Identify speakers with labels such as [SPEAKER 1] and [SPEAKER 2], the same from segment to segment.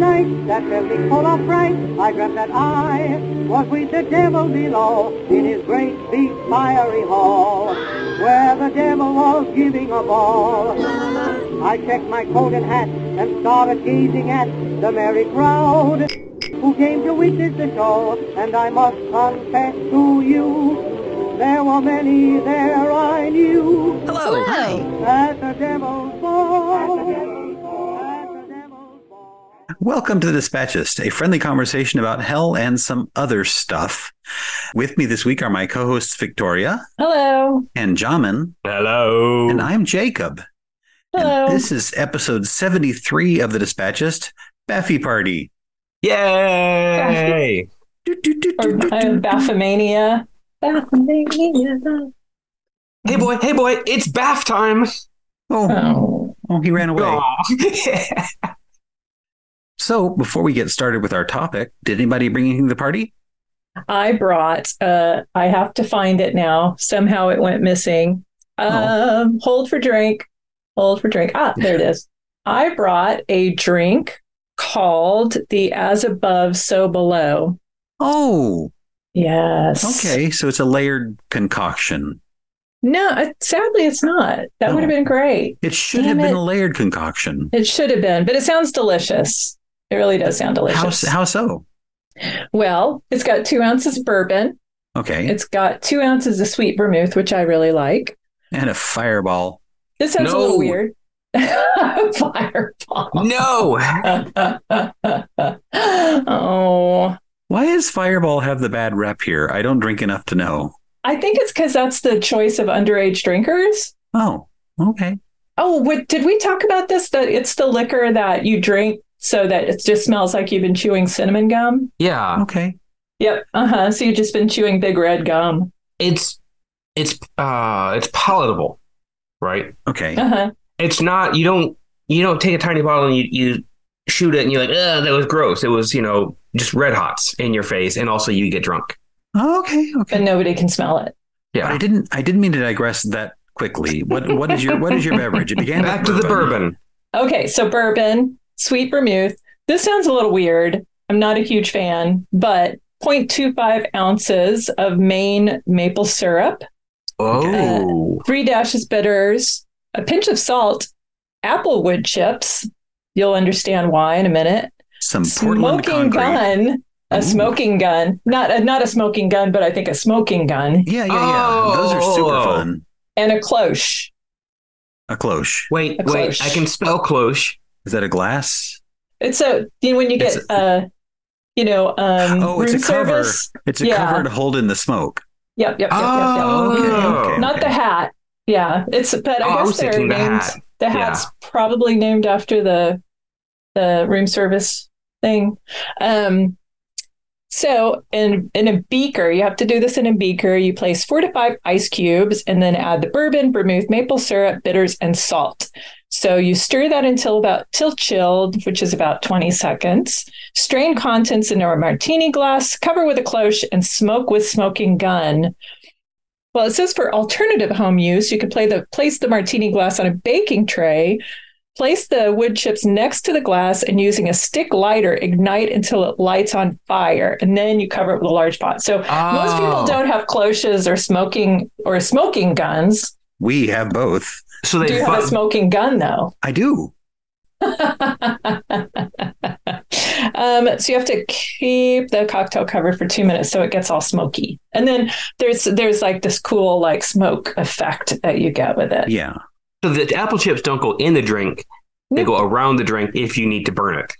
[SPEAKER 1] that building full of bright. I dreamt that I was with the devil below in his great big fiery hall where the devil was giving a ball. I checked my coat and hat and started gazing at the merry crowd who came to witness the show and I must confess to you there were many there I knew
[SPEAKER 2] Hello.
[SPEAKER 3] Hello.
[SPEAKER 1] at the devil's ball. At the devil's ball. At the devil's ball.
[SPEAKER 4] Welcome to the Dispatchist, a friendly conversation about hell and some other stuff. With me this week are my co hosts Victoria
[SPEAKER 3] Hello.
[SPEAKER 4] and Jamin,
[SPEAKER 5] Hello.
[SPEAKER 4] and I'm Jacob.
[SPEAKER 3] Hello.
[SPEAKER 4] And this is episode 73 of the Dispatchist Baffy Party.
[SPEAKER 5] Yay!
[SPEAKER 4] Do, do, do,
[SPEAKER 3] Or,
[SPEAKER 4] do, do, do.
[SPEAKER 3] uh, Baphomania. Baphomania.
[SPEAKER 5] hey boy, hey boy, it's bath time.
[SPEAKER 4] Oh,
[SPEAKER 3] Oh.
[SPEAKER 4] oh, he ran away.
[SPEAKER 5] Aw.
[SPEAKER 4] So before we get started with our topic, did anybody bring anything to the party?
[SPEAKER 3] I brought, uh, I have to find it now. Somehow it went missing.
[SPEAKER 4] Oh.
[SPEAKER 3] Um, hold for drink. Hold for drink. Ah, there it is. I brought a drink called the As Above, So Below.
[SPEAKER 4] Oh,
[SPEAKER 3] Yes.
[SPEAKER 4] okay. So it's a layered concoction.
[SPEAKER 3] No, uh, sadly, it's not. That
[SPEAKER 4] Oh.
[SPEAKER 3] would have been great.
[SPEAKER 4] It should
[SPEAKER 3] Damn
[SPEAKER 4] have been
[SPEAKER 3] it.
[SPEAKER 4] a layered concoction.
[SPEAKER 3] It should have been, but it sounds delicious. It really does sound delicious.
[SPEAKER 4] How, how so?
[SPEAKER 3] Well, it's got two ounces of bourbon.
[SPEAKER 4] Okay.
[SPEAKER 3] It's got two ounces of sweet vermouth, which I really like.
[SPEAKER 4] and a fireball.
[SPEAKER 3] This sounds a
[SPEAKER 5] No.
[SPEAKER 3] little weird. Fireball.
[SPEAKER 5] no.
[SPEAKER 3] oh,
[SPEAKER 4] Why does Fireball have the bad rep here? I don't drink enough to know.
[SPEAKER 3] I think it's because that's the choice of underage drinkers.
[SPEAKER 4] Oh, okay.
[SPEAKER 3] Oh, what, did we talk about this? That it's the liquor that you drink so that it just smells like you've been chewing cinnamon gum.
[SPEAKER 5] Yeah.
[SPEAKER 4] Okay.
[SPEAKER 3] Yep. Uh huh. So you've just been chewing big red gum.
[SPEAKER 5] It's it's uh it's palatable, right?
[SPEAKER 4] Okay.
[SPEAKER 3] Uh huh.
[SPEAKER 5] It's not you don't you don't take a tiny bottle and you, you shoot it and you're like, Ugh, that was gross. It was, you know, just red hots in your face and also you get drunk.
[SPEAKER 4] Oh, okay.
[SPEAKER 3] But
[SPEAKER 4] Okay.
[SPEAKER 3] nobody can smell it.
[SPEAKER 4] But I didn't I didn't mean to digress that quickly. What what is your what is your beverage? It began with
[SPEAKER 5] Back to the bourbon.
[SPEAKER 3] Okay, so bourbon, sweet vermouth. This sounds a little weird. I'm not a huge fan, but 0.25 ounces of Maine maple syrup,
[SPEAKER 5] Oh.
[SPEAKER 3] three dashes bitters, a pinch of salt, applewood chips. You'll understand why in a minute.
[SPEAKER 4] Some Mm, Portland
[SPEAKER 3] Smoking
[SPEAKER 4] concrete.
[SPEAKER 3] gun, a
[SPEAKER 4] Ooh.
[SPEAKER 3] smoking gun, not a, not a smoking gun, but I think a smoking gun
[SPEAKER 4] Yeah, yeah, yeah. Those are super
[SPEAKER 5] Oh.
[SPEAKER 4] fun.
[SPEAKER 3] and a cloche.
[SPEAKER 4] A cloche.
[SPEAKER 5] Wait,
[SPEAKER 3] A
[SPEAKER 5] wait,
[SPEAKER 3] cloche.
[SPEAKER 5] I can spell cloche.
[SPEAKER 4] Is that a glass?
[SPEAKER 3] It's a you know, when you get
[SPEAKER 4] It's
[SPEAKER 3] uh, you know, um,
[SPEAKER 4] Oh, it's
[SPEAKER 3] room
[SPEAKER 4] a cover.
[SPEAKER 3] service.
[SPEAKER 4] It's a
[SPEAKER 3] Yeah.
[SPEAKER 4] covered hold in the smoke.
[SPEAKER 3] Yep, yep, yep, yep, yep.
[SPEAKER 5] Oh,
[SPEAKER 4] Okay,
[SPEAKER 5] okay.
[SPEAKER 4] okay,
[SPEAKER 3] Not
[SPEAKER 4] okay.
[SPEAKER 3] the hat. Yeah, it's but
[SPEAKER 5] Oh, I
[SPEAKER 3] I
[SPEAKER 5] was
[SPEAKER 3] guess they're
[SPEAKER 5] thinking
[SPEAKER 3] named.
[SPEAKER 5] the
[SPEAKER 3] The,
[SPEAKER 5] hat.
[SPEAKER 3] hat's probably named after the the room service thing. Um, so in in a beaker, you have to do this in a beaker. You place four to five ice cubes, and then add the bourbon, vermouth, maple syrup, bitters, and salt. So you stir that until about till chilled, which is about twenty seconds. Strain contents into a martini glass, cover with a cloche, and smoke with smoking gun. Well, it says for alternative home use, you could play the place the martini glass on a baking tray, place the wood chips next to the glass, and using a stick lighter, ignite until it lights on fire, and then you cover it with a large pot. So most people
[SPEAKER 5] Oh.
[SPEAKER 3] don't have cloches or smoking or smoking guns.
[SPEAKER 4] We have both.
[SPEAKER 5] So they
[SPEAKER 3] Do you have a
[SPEAKER 5] bu-
[SPEAKER 3] smoking gun though?
[SPEAKER 4] I do.
[SPEAKER 3] um, so you have to keep the cocktail covered for two minutes so it gets all smoky, and then there's there's like this cool like smoke effect that you get with it.
[SPEAKER 4] Yeah.
[SPEAKER 5] So the apple chips don't go in the drink; they go around the drink if you need to burn it.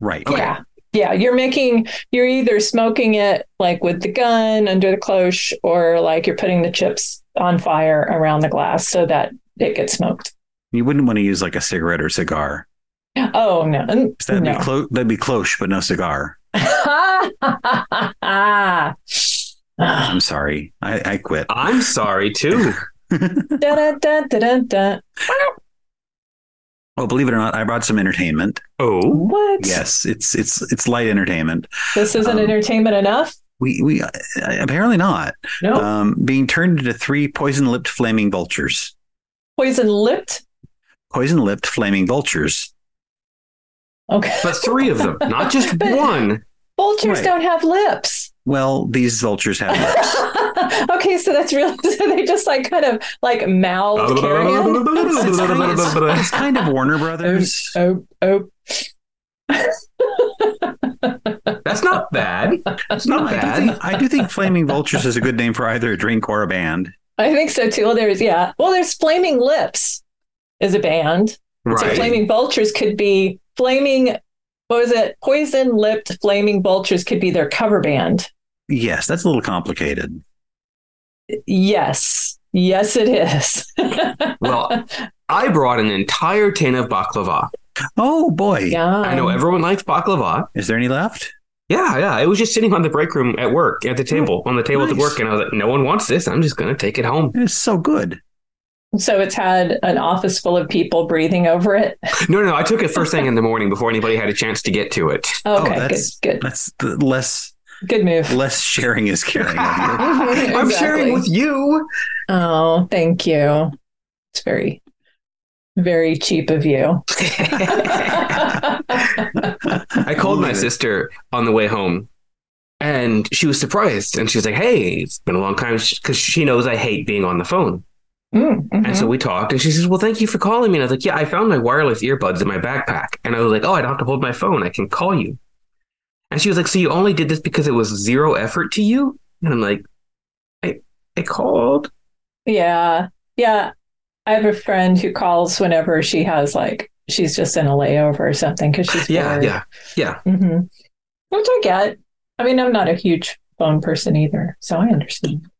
[SPEAKER 4] Right.
[SPEAKER 5] Okay.
[SPEAKER 3] Yeah. Yeah, you're making you're either smoking it like with the gun under the cloche or like you're putting the chips on fire around the glass so that it gets smoked.
[SPEAKER 4] You wouldn't want to use like a cigarette or cigar.
[SPEAKER 3] Oh no. n-
[SPEAKER 4] 'Cause That'd
[SPEAKER 3] no.
[SPEAKER 4] be clo- that'd be cloche, but no cigar.
[SPEAKER 3] Da,
[SPEAKER 4] I'm sorry. I, I quit.
[SPEAKER 5] I'm sorry too.
[SPEAKER 3] da, da, da, da, da.
[SPEAKER 4] Oh, believe it or not, I brought some entertainment.
[SPEAKER 5] oh,
[SPEAKER 3] What?
[SPEAKER 4] Yes, it's it's it's light entertainment.
[SPEAKER 3] This isn't
[SPEAKER 4] Um,
[SPEAKER 3] entertainment enough?
[SPEAKER 4] We we uh, apparently not.
[SPEAKER 3] No.
[SPEAKER 4] Um, being turned into three poison-lipped flaming vultures.
[SPEAKER 3] Poison lipped?
[SPEAKER 4] Poison-lipped flaming vultures.
[SPEAKER 3] Okay.
[SPEAKER 5] but three of them, not just
[SPEAKER 3] But-
[SPEAKER 5] one.
[SPEAKER 3] Vultures
[SPEAKER 4] Right.
[SPEAKER 3] don't have lips.
[SPEAKER 4] Well, these vultures have lips.
[SPEAKER 3] okay, so that's real. So they just like kind of like mouth carrion.
[SPEAKER 4] it's, kind of,
[SPEAKER 5] It's
[SPEAKER 4] it's kind of Warner Brothers.
[SPEAKER 3] Oh, oh,
[SPEAKER 5] That's not bad. It's not
[SPEAKER 4] I
[SPEAKER 5] bad.
[SPEAKER 4] do, think, I do think Flaming Vultures is a good name for either a drink or a band.
[SPEAKER 3] I think so too. Well, there's yeah. Well, there's Flaming Lips is a band. So Flaming Vultures could be Flaming. What was it? Poison Lipped Flaming Vultures could be their cover band.
[SPEAKER 4] Yes, that's a little complicated.
[SPEAKER 3] Yes, yes, it is.
[SPEAKER 5] Well, I brought an entire tin of baklava.
[SPEAKER 4] Oh boy,
[SPEAKER 3] yeah,
[SPEAKER 5] I know everyone likes baklava.
[SPEAKER 4] is there any left?
[SPEAKER 5] Yeah, yeah. It was just sitting on the break room at work, at the table, on the table at
[SPEAKER 4] Nice.
[SPEAKER 5] the work, and I was like, "No one wants this. I'm just gonna take it home."
[SPEAKER 4] It's so good.
[SPEAKER 3] So it's had an office full of people breathing over it.
[SPEAKER 5] No, no. I took it first thing in the morning before anybody had a chance to get to it.
[SPEAKER 3] Okay, good,
[SPEAKER 4] that's-
[SPEAKER 3] good,
[SPEAKER 4] That's the less
[SPEAKER 3] good move.
[SPEAKER 4] less sharing is caring. I hear.
[SPEAKER 5] I'm sharing with you.
[SPEAKER 3] Oh, thank you. It's very, very cheap of you.
[SPEAKER 5] I called my
[SPEAKER 4] Love it.
[SPEAKER 5] sister on the way home and she was surprised. And she was like, Hey, it's been a long time because she knows I hate being on the phone.
[SPEAKER 3] Mm, mhm.
[SPEAKER 5] And so we talked and she says, Well, thank you for calling me. And I was like, Yeah, I found my wireless earbuds in my backpack. And I was like, Oh, I don't have to hold my phone. I can call you. And she was like, So you only did this because it was zero effort to you? And I'm like, I, I called.
[SPEAKER 3] Yeah. Yeah. I have a friend who calls whenever she has like she's just in a layover or something because she's
[SPEAKER 5] Yeah,
[SPEAKER 3] bored.
[SPEAKER 5] yeah.
[SPEAKER 3] hmm Which I get. I mean, I'm not a huge phone person either, so I understand.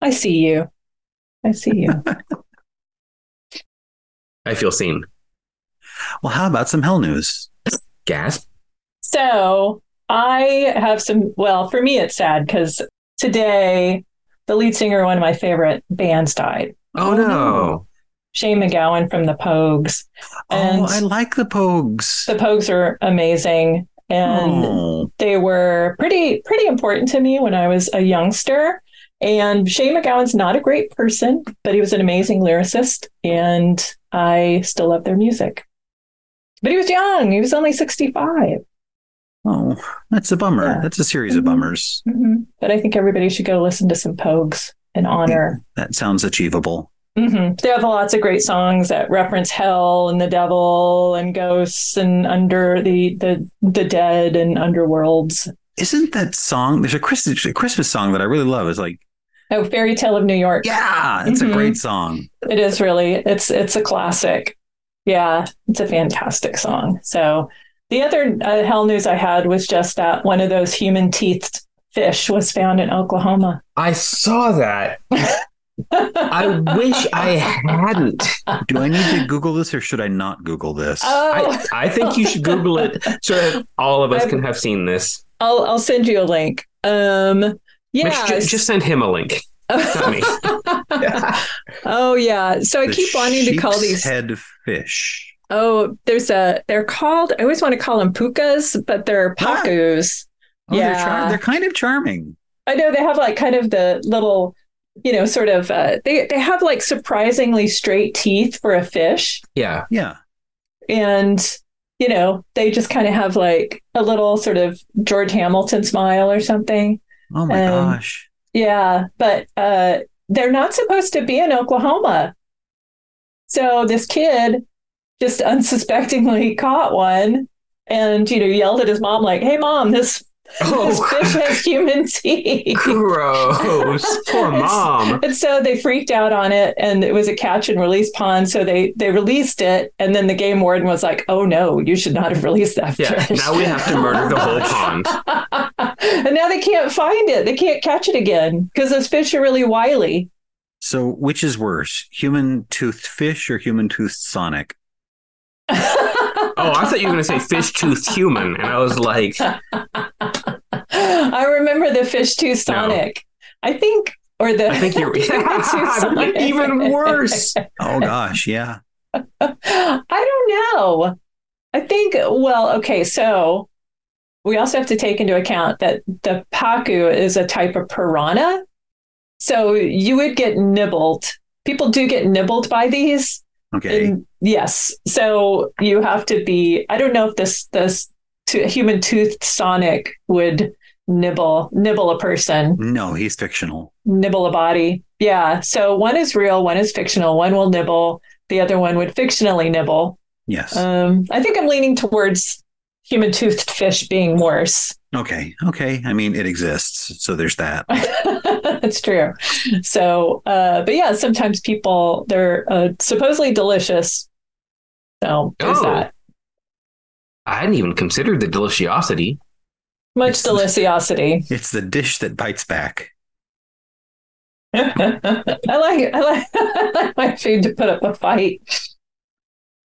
[SPEAKER 3] I see you. I see you.
[SPEAKER 5] I feel seen.
[SPEAKER 4] Well, how about some hell news?
[SPEAKER 5] Gasp.
[SPEAKER 3] so I have some. Well, for me, it's sad because today the lead singer of one of my favorite bands died.
[SPEAKER 5] Oh,
[SPEAKER 4] Oh,
[SPEAKER 5] no.
[SPEAKER 4] no.
[SPEAKER 3] Shane McGowan from the Pogues.
[SPEAKER 4] Oh,
[SPEAKER 3] And-
[SPEAKER 4] I like the Pogues.
[SPEAKER 3] The Pogues are amazing, and
[SPEAKER 4] oh,
[SPEAKER 3] they were pretty pretty important to me when I was a youngster. And Shane McGowan's not a great person, but he was an amazing lyricist, and I still love their music. But he was young; he was only sixty-five.
[SPEAKER 4] oh, that's a bummer.
[SPEAKER 3] Yeah.
[SPEAKER 4] That's a series of
[SPEAKER 3] Mhm.
[SPEAKER 4] bummers.
[SPEAKER 3] But I think everybody should go listen to some Pogues in honor.
[SPEAKER 4] That sounds achievable.
[SPEAKER 3] hmm They have lots of great songs that reference hell and the devil and ghosts and under the the the dead and underworlds.
[SPEAKER 4] Isn't that song? There's a Christmas, a Christmas song that I really love. It's like,
[SPEAKER 3] Oh, Fairy Tale of New York.
[SPEAKER 4] yeah, it's
[SPEAKER 3] Mhm.
[SPEAKER 4] a great song.
[SPEAKER 3] It is really. It's it's a classic. Yeah, it's a fantastic song. So the other uh, hell news I had was just that one of those human teethed fish was found in Oklahoma.
[SPEAKER 5] I saw that. I wish I hadn't.
[SPEAKER 4] Do I need to Google this or should I not Google this?
[SPEAKER 3] Oh,
[SPEAKER 5] I, I think you should Google it so that all of us
[SPEAKER 3] I've-
[SPEAKER 5] can have seen this.
[SPEAKER 3] I'll I'll send you a link. Um,
[SPEAKER 5] Make
[SPEAKER 3] yeah.
[SPEAKER 5] sure- just send him a link, not me.
[SPEAKER 3] oh yeah. So I
[SPEAKER 4] The
[SPEAKER 3] keep wanting to call
[SPEAKER 4] sheep's
[SPEAKER 3] these.
[SPEAKER 4] head fish.
[SPEAKER 3] Oh, there's a. They're called. I always want to call them pukas, but they're
[SPEAKER 4] Ah.
[SPEAKER 3] pakus.
[SPEAKER 4] Oh, they're,
[SPEAKER 3] Yeah.
[SPEAKER 4] char- they're kind of charming.
[SPEAKER 3] I know they have like kind of the little, you know, sort of uh, they they have like surprisingly straight teeth for a fish,
[SPEAKER 5] Yeah.
[SPEAKER 4] Yeah.
[SPEAKER 3] and you know they just kind of have like a little sort of George Hamilton smile or something.
[SPEAKER 4] Oh my
[SPEAKER 3] Um,
[SPEAKER 4] gosh.
[SPEAKER 3] Yeah, but uh, they're not supposed to be in Oklahoma. So this kid just unsuspectingly caught one, and you know yelled at his mom like, "Hey, mom, this this fish
[SPEAKER 5] Oh,
[SPEAKER 3] has human teeth."
[SPEAKER 5] gross. Poor
[SPEAKER 3] It's-
[SPEAKER 5] mom.
[SPEAKER 3] And so they freaked out on it, and it was a catch and release pond. So they they released it, and then the game warden was like, "Oh no, you should not have released that
[SPEAKER 5] Yeah.
[SPEAKER 3] fish."
[SPEAKER 5] Now we have to murder the whole pond.
[SPEAKER 3] and now they can't find it. They can't catch it again because those fish are really wily.
[SPEAKER 4] So, which is worse, human toothed fish or human toothed Sonic?
[SPEAKER 5] Oh,
[SPEAKER 3] oh,
[SPEAKER 5] I thought you were going to say fish tooth human. And I was like,
[SPEAKER 3] I remember the fish tooth Sonic. I think, or the
[SPEAKER 5] I think you're
[SPEAKER 3] human tooth Sonic.
[SPEAKER 5] even worse.
[SPEAKER 4] Oh gosh, yeah.
[SPEAKER 3] I don't know. I think, well, okay, so we also have to take into account that the paku is a type of piranha. So you would get nibbled. People do get nibbled by these,
[SPEAKER 4] Okay.
[SPEAKER 3] And yes. So you have to be. I don't know if this this to, human toothed Sonic would nibble nibble a person,
[SPEAKER 4] no, he's fictional.
[SPEAKER 3] nibble a body. Yeah. So one is real, one is fictional. One will nibble, the other one would fictionally nibble.
[SPEAKER 4] Yes.
[SPEAKER 3] Um, I think I'm leaning towards human toothed fish being worse.
[SPEAKER 4] okay. Okay. I mean, it exists. So there's that.
[SPEAKER 3] That's true. So, uh, but yeah, sometimes people they're uh, supposedly delicious. So there's
[SPEAKER 5] Oh.
[SPEAKER 3] that.
[SPEAKER 5] I hadn't even considered the deliciosity.
[SPEAKER 3] Much
[SPEAKER 4] It's-
[SPEAKER 3] deliciosity.
[SPEAKER 4] It's the dish that bites back.
[SPEAKER 3] I like I like, I like my food to put up a fight.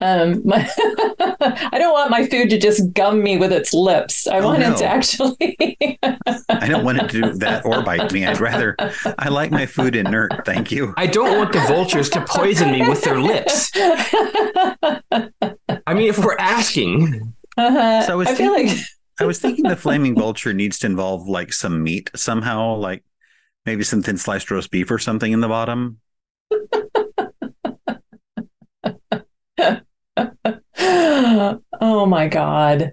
[SPEAKER 3] Um, my I don't want my food to just gum me with its lips. I
[SPEAKER 4] Oh,
[SPEAKER 3] want
[SPEAKER 4] no.
[SPEAKER 3] it to actually.
[SPEAKER 4] I don't want it to do that or bite me. I'd rather, I like my food inert. Thank you.
[SPEAKER 5] I don't want the vultures to poison me with their lips.
[SPEAKER 3] uh-huh.
[SPEAKER 5] I mean, if we're asking,
[SPEAKER 4] So I was
[SPEAKER 3] I feel like
[SPEAKER 4] I was thinking the flaming vulture needs to involve like some meat somehow, like maybe some thin sliced roast beef or something in the bottom.
[SPEAKER 3] oh my god.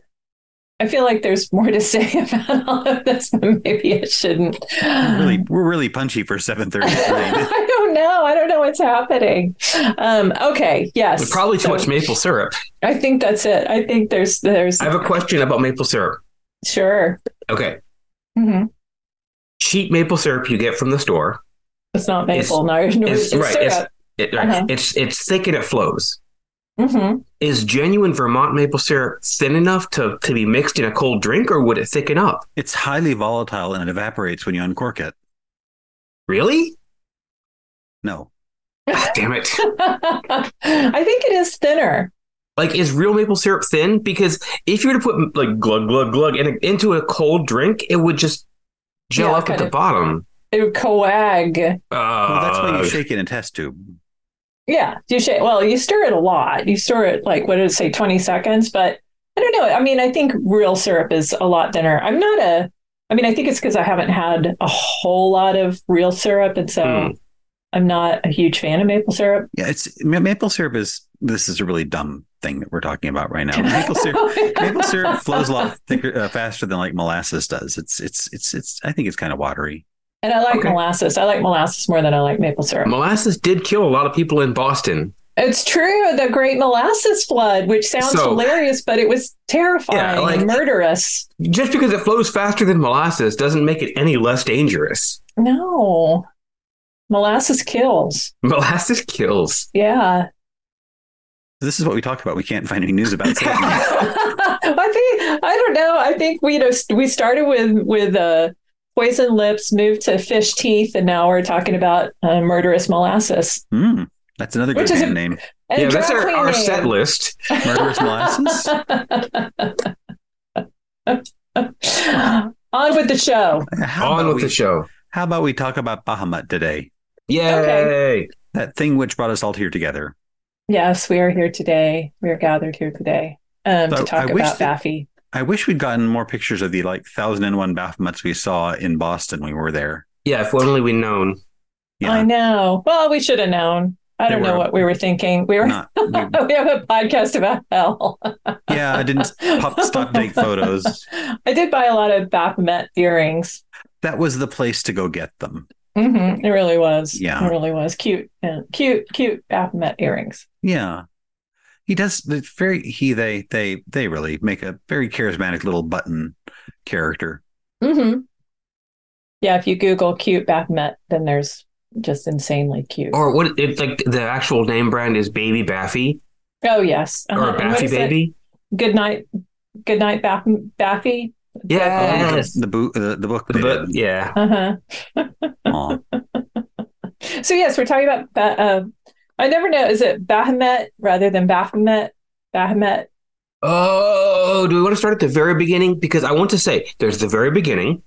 [SPEAKER 3] I feel like there's more to say about all of this, but maybe I shouldn't.
[SPEAKER 4] We're really, we're really punchy for 7:30.
[SPEAKER 3] I don't know. I don't know what's happening. Um, okay, yes.
[SPEAKER 5] there's probably too
[SPEAKER 3] So
[SPEAKER 5] much maple syrup.
[SPEAKER 3] I think that's it. I think there's there's
[SPEAKER 5] I have a question about maple syrup.
[SPEAKER 3] sure.
[SPEAKER 5] Okay.
[SPEAKER 3] hmm
[SPEAKER 5] Cheap maple syrup you get from the store.
[SPEAKER 3] It's not
[SPEAKER 5] It's-
[SPEAKER 3] maple, no, no,
[SPEAKER 5] It's,
[SPEAKER 3] it's
[SPEAKER 5] right. It's,
[SPEAKER 3] syrup.
[SPEAKER 5] it, right.
[SPEAKER 3] Uh-huh.
[SPEAKER 5] it's it's thick and it flows.
[SPEAKER 3] Mhm.
[SPEAKER 5] Is genuine Vermont maple syrup thin enough to, to be mixed in a cold drink or would it thicken up?
[SPEAKER 4] it's highly volatile and it evaporates when you uncork it.
[SPEAKER 5] Really?
[SPEAKER 4] No,
[SPEAKER 5] Ah, damn it.
[SPEAKER 3] I think it is thinner.
[SPEAKER 5] Like, is real maple syrup thin? Because if you were to put like glug glug glug in a, into a cold drink, it would just gel
[SPEAKER 3] Yeah,
[SPEAKER 5] up at
[SPEAKER 3] kinda.
[SPEAKER 5] the bottom.
[SPEAKER 3] It would coag.
[SPEAKER 5] Uh,
[SPEAKER 4] well, that's why you shake it in a test tube.
[SPEAKER 3] Yeah, you should. Well, you stir it a lot. You stir it like what did it say, twenty seconds? But I don't know. I mean, I think real syrup is a lot thinner. I'm not a. I mean, I think it's because I haven't had a whole lot of real syrup, and so
[SPEAKER 5] Hmm.
[SPEAKER 3] I'm not a huge fan of maple syrup.
[SPEAKER 4] Yeah, it's ma- maple syrup is this is a really dumb thing that we're talking about right now. Maple syrup maple syrup flows a lot thicker uh, faster than like molasses does. It's it's it's it's I think it's kind of watery.
[SPEAKER 3] and I like
[SPEAKER 5] Okay.
[SPEAKER 3] molasses. I like molasses more than I like maple syrup.
[SPEAKER 5] molasses did kill a lot of people in Boston.
[SPEAKER 3] It's true, the Great Molasses Flood, which sounds
[SPEAKER 5] So-
[SPEAKER 3] hilarious, but it was terrifying
[SPEAKER 5] Yeah, like-
[SPEAKER 3] and murderous.
[SPEAKER 5] Just because it flows faster than molasses doesn't make it any less dangerous.
[SPEAKER 3] No, molasses kills.
[SPEAKER 5] Molasses kills.
[SPEAKER 3] Yeah.
[SPEAKER 4] This is what we talk about. We can't find any news about it.
[SPEAKER 3] I think I don't know. I think we you know we started with with uh, poison lips, moved to fish teeth, and now we're talking about uh, murderous molasses
[SPEAKER 4] Hmm, that's another good
[SPEAKER 3] Which is
[SPEAKER 4] band
[SPEAKER 3] a-
[SPEAKER 4] name.
[SPEAKER 3] and
[SPEAKER 5] yeah,
[SPEAKER 3] drag
[SPEAKER 5] that's our,
[SPEAKER 3] queen
[SPEAKER 5] our
[SPEAKER 3] name.
[SPEAKER 5] set list.
[SPEAKER 4] Murderous molasses.
[SPEAKER 3] On with the show.
[SPEAKER 4] How
[SPEAKER 5] On
[SPEAKER 4] about
[SPEAKER 5] with
[SPEAKER 4] we,
[SPEAKER 5] the show.
[SPEAKER 4] How about we talk about Bahamut today?
[SPEAKER 5] Yay!
[SPEAKER 3] Okay.
[SPEAKER 4] That thing which brought us all here together.
[SPEAKER 3] Yes, we are here today. We are gathered here today um,
[SPEAKER 4] So
[SPEAKER 3] to
[SPEAKER 4] I
[SPEAKER 3] talk
[SPEAKER 4] wish
[SPEAKER 3] about
[SPEAKER 4] that-
[SPEAKER 3] Baffy.
[SPEAKER 4] I wish we'd gotten more pictures of the like thousand and one Baphomuts we saw in Boston when we were there.
[SPEAKER 5] Yeah, if only we'd known.
[SPEAKER 3] I
[SPEAKER 4] Yeah,
[SPEAKER 3] know. Well, we should have known. I
[SPEAKER 4] They
[SPEAKER 3] don't know
[SPEAKER 4] were-
[SPEAKER 3] what we were thinking. We were.
[SPEAKER 4] not, we,
[SPEAKER 3] we have a podcast about hell.
[SPEAKER 4] yeah. I didn't pop, stop to take photos.
[SPEAKER 3] I did buy a lot of Baphomet earrings.
[SPEAKER 4] That was the place to go get them.
[SPEAKER 5] Mm-hmm.
[SPEAKER 3] hmm It really was.
[SPEAKER 4] Yeah.
[SPEAKER 3] It really was. Cute, yeah. cute, cute Baphomet earrings.
[SPEAKER 4] Yeah. He does it's very he they they they really make a very charismatic little button character.
[SPEAKER 5] Mm-hmm.
[SPEAKER 3] hmm Yeah. If you Google cute Baphomet, then there's just insanely cute.
[SPEAKER 5] Or what? It's like the actual name brand is Baby Baffy
[SPEAKER 3] oh, yes. Uh-huh.
[SPEAKER 5] or
[SPEAKER 3] And what
[SPEAKER 5] Baffy
[SPEAKER 3] is that?
[SPEAKER 5] Baby.
[SPEAKER 3] Good night. Good night, Baff- Baffy.
[SPEAKER 5] Yes.
[SPEAKER 4] The boot the, the book they
[SPEAKER 5] But
[SPEAKER 4] did.
[SPEAKER 5] yeah,
[SPEAKER 3] Uh huh.
[SPEAKER 4] Aw.
[SPEAKER 3] So, yes, we're talking about. Ba- uh, I never know. Is it Baphomet rather than Baphomet? Baphomet.
[SPEAKER 5] Oh, do we want to start at the very beginning? Because I want to say there's the very beginning,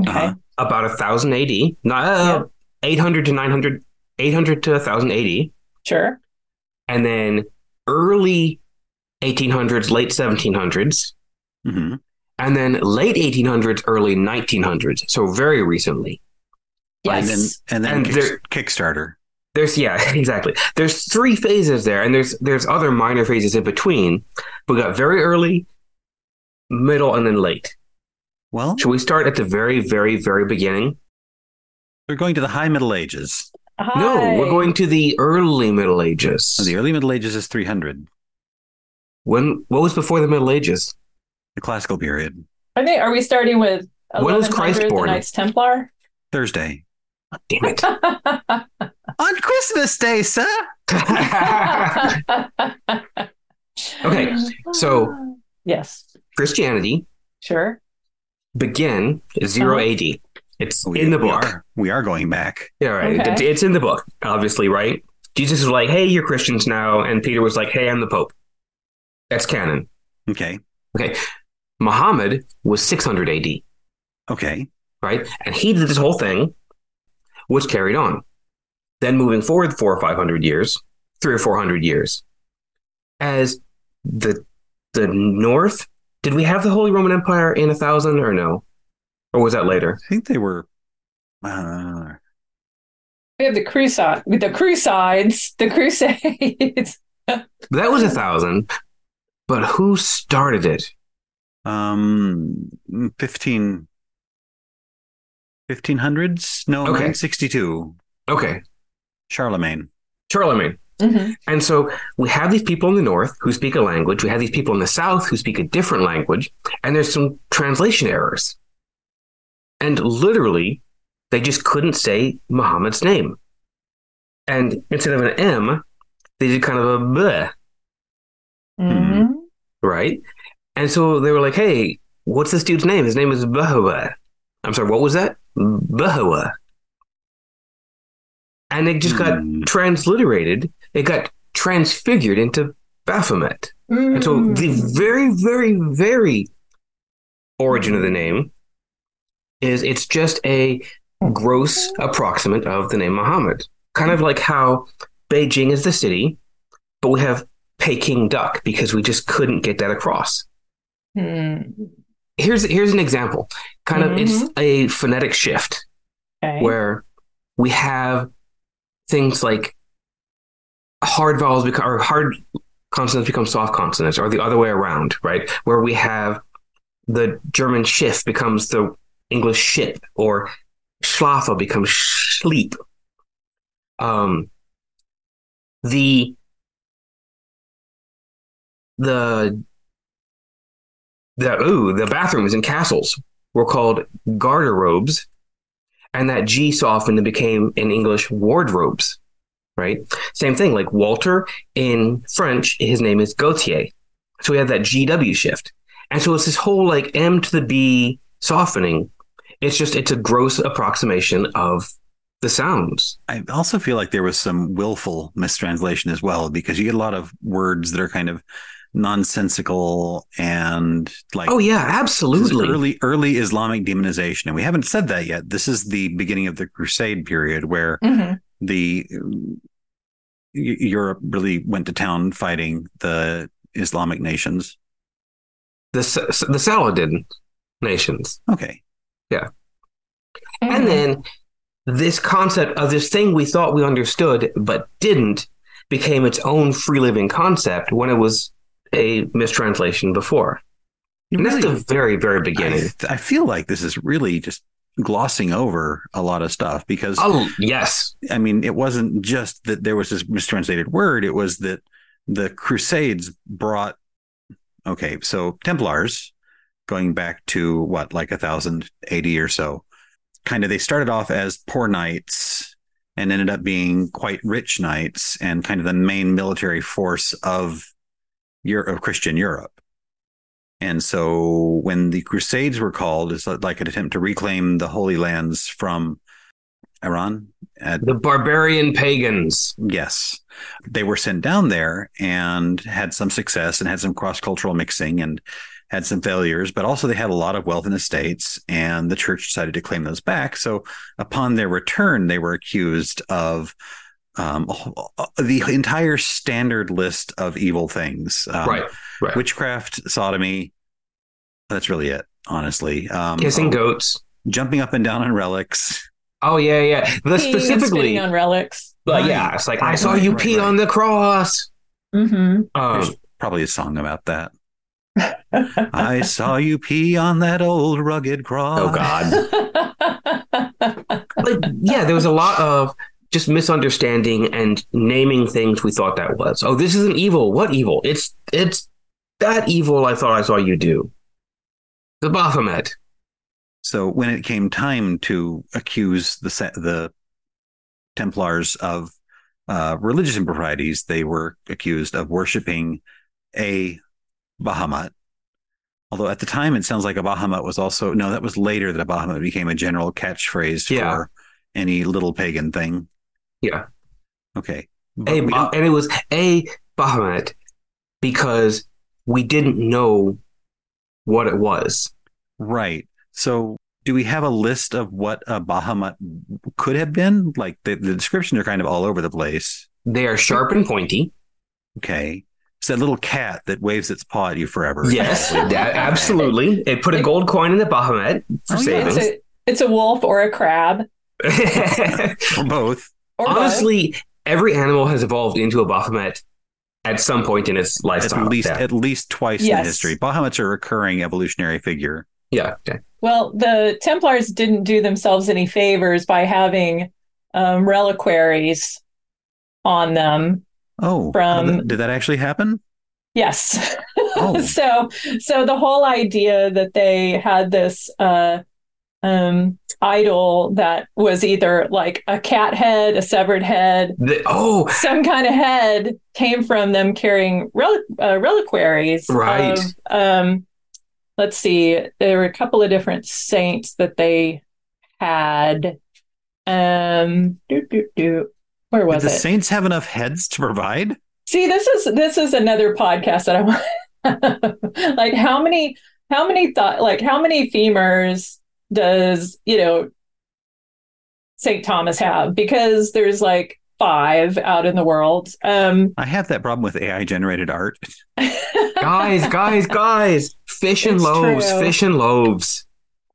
[SPEAKER 3] Okay.
[SPEAKER 4] Uh-huh.
[SPEAKER 5] about 1000 AD, not uh, 800 to 900, 800 to 1000 AD,
[SPEAKER 3] Sure.
[SPEAKER 5] and then early 1800s, late 1700s,
[SPEAKER 4] Mhm.
[SPEAKER 5] and then late 1800s, early 1900s. So very recently.
[SPEAKER 3] Yes.
[SPEAKER 4] And then and then
[SPEAKER 5] And
[SPEAKER 4] kick,
[SPEAKER 5] there-
[SPEAKER 4] Kickstarter.
[SPEAKER 5] There's yeah, exactly. There's three phases there, and there's there's other minor phases in between. We got very early, middle, and then late.
[SPEAKER 4] Well,
[SPEAKER 5] Should we start at the very, very, very beginning?
[SPEAKER 4] we're going to the high Middle Ages.
[SPEAKER 5] No,
[SPEAKER 3] Hi.
[SPEAKER 5] we're going to the early Middle Ages.
[SPEAKER 4] So Oh, the early Middle Ages is 300,
[SPEAKER 5] When what was before the Middle Ages?
[SPEAKER 4] the classical period.
[SPEAKER 3] Are they? Are we starting with
[SPEAKER 5] When was
[SPEAKER 3] 1100,
[SPEAKER 5] Christ
[SPEAKER 3] the
[SPEAKER 5] born?
[SPEAKER 3] Knights Templar?
[SPEAKER 4] Thursday.
[SPEAKER 5] Damn it!
[SPEAKER 4] On Christmas Day, sir.
[SPEAKER 5] Okay, so-
[SPEAKER 3] yes,
[SPEAKER 5] Christianity
[SPEAKER 3] sure.
[SPEAKER 5] began at zero
[SPEAKER 3] Uh-huh.
[SPEAKER 5] A.D. It's in the
[SPEAKER 4] Oh, we
[SPEAKER 5] book.
[SPEAKER 4] are, we are going back.
[SPEAKER 5] Yeah, right.
[SPEAKER 3] Okay.
[SPEAKER 5] It- It's in the book, obviously, right? Jesus was like, "Hey, you're Christians now," and Peter was like, "Hey, I'm the Pope." That's canon.
[SPEAKER 4] Okay.
[SPEAKER 5] Muhammad was 600 AD,
[SPEAKER 4] Okay.
[SPEAKER 5] right? And he did this whole thing, which carried on. Then moving forward four or five hundred years, three or four hundred years, as the the North. Did we have the Holy Roman Empire in a thousand or no? Or was that later?
[SPEAKER 4] I think they were. Uh,
[SPEAKER 3] We have the crusade, the crusades, the crusades.
[SPEAKER 5] That was a thousand, but who started it?
[SPEAKER 4] um 15 1500s no
[SPEAKER 5] Okay.
[SPEAKER 4] 962
[SPEAKER 5] Okay,
[SPEAKER 4] charlemagne
[SPEAKER 5] Charlemagne.
[SPEAKER 3] Mhm.
[SPEAKER 5] And so we have these people in the north who speak a language. We have these people in the south who speak a different language. And there's some translation errors. And literally, they just couldn't say Muhammad's name. And instead of an M, they did kind of a bleh,
[SPEAKER 3] Mhm.
[SPEAKER 5] right? And so they were like, hey, what's this dude's name? His name is Bahawa. I'm sorry, what was that? Bahawa. And it just got
[SPEAKER 4] Hmm.
[SPEAKER 5] transliterated. It got transfigured into Baphomet. Mm-hmm. And so
[SPEAKER 3] Hmm.
[SPEAKER 5] the very, very, very origin of the name is it's just a gross approximate of the name Muhammad. Kind of like how Beijing is the city, but we have Peking duck because we just couldn't get that across.
[SPEAKER 3] Mm.
[SPEAKER 5] Here's here's an example. Kind of it's a phonetic shift
[SPEAKER 3] Okay.
[SPEAKER 5] where we have things like hard vowels become or hard consonants become soft consonants or the other way around right where we have the german schiff becomes the english ship or schlafe becomes sleep um the the the ooh the bathrooms in castles were called garderobes and that G softened and became in English wardrobes, right? Same thing, like Walter in French, his name is Gautier. So we have that GW shift. And so it's this whole like M to the B softening. It's just, it's a gross approximation of the sounds.
[SPEAKER 4] i also feel like there was some willful mistranslation as well because you get a lot of words that are kind of nonsensical and like
[SPEAKER 5] Oh, yeah,
[SPEAKER 4] this is
[SPEAKER 5] absolutely.
[SPEAKER 4] early early islamic demonization and we haven't said that yet this is the beginning of the crusade period where
[SPEAKER 3] Mhm.
[SPEAKER 4] the um, Eu- europe really went to town fighting the islamic nations
[SPEAKER 5] The, Sa- the Saladin nations.
[SPEAKER 4] okay Mm-hmm.
[SPEAKER 5] And then this concept of this thing we thought we understood but didn't became its own free living concept when it was a mistranslation before.
[SPEAKER 4] You
[SPEAKER 5] And that's
[SPEAKER 4] really-
[SPEAKER 5] the very, very beginning.
[SPEAKER 4] I, I feel like this is really just glossing over a lot of stuff because
[SPEAKER 5] Oh, yes.
[SPEAKER 4] I mean, it wasn't just that there was this mistranslated word; it was that the Crusades brought. Okay, so Templars, going back to what, like a thousand eighty or so, kind of they started off as poor knights and ended up being quite rich knights and kind of the main military force of Europe, of Christian Europe. And so when the Crusades were called, it's like an attempt to reclaim the Holy Lands from Iran at
[SPEAKER 5] The barbarian pagans.
[SPEAKER 4] Yes. They were sent down there and had some success and had some cross cultural mixing and had some failures, but also they had a lot of wealth and estates, and the church decided to claim those back. So upon their return, they were accused of um, the entire standard list of evil things um,
[SPEAKER 5] right. Right.
[SPEAKER 4] witchcraft, sodomy. That's really it, honestly. Um,
[SPEAKER 5] Kissing goats.
[SPEAKER 4] jumping up and down on relics.
[SPEAKER 5] Oh yeah, yeah. The
[SPEAKER 3] Peeing and spitting
[SPEAKER 5] specifically,
[SPEAKER 3] on relics.
[SPEAKER 5] but yeah, it's like I
[SPEAKER 4] Right,
[SPEAKER 5] saw
[SPEAKER 4] right,
[SPEAKER 5] you
[SPEAKER 4] right,
[SPEAKER 5] pee
[SPEAKER 4] right.
[SPEAKER 5] on the cross.
[SPEAKER 3] hmm
[SPEAKER 5] Um,
[SPEAKER 4] There's probably a song about that. I saw you pee on that old rugged cross.
[SPEAKER 5] oh God. like yeah there was a lot of just misunderstanding and naming things we thought that was oh this isn't evil what evil it's it's that evil i thought i saw you do the baphomet
[SPEAKER 4] So when it came time to accuse the se- the Templars of uh, religious improprieties, they were accused of worshiping a Bahamut. Although at the time it sounds like a Bahamut was also no, that was later that a Bahamut became a general catchphrase
[SPEAKER 5] Yeah.
[SPEAKER 4] for any little pagan thing.
[SPEAKER 5] Yeah.
[SPEAKER 4] Okay.
[SPEAKER 5] a
[SPEAKER 4] But we
[SPEAKER 5] ba-
[SPEAKER 4] don't-
[SPEAKER 5] and it was a baphomet because we didn't know what it was
[SPEAKER 4] Right. So, do we have a list of what a Bahamut could have been? Like the, the descriptions are kind of all over the place.
[SPEAKER 5] they are sharp and pointy
[SPEAKER 4] Okay. It's that little cat that waves its paw at you forever.
[SPEAKER 5] yes that, absolutely it put a gold coin in the baphomet
[SPEAKER 4] Oh,
[SPEAKER 5] for
[SPEAKER 4] yeah,
[SPEAKER 5] savings
[SPEAKER 3] it's a it's a wolf or a crab.
[SPEAKER 4] Or both.
[SPEAKER 3] Or both.
[SPEAKER 5] Honestly, every animal has evolved into a Baphomet at some point in its
[SPEAKER 4] At
[SPEAKER 5] lifetime.
[SPEAKER 4] least
[SPEAKER 5] Yeah.
[SPEAKER 4] at least twice in
[SPEAKER 3] Yes.
[SPEAKER 4] history. Bahamuts are a recurring evolutionary figure.
[SPEAKER 5] yeah. okay.
[SPEAKER 3] Well, the Templars didn't do themselves any favors by having um, reliquaries on them.
[SPEAKER 4] Oh,
[SPEAKER 3] From-
[SPEAKER 4] did that- did that actually happen?
[SPEAKER 3] Yes.
[SPEAKER 4] Oh.
[SPEAKER 3] so, so the whole idea that they had this uh, um, idol that was either like a cat head, a severed head,
[SPEAKER 5] The- oh,
[SPEAKER 3] some kind of head came from them carrying rel- uh, reliquaries.
[SPEAKER 5] Right.
[SPEAKER 3] Of, um, let's see. There were a couple of different saints that they had. Um, doo, doo, doo. Where
[SPEAKER 4] Did
[SPEAKER 3] was
[SPEAKER 4] the
[SPEAKER 3] it?
[SPEAKER 4] saints have enough heads to provide?
[SPEAKER 3] see, this is this is another podcast that I want. like, how many how many thought like how many femurs does you know Saint Thomas have? Because there's like five out in the world. Um,
[SPEAKER 4] I have that problem with AI generated art.
[SPEAKER 5] guys, guys, guys! Fish and
[SPEAKER 3] It's
[SPEAKER 5] loaves,
[SPEAKER 3] true.
[SPEAKER 5] fish and loaves.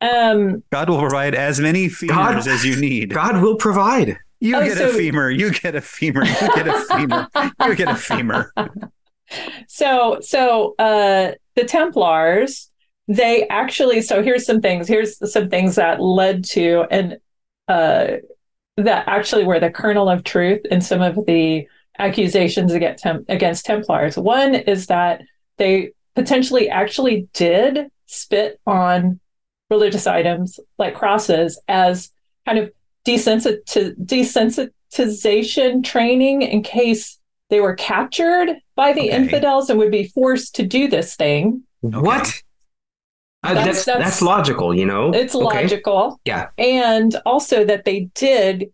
[SPEAKER 3] um,
[SPEAKER 4] God will provide as many femurs as you need.
[SPEAKER 5] God will provide.
[SPEAKER 4] You
[SPEAKER 3] Oh,
[SPEAKER 4] get
[SPEAKER 3] so-
[SPEAKER 4] a femur. You get a femur. You get a femur. you get a femur.
[SPEAKER 3] so so uh, the Templars, they actually. So here's some things. Here's some things that led to and uh, that actually were the kernel of truth in some of the accusations against Tem- against Templars. One is that they potentially actually did spit on religious items like crosses as kind of desensit- desensitization training in case they were captured by the
[SPEAKER 4] Okay.
[SPEAKER 3] infidels and would be forced to do this thing.
[SPEAKER 5] What? Uh,
[SPEAKER 3] That's-
[SPEAKER 5] that's, that's
[SPEAKER 3] that's-
[SPEAKER 5] logical, you know.
[SPEAKER 3] It's
[SPEAKER 5] Okay.
[SPEAKER 3] logical.
[SPEAKER 5] Yeah.
[SPEAKER 3] And also that they did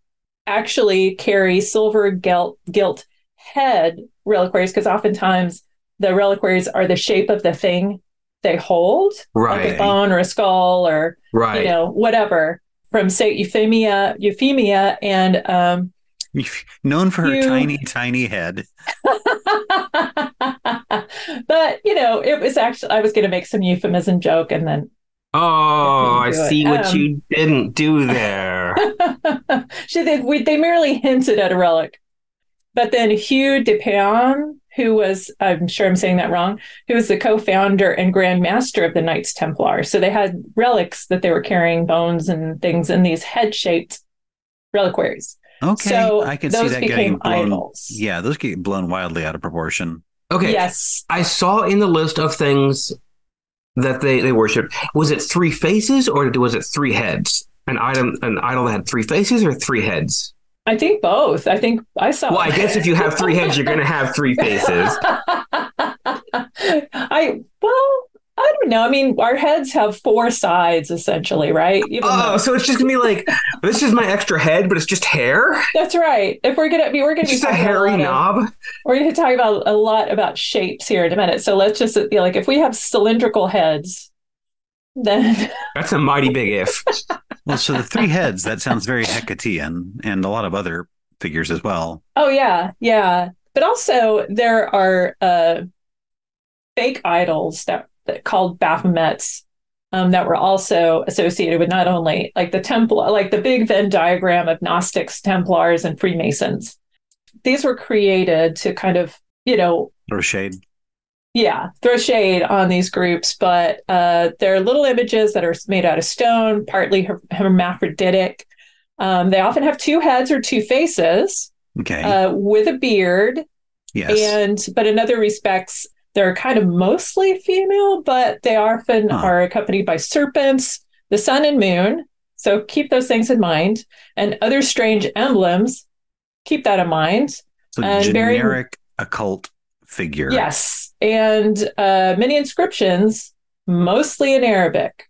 [SPEAKER 3] actually carry silver gilt, gilt head reliquaries because oftentimes the reliquaries are the shape of the thing they hold, like
[SPEAKER 5] Right,
[SPEAKER 3] a bone or a skull or
[SPEAKER 5] right.
[SPEAKER 3] you know, whatever from Saint Euphemia, Euphemia, and um,
[SPEAKER 4] Known for her
[SPEAKER 3] You-
[SPEAKER 4] tiny, tiny head.
[SPEAKER 3] but you know, it was actually I was going to make some euphemism joke, and then
[SPEAKER 5] Oh, I
[SPEAKER 3] Do it.
[SPEAKER 5] see what
[SPEAKER 3] Um,
[SPEAKER 5] you didn't do there.
[SPEAKER 3] she they, we, they merely hinted at a relic. But then Hugh de Peon, who was I'm sure I'm saying that wrong, who was the co-founder and Grand Master of the Knights Templar, so they had relics that they were carrying bones and things in these head-shaped reliquaries.
[SPEAKER 4] Okay,
[SPEAKER 3] So
[SPEAKER 4] I can see
[SPEAKER 3] those
[SPEAKER 4] that getting
[SPEAKER 3] became
[SPEAKER 4] blown.
[SPEAKER 3] idols.
[SPEAKER 4] Yeah, those get blown wildly out of proportion.
[SPEAKER 5] Okay.
[SPEAKER 3] Yes.
[SPEAKER 5] I saw in the list of things that they they worshipped. Was it three faces or was it three heads? An item, an idol that had three faces or three heads.
[SPEAKER 3] I think both. I think I saw.
[SPEAKER 5] Well, I guess if you have three heads, you're going to have three faces.
[SPEAKER 3] I well, I don't know. I mean, our heads have four sides essentially, right? Even
[SPEAKER 5] Oh,
[SPEAKER 3] though-
[SPEAKER 5] so it's just gonna be like this is my extra head, but it's just hair.
[SPEAKER 3] that's right. If we're gonna be, we're gonna
[SPEAKER 5] It's
[SPEAKER 3] be
[SPEAKER 5] just a
[SPEAKER 3] talking about
[SPEAKER 5] hairy
[SPEAKER 3] lot of-
[SPEAKER 5] knob.
[SPEAKER 3] we're gonna talk about a lot about shapes here in a minute. So let's just you know, like if we have cylindrical heads, then
[SPEAKER 5] That's a mighty big if.
[SPEAKER 4] Well, so the three heads that sounds very Hecatean, and a lot of other figures as well.
[SPEAKER 3] Oh yeah, yeah. But also there are uh fake idols that, that called Baphomets um, that were also associated with not only like the Templar, like the big Venn diagram of Gnostics, Templars, and Freemasons. These were created to kind of, you know,
[SPEAKER 4] Throw shade.
[SPEAKER 3] yeah, throw shade on these groups, but uh, they're little images that are made out of stone, partly her- hermaphroditic. Um, they often have two heads or two faces
[SPEAKER 4] Okay.
[SPEAKER 3] uh, with a beard.
[SPEAKER 4] yes.
[SPEAKER 3] And but in other respects, they're kind of mostly female, but they often
[SPEAKER 4] Huh.
[SPEAKER 3] are accompanied by serpents, the sun and moon. So keep those things in mind, and other strange emblems. Keep that in mind.
[SPEAKER 4] so
[SPEAKER 3] and very-
[SPEAKER 4] generic occult figure.
[SPEAKER 3] Yes, and uh, many inscriptions, mostly in Arabic.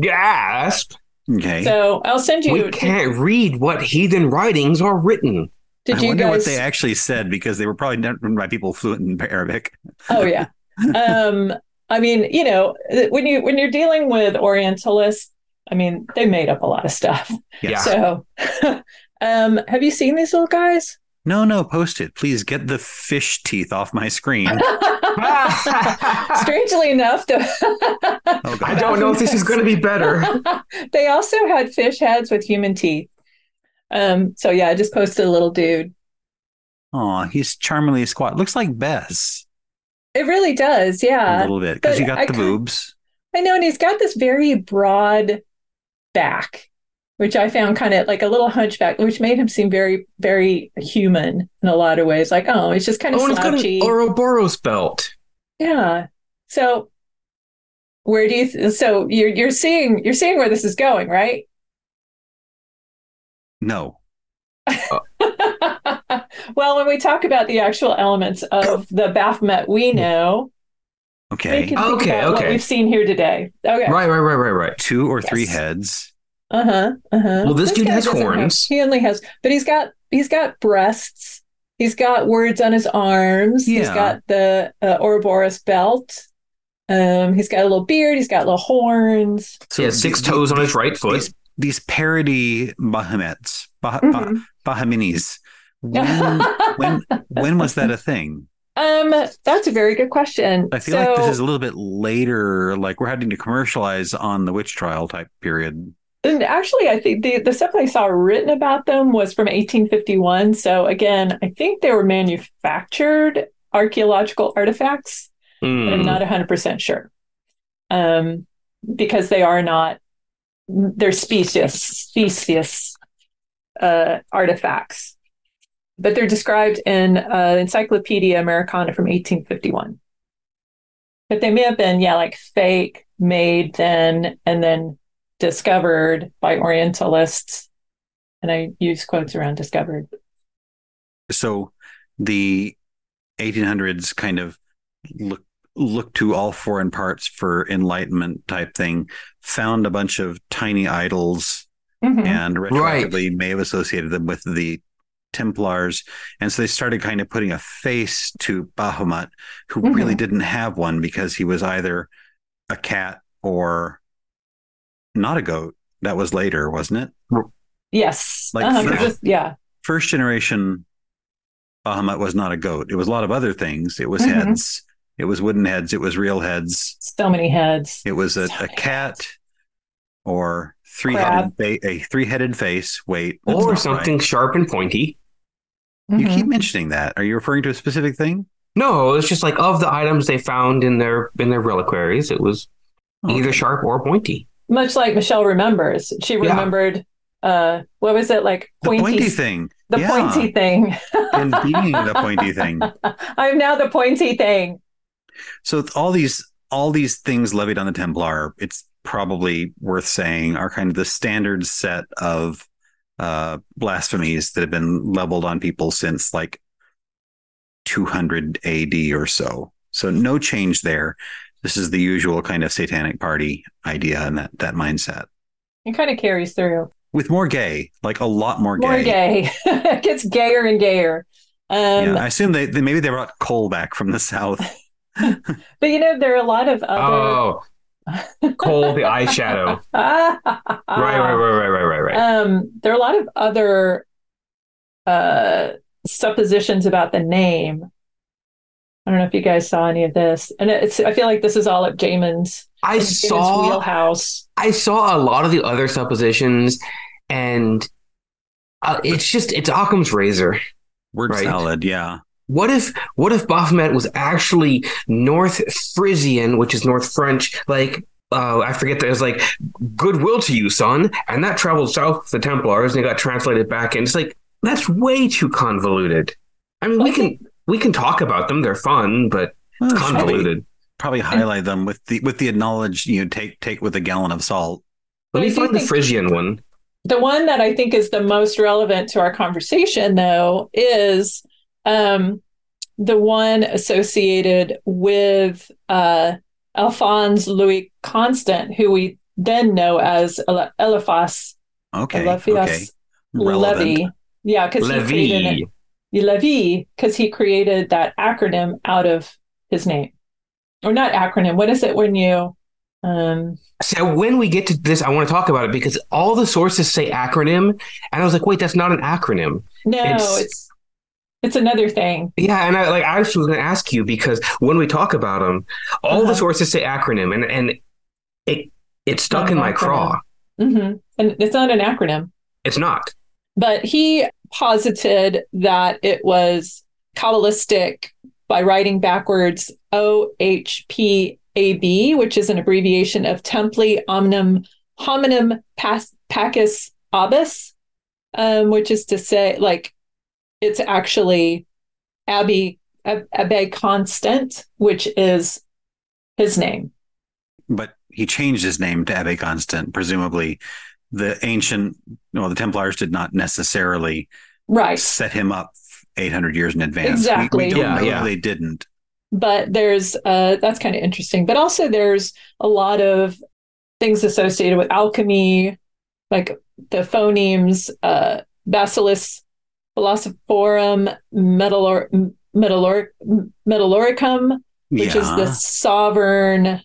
[SPEAKER 5] Gasp!
[SPEAKER 4] Okay.
[SPEAKER 3] So I'll send you.
[SPEAKER 5] We can't read what heathen writings are written.
[SPEAKER 3] Did,
[SPEAKER 4] I
[SPEAKER 3] you
[SPEAKER 4] wonder
[SPEAKER 3] guys?
[SPEAKER 4] what they actually said because they were probably not written by people fluent in Arabic.
[SPEAKER 3] oh yeah um i mean you know when you when you're dealing with orientalists i mean they made up a lot of stuff
[SPEAKER 5] Yeah.
[SPEAKER 3] so um have you seen these little guys
[SPEAKER 4] No, no, post it. Please get the fish teeth off my screen.
[SPEAKER 5] I
[SPEAKER 3] strangely enough the
[SPEAKER 4] Oh, God.
[SPEAKER 5] don't know if this is going to be better.
[SPEAKER 3] they also had fish heads with human teeth um so yeah i just posted a little dude
[SPEAKER 4] Aw, he's charmingly squat. Looks like Bess
[SPEAKER 3] it really does
[SPEAKER 4] a
[SPEAKER 3] yeah
[SPEAKER 4] little bit
[SPEAKER 3] Uh,
[SPEAKER 4] because
[SPEAKER 3] but
[SPEAKER 4] you got
[SPEAKER 3] I
[SPEAKER 4] the
[SPEAKER 3] kind-
[SPEAKER 4] boobs.
[SPEAKER 3] I know, and he's got this very broad back, which I found kind of like a little hunchback, which made him seem very, very human in a lot of ways. Like, oh, he's just kind of
[SPEAKER 5] Oh, and it's got
[SPEAKER 3] slouchy.
[SPEAKER 5] an Ouroboros belt.
[SPEAKER 3] yeah. So, where do you? Th- so you're you're seeing you're seeing where this is going, right?
[SPEAKER 4] No.
[SPEAKER 3] well, when we talk about the actual elements of the Baphomet we know, we
[SPEAKER 4] Okay. Uh,
[SPEAKER 3] can think
[SPEAKER 5] Okay,
[SPEAKER 3] about what
[SPEAKER 5] okay.
[SPEAKER 3] we've seen here today. Okay.
[SPEAKER 5] Right, right, right, right, right.
[SPEAKER 4] Two or three
[SPEAKER 3] Yes.
[SPEAKER 4] heads.
[SPEAKER 3] Uh huh. Uh huh.
[SPEAKER 5] Well, this dude has horns.
[SPEAKER 3] he only has, but he's got he's got breasts. He's got words on his arms. He's
[SPEAKER 4] Yeah.
[SPEAKER 3] got the uh, Ouroboros belt. Um, he's got a little beard. He's got little horns.
[SPEAKER 5] he has six toes on his right foot.
[SPEAKER 4] These, these parody Bahamets, bah, bah,
[SPEAKER 5] Uh,
[SPEAKER 3] Mhm.
[SPEAKER 4] Bahaminis. When, when when was that a thing?
[SPEAKER 3] um, that's a very good question.
[SPEAKER 4] I feel
[SPEAKER 3] so,
[SPEAKER 4] like this is a little bit later. Like we're having to commercialize on the witch trial type period.
[SPEAKER 3] and actually, I think the the stuff I saw written about them was from 1851. So again, I think they were manufactured archaeological artifacts. but I'm
[SPEAKER 5] Mm.
[SPEAKER 3] not 100% sure. Um, because they are not, they're specious, specious uh, artifacts. But they're described in uh, Encyclopedia Americana from 1851. But they may have been, yeah, like fake, made then, and then discovered by Orientalists. And I use quotes around discovered.
[SPEAKER 4] so the 1800s kind of look look to all foreign parts for enlightenment type thing found a bunch of tiny idols
[SPEAKER 3] Mhm.
[SPEAKER 4] and retroactively may have associated them with the templars and so they started kind of putting a face to bahamut who
[SPEAKER 3] Mhm.
[SPEAKER 4] really didn't have one because he was either a cat or not a goat that was later wasn't it
[SPEAKER 3] Yes.
[SPEAKER 4] Like
[SPEAKER 3] Uh-huh.
[SPEAKER 4] first-
[SPEAKER 3] Just- yeah.
[SPEAKER 4] first generation Bahamut was not a goat. It was a lot of other things. It was
[SPEAKER 3] Mhm.
[SPEAKER 4] heads. It was wooden heads. It was real heads.
[SPEAKER 3] So many heads.
[SPEAKER 4] It was a,
[SPEAKER 3] So
[SPEAKER 4] a
[SPEAKER 3] many
[SPEAKER 4] cat or three headed fa- a three headed face. Wait, that's
[SPEAKER 5] Or
[SPEAKER 4] not
[SPEAKER 5] something
[SPEAKER 4] right.
[SPEAKER 5] sharp and pointy.
[SPEAKER 4] You
[SPEAKER 3] Mhm.
[SPEAKER 4] keep mentioning that. Are you referring to a specific thing?
[SPEAKER 5] No, it's just like of the items they found in their in their reliquaries, it was either
[SPEAKER 3] Oh,
[SPEAKER 4] Oh, Okay.
[SPEAKER 5] sharp or pointy.
[SPEAKER 3] much like Michelle remembers, she
[SPEAKER 5] Yeah.
[SPEAKER 3] remembered uh what was it like
[SPEAKER 4] the
[SPEAKER 3] pointy
[SPEAKER 4] pointy, thing.
[SPEAKER 3] the
[SPEAKER 4] yeah.
[SPEAKER 3] pointy thing.
[SPEAKER 4] and being the pointy thing.
[SPEAKER 3] I'm now the pointy thing.
[SPEAKER 4] So th- all these all these things levied on the Templar, it's probably worth saying, are kind of the standard set of uh, blasphemies that have been leveled on people since like 200 AD or so. So no change there. This is the usual kind of satanic party idea and that that mindset.
[SPEAKER 3] It kind of carries through.
[SPEAKER 4] With more gay, like a lot more gay.
[SPEAKER 3] More gay. it gets gayer and gayer. Um
[SPEAKER 4] yeah, I assume they, they maybe they brought coal back from the south.
[SPEAKER 3] but you know there are a lot of other
[SPEAKER 5] Oh, Cole the eyeshadow.
[SPEAKER 3] right, Ah.
[SPEAKER 5] Right, right, right, right, right, right, right.
[SPEAKER 3] Um there are a lot of other uh suppositions about the name. I don't know if you guys saw any of this. And it's I feel like this is all at Jamin's
[SPEAKER 5] I
[SPEAKER 3] it's in his
[SPEAKER 5] saw
[SPEAKER 3] wheelhouse.
[SPEAKER 5] I saw a lot of the other suppositions, and uh, it's just it's Occam's razor.
[SPEAKER 4] Word
[SPEAKER 5] Right.
[SPEAKER 4] salad, yeah.
[SPEAKER 5] What if what if Baphomet was actually North Frisian, which is North French, like uh, I forget there's like goodwill to you, son, and that traveled south with the Templars and it got translated back and it's like that's way too convoluted. I mean we can we can talk about them, they're fun, but
[SPEAKER 4] Well, it should be.
[SPEAKER 5] convoluted.
[SPEAKER 4] Probably highlight them with the with the knowledge you know, take take with a gallon of salt.
[SPEAKER 5] Let
[SPEAKER 3] I
[SPEAKER 5] me
[SPEAKER 3] do
[SPEAKER 5] find the
[SPEAKER 3] think-
[SPEAKER 5] Frisian one.
[SPEAKER 3] The one that I think is the most relevant to our conversation, though, is um, the one associated with uh, Alphonse Louis Constant, who we then know as Ele- Eliphas,
[SPEAKER 4] Okay.
[SPEAKER 3] Eliphas
[SPEAKER 4] Okay. Relevant.
[SPEAKER 3] Levy. Yeah, because he created it.
[SPEAKER 5] Levy.
[SPEAKER 3] Levy, because he created that acronym out of his name. Or not acronym. What is it when you um
[SPEAKER 5] So when we get to this, I want to talk about it because all the sources say acronym, and I was like, wait, that's not an acronym.
[SPEAKER 3] no,
[SPEAKER 5] It's-
[SPEAKER 3] it's it's, another thing.
[SPEAKER 5] Yeah, and I like I was going to ask you because when we talk about them, all
[SPEAKER 3] Uh-huh.
[SPEAKER 5] the sources say acronym, and and it it's stuck
[SPEAKER 3] Not
[SPEAKER 5] in
[SPEAKER 3] an
[SPEAKER 5] my craw.
[SPEAKER 3] acronym. hmm And it's not an acronym.
[SPEAKER 5] It's not.
[SPEAKER 3] But he posited that it was Kabbalistic by writing backwards OHPAB, which is an abbreviation of Templi Omnum Hominum Pas- Pacis Abis, um, which is to say, like, it's actually Abbey, Ab- Abbe Constant, which is his name.
[SPEAKER 4] But he changed his name to Abbe Constant, presumably. The ancient, well, the Templars did not necessarily
[SPEAKER 3] Right.
[SPEAKER 4] set him up 800 years in advance. We- We,
[SPEAKER 3] Exactly.
[SPEAKER 4] don't
[SPEAKER 5] Yeah,
[SPEAKER 4] know
[SPEAKER 5] yeah.
[SPEAKER 4] they didn't.
[SPEAKER 3] but there's uh, that's kind of interesting but also there's a lot of things associated with alchemy like the phonemes uh, bacillus philosophorum metallor- m- metallor- m- metalloricum which is the sovereign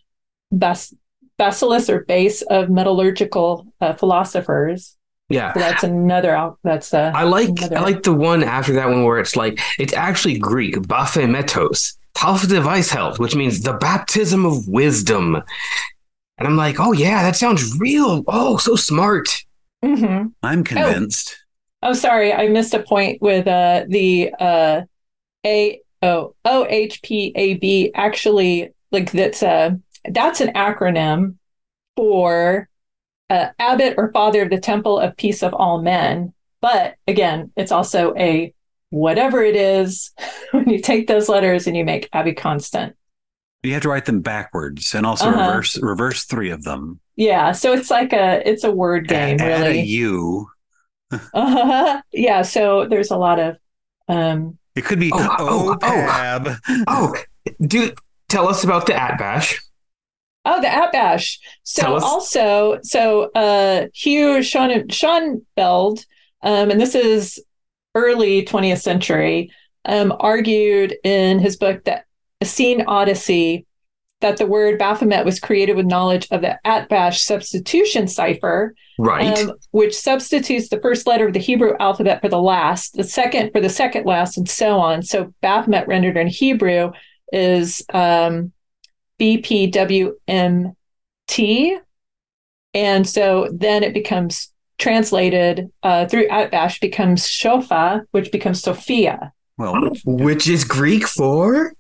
[SPEAKER 3] bas- bacillus or base of metallurgical uh, philosophers
[SPEAKER 5] Yeah,
[SPEAKER 3] so that's another al- that's uh,
[SPEAKER 5] I like
[SPEAKER 3] Another-
[SPEAKER 5] I like the one after that one where it's like it's actually Greek baphometos, Toph device held, which means the baptism of wisdom. And I'm like, oh yeah, that sounds real. Oh, so smart.
[SPEAKER 3] mhm.
[SPEAKER 4] I'm convinced.
[SPEAKER 3] Oh, sorry, I missed a point with uh, the uh, A O O H P A B. Actually, like that's a that's an acronym for uh, Abbot or Father of the Temple of Peace of All Men. But again, it's also a whatever it is when you take those letters and you make Abbey constant.
[SPEAKER 4] You have to write them backwards and also
[SPEAKER 3] Uh-huh.
[SPEAKER 4] reverse reverse three of them.
[SPEAKER 3] Yeah, so it's like a it's a word
[SPEAKER 4] A-
[SPEAKER 3] game,
[SPEAKER 4] add
[SPEAKER 3] really.
[SPEAKER 4] a U.
[SPEAKER 3] Uh-huh. Yeah, so there's a lot of um
[SPEAKER 4] It could be
[SPEAKER 5] Oh, oh,
[SPEAKER 4] oh,
[SPEAKER 5] oh.
[SPEAKER 4] Ab.
[SPEAKER 5] Oh, do tell us about the at bash.
[SPEAKER 3] Oh, the app bash. So
[SPEAKER 5] Tell us.
[SPEAKER 3] also, so uh, Hugh Schoen, Schoenfeld, um, and this is early 20th century, um, argued in his book that Essene Odyssey that the word Baphomet was created with knowledge of the Atbash substitution cipher,
[SPEAKER 5] Right.
[SPEAKER 3] um, which substitutes the first letter of the Hebrew alphabet for the last, the second for the second last, and so on. So Baphomet rendered in Hebrew is um, BPWMT. And so then it becomes translated uh, through Atbash becomes Shofa, which becomes Sophia,
[SPEAKER 4] Well,
[SPEAKER 3] Um,
[SPEAKER 5] Which is Greek for?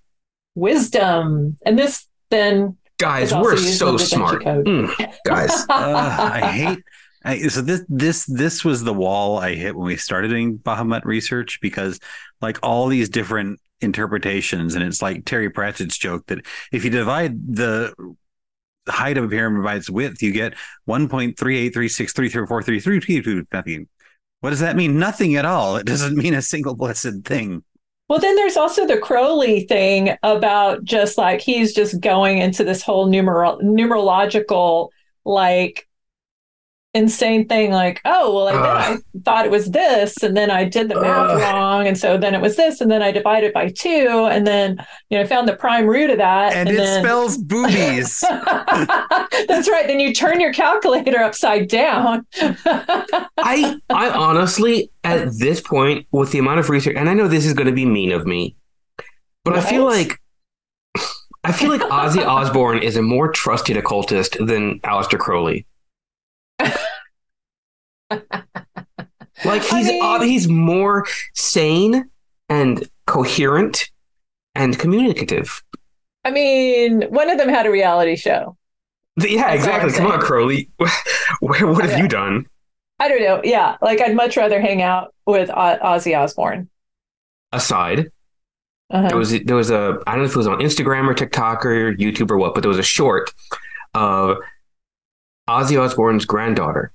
[SPEAKER 3] wisdom. And this then
[SPEAKER 5] Guys,
[SPEAKER 3] It's also
[SPEAKER 5] we're
[SPEAKER 3] used in
[SPEAKER 5] so
[SPEAKER 3] the Da Vinci
[SPEAKER 5] smart.
[SPEAKER 3] Code.
[SPEAKER 5] Mm, guys.
[SPEAKER 4] uh, I hate. I, so this this this was the wall I hit when we started doing Bahamut research because like all these different interpretations and it's like Terry Pratchett's joke that if you divide the height of a pyramid by its width you get 1.38363343332 nothing. What does that mean? Nothing at all. It doesn't mean a single blessed thing.
[SPEAKER 3] Well, then there's also the Crowley thing about just like he's just going into this whole numeral numerological like insane thing like oh well I,
[SPEAKER 5] Ugh.
[SPEAKER 3] then I thought it was this and then I did the math
[SPEAKER 5] Ugh.
[SPEAKER 3] wrong and so then it was this and then I divided by two and then you know found the prime root of that
[SPEAKER 4] And, it
[SPEAKER 3] then
[SPEAKER 4] spells boobies.
[SPEAKER 3] that's right then you turn your calculator upside down
[SPEAKER 5] I I honestly at this point with the amount of research and I know this is going to be mean of me. But I feel
[SPEAKER 3] What?
[SPEAKER 5] like I feel like Ozzy Osbourne is a more trusted occultist than Aleister Crowley. like he's
[SPEAKER 3] I mean-
[SPEAKER 5] ob- he's more sane and coherent and communicative.
[SPEAKER 3] I mean, one of them had a reality show.
[SPEAKER 5] Th- Yeah,
[SPEAKER 3] That's all I'm
[SPEAKER 5] exactly. Come on,
[SPEAKER 3] saying.
[SPEAKER 5] Crowley. Where- what have
[SPEAKER 3] Yeah.
[SPEAKER 5] you done?
[SPEAKER 3] I don't know. Yeah, like I'd much rather hang out with o- Ozzy Osbourne.
[SPEAKER 5] Aside, there
[SPEAKER 3] Uh-huh.
[SPEAKER 5] was there was a I don't know if it was on Instagram or TikTok or YouTube or what, but there was a short of Ozzy Osbourne's granddaughter,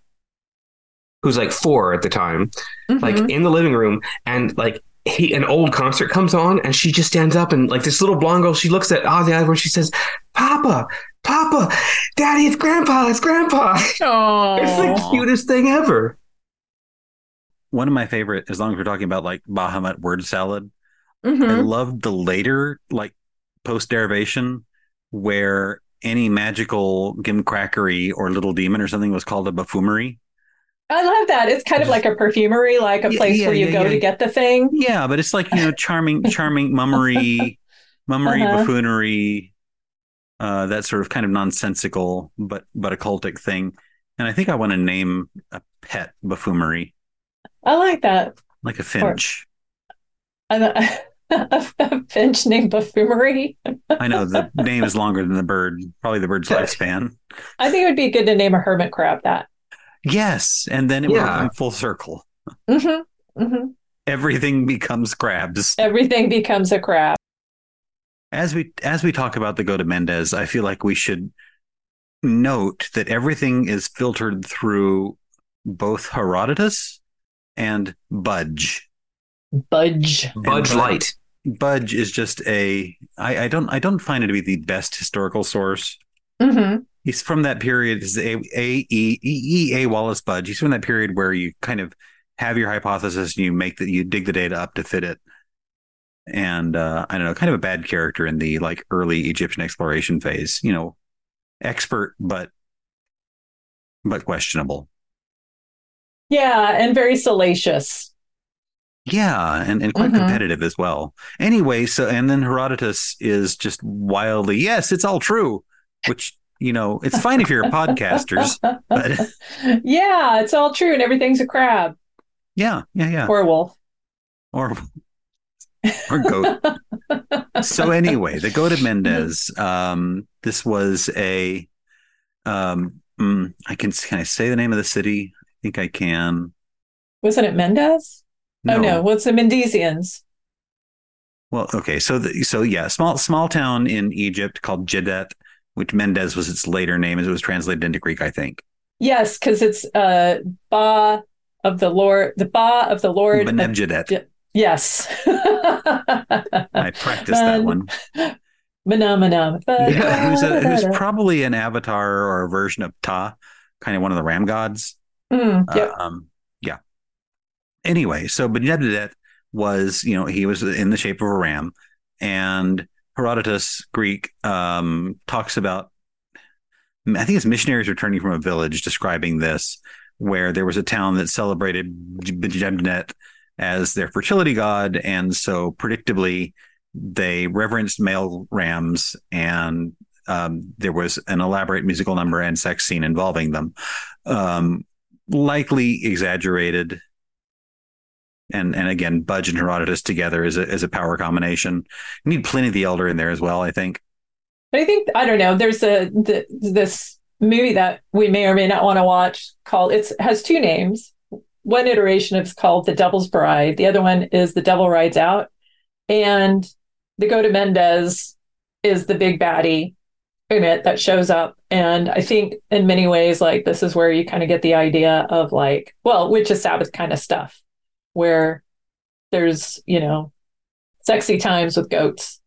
[SPEAKER 5] who's like four at the time,
[SPEAKER 3] Mm-hmm.
[SPEAKER 5] like in the living room, and like he an old concert comes on, and she just stands up and like this little blonde girl, she looks at Ozzy Osbourne, she says, "Papa, Papa, Daddy, it's Grandpa, it's Grandpa." It's the
[SPEAKER 4] Aw.
[SPEAKER 5] cutest thing ever.
[SPEAKER 4] One of my favorite, as long as we're talking about like Bahamut word salad, I
[SPEAKER 3] Mhm.
[SPEAKER 4] loved the later like post derivation where any magical gimcrackery or little demon or something was called a buffoonery.
[SPEAKER 3] I love that. It's kind of like a perfumery, like a
[SPEAKER 4] Yeah,
[SPEAKER 3] place
[SPEAKER 4] yeah,
[SPEAKER 3] where you
[SPEAKER 4] yeah,
[SPEAKER 3] go
[SPEAKER 4] yeah.
[SPEAKER 3] to get the thing.
[SPEAKER 4] Yeah, but it's like you know, charming, charming mummery, mummery
[SPEAKER 3] Uh-huh.
[SPEAKER 4] buffoonery, uh, that sort of kind of nonsensical but but occultic thing. And I think I want to name a pet buffoonery,
[SPEAKER 3] I like that.
[SPEAKER 4] like a finch.
[SPEAKER 3] And a, a finch named Buffoonery.
[SPEAKER 4] I know the name is longer than the bird, probably the bird's lifespan.
[SPEAKER 3] I think it would be good to name a hermit crab that.
[SPEAKER 4] Yes, and then it will
[SPEAKER 5] Yeah.
[SPEAKER 4] come full circle.
[SPEAKER 3] Mm-hmm. Mm-hmm.
[SPEAKER 4] Everything becomes crabs.
[SPEAKER 3] Everything becomes a crab.
[SPEAKER 4] As we as we talk about the go to Mendez, I feel like we should note that everything is filtered through both Herodotus and Budge.
[SPEAKER 3] Budge.
[SPEAKER 5] Budge
[SPEAKER 4] Bud-
[SPEAKER 5] Light.
[SPEAKER 4] Budge is just a I, I don't I don't find it to be the best historical source.
[SPEAKER 3] Mm-hmm.
[SPEAKER 4] he's from that period is a a e e e a wallace budge he's from that period where you kind of have your hypothesis and you make that you dig the data up to fit it and uh i don't know kind of a bad character in the like early egyptian exploration phase you know expert but but questionable
[SPEAKER 3] Yeah, and very salacious.
[SPEAKER 4] yeah and, and quite
[SPEAKER 3] Mhm.
[SPEAKER 4] competitive as well anyway so and then herodotus is just wildly yes it's all true which you know it's fine if you're a podcasters but
[SPEAKER 3] yeah, it's all true, and everything's a crab
[SPEAKER 4] yeah yeah yeah
[SPEAKER 3] or a wolf.
[SPEAKER 4] or or goat. so anyway, the go to Mendez. Um, this was a. Um, mm, I can can I say the name of the city? I think I can.
[SPEAKER 3] Wasn't it Mendez? Oh no, what's the Mendesians?
[SPEAKER 4] Well, okay. So the, so yeah, small small town in Egypt called Jedet, which Mendez was its later name as it was translated into Greek, I think.
[SPEAKER 3] Yes, because it's uh Ba of the Lord, the Ba of the Lord. of-
[SPEAKER 4] Benebjedet.
[SPEAKER 3] yes.
[SPEAKER 4] I practiced that
[SPEAKER 3] Ben-
[SPEAKER 4] one.
[SPEAKER 3] Manamana.
[SPEAKER 4] Yeah, who's a, who's probably an avatar or a version of Ta, kind of one of the ram gods.
[SPEAKER 3] Mm, yep.
[SPEAKER 4] Um, yeah. Anyway, so Benebdet was, you know, he was in the shape of a ram, and Herodotus, Greek, um, talks about. I think it's missionaries returning from a village describing this, where there was a town that celebrated Benebdet as their fertility god, and so predictably, they reverenced male rams, and um, there was an elaborate musical number and sex scene involving them. Um, likely exaggerated. And and again, Budge and Herodotus together is a is a power combination. You need Pliny the Elder in there as well, I think.
[SPEAKER 3] But I think I don't know. There's a th- this movie that we may or may not want to watch called it's has two names. One iteration is called The Devil's Bride. The other one is The Devil Rides Out. And the Go to Mendez is the big baddie in it that shows up. And I think in many ways, like this is where you kind of get the idea of like, well, which is Sabbath kind of stuff, where there's, you know, sexy times with goats.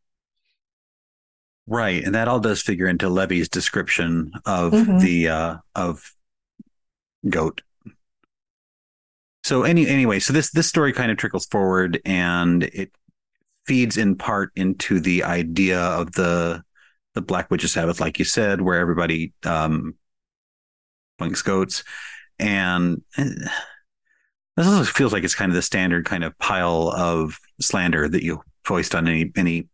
[SPEAKER 4] Right. And that all does figure into Levy's description of
[SPEAKER 5] Mm-hmm.
[SPEAKER 3] Mhm.
[SPEAKER 4] the uh of goat. So any anyway, so this this story kind of trickles forward and it feeds in part into the idea of the the Black Witches Sabbath, like you said, where everybody um blinks goats. And eh, this also feels like it's kind of the standard kind of pile of slander that you foist on any any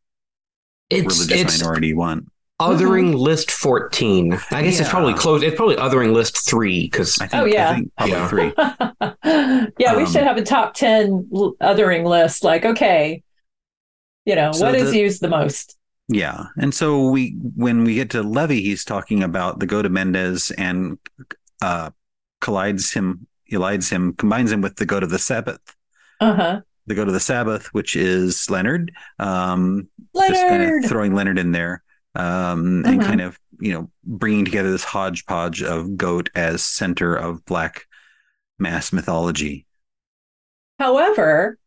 [SPEAKER 5] It's
[SPEAKER 4] religious
[SPEAKER 5] it's
[SPEAKER 4] minority want.
[SPEAKER 5] othering list fourteen. I guess it's
[SPEAKER 4] Yeah.
[SPEAKER 5] probably close. It's probably othering list three because
[SPEAKER 4] I think,
[SPEAKER 3] Oh, yeah.
[SPEAKER 4] I think probably
[SPEAKER 5] Yeah.
[SPEAKER 4] three.
[SPEAKER 3] yeah, we
[SPEAKER 4] Um,
[SPEAKER 3] should have a top 10 l- othering list. Like, okay, you know,
[SPEAKER 4] So
[SPEAKER 3] what is
[SPEAKER 4] the-
[SPEAKER 3] used the most?
[SPEAKER 4] Yeah. And so we when we get to Levy, he's talking about the go to Mendez and uh collides him elides him, combines him with the go to the Sabbath.
[SPEAKER 3] Uh huh.
[SPEAKER 4] The go to the Sabbath, which is Leonard. Um just kind
[SPEAKER 3] Leonard.
[SPEAKER 4] of throwing Leonard in there. Um and
[SPEAKER 3] Mhm.
[SPEAKER 4] kind of, you know, bringing together this hodgepodge of goat as center of black mass mythology.
[SPEAKER 3] However,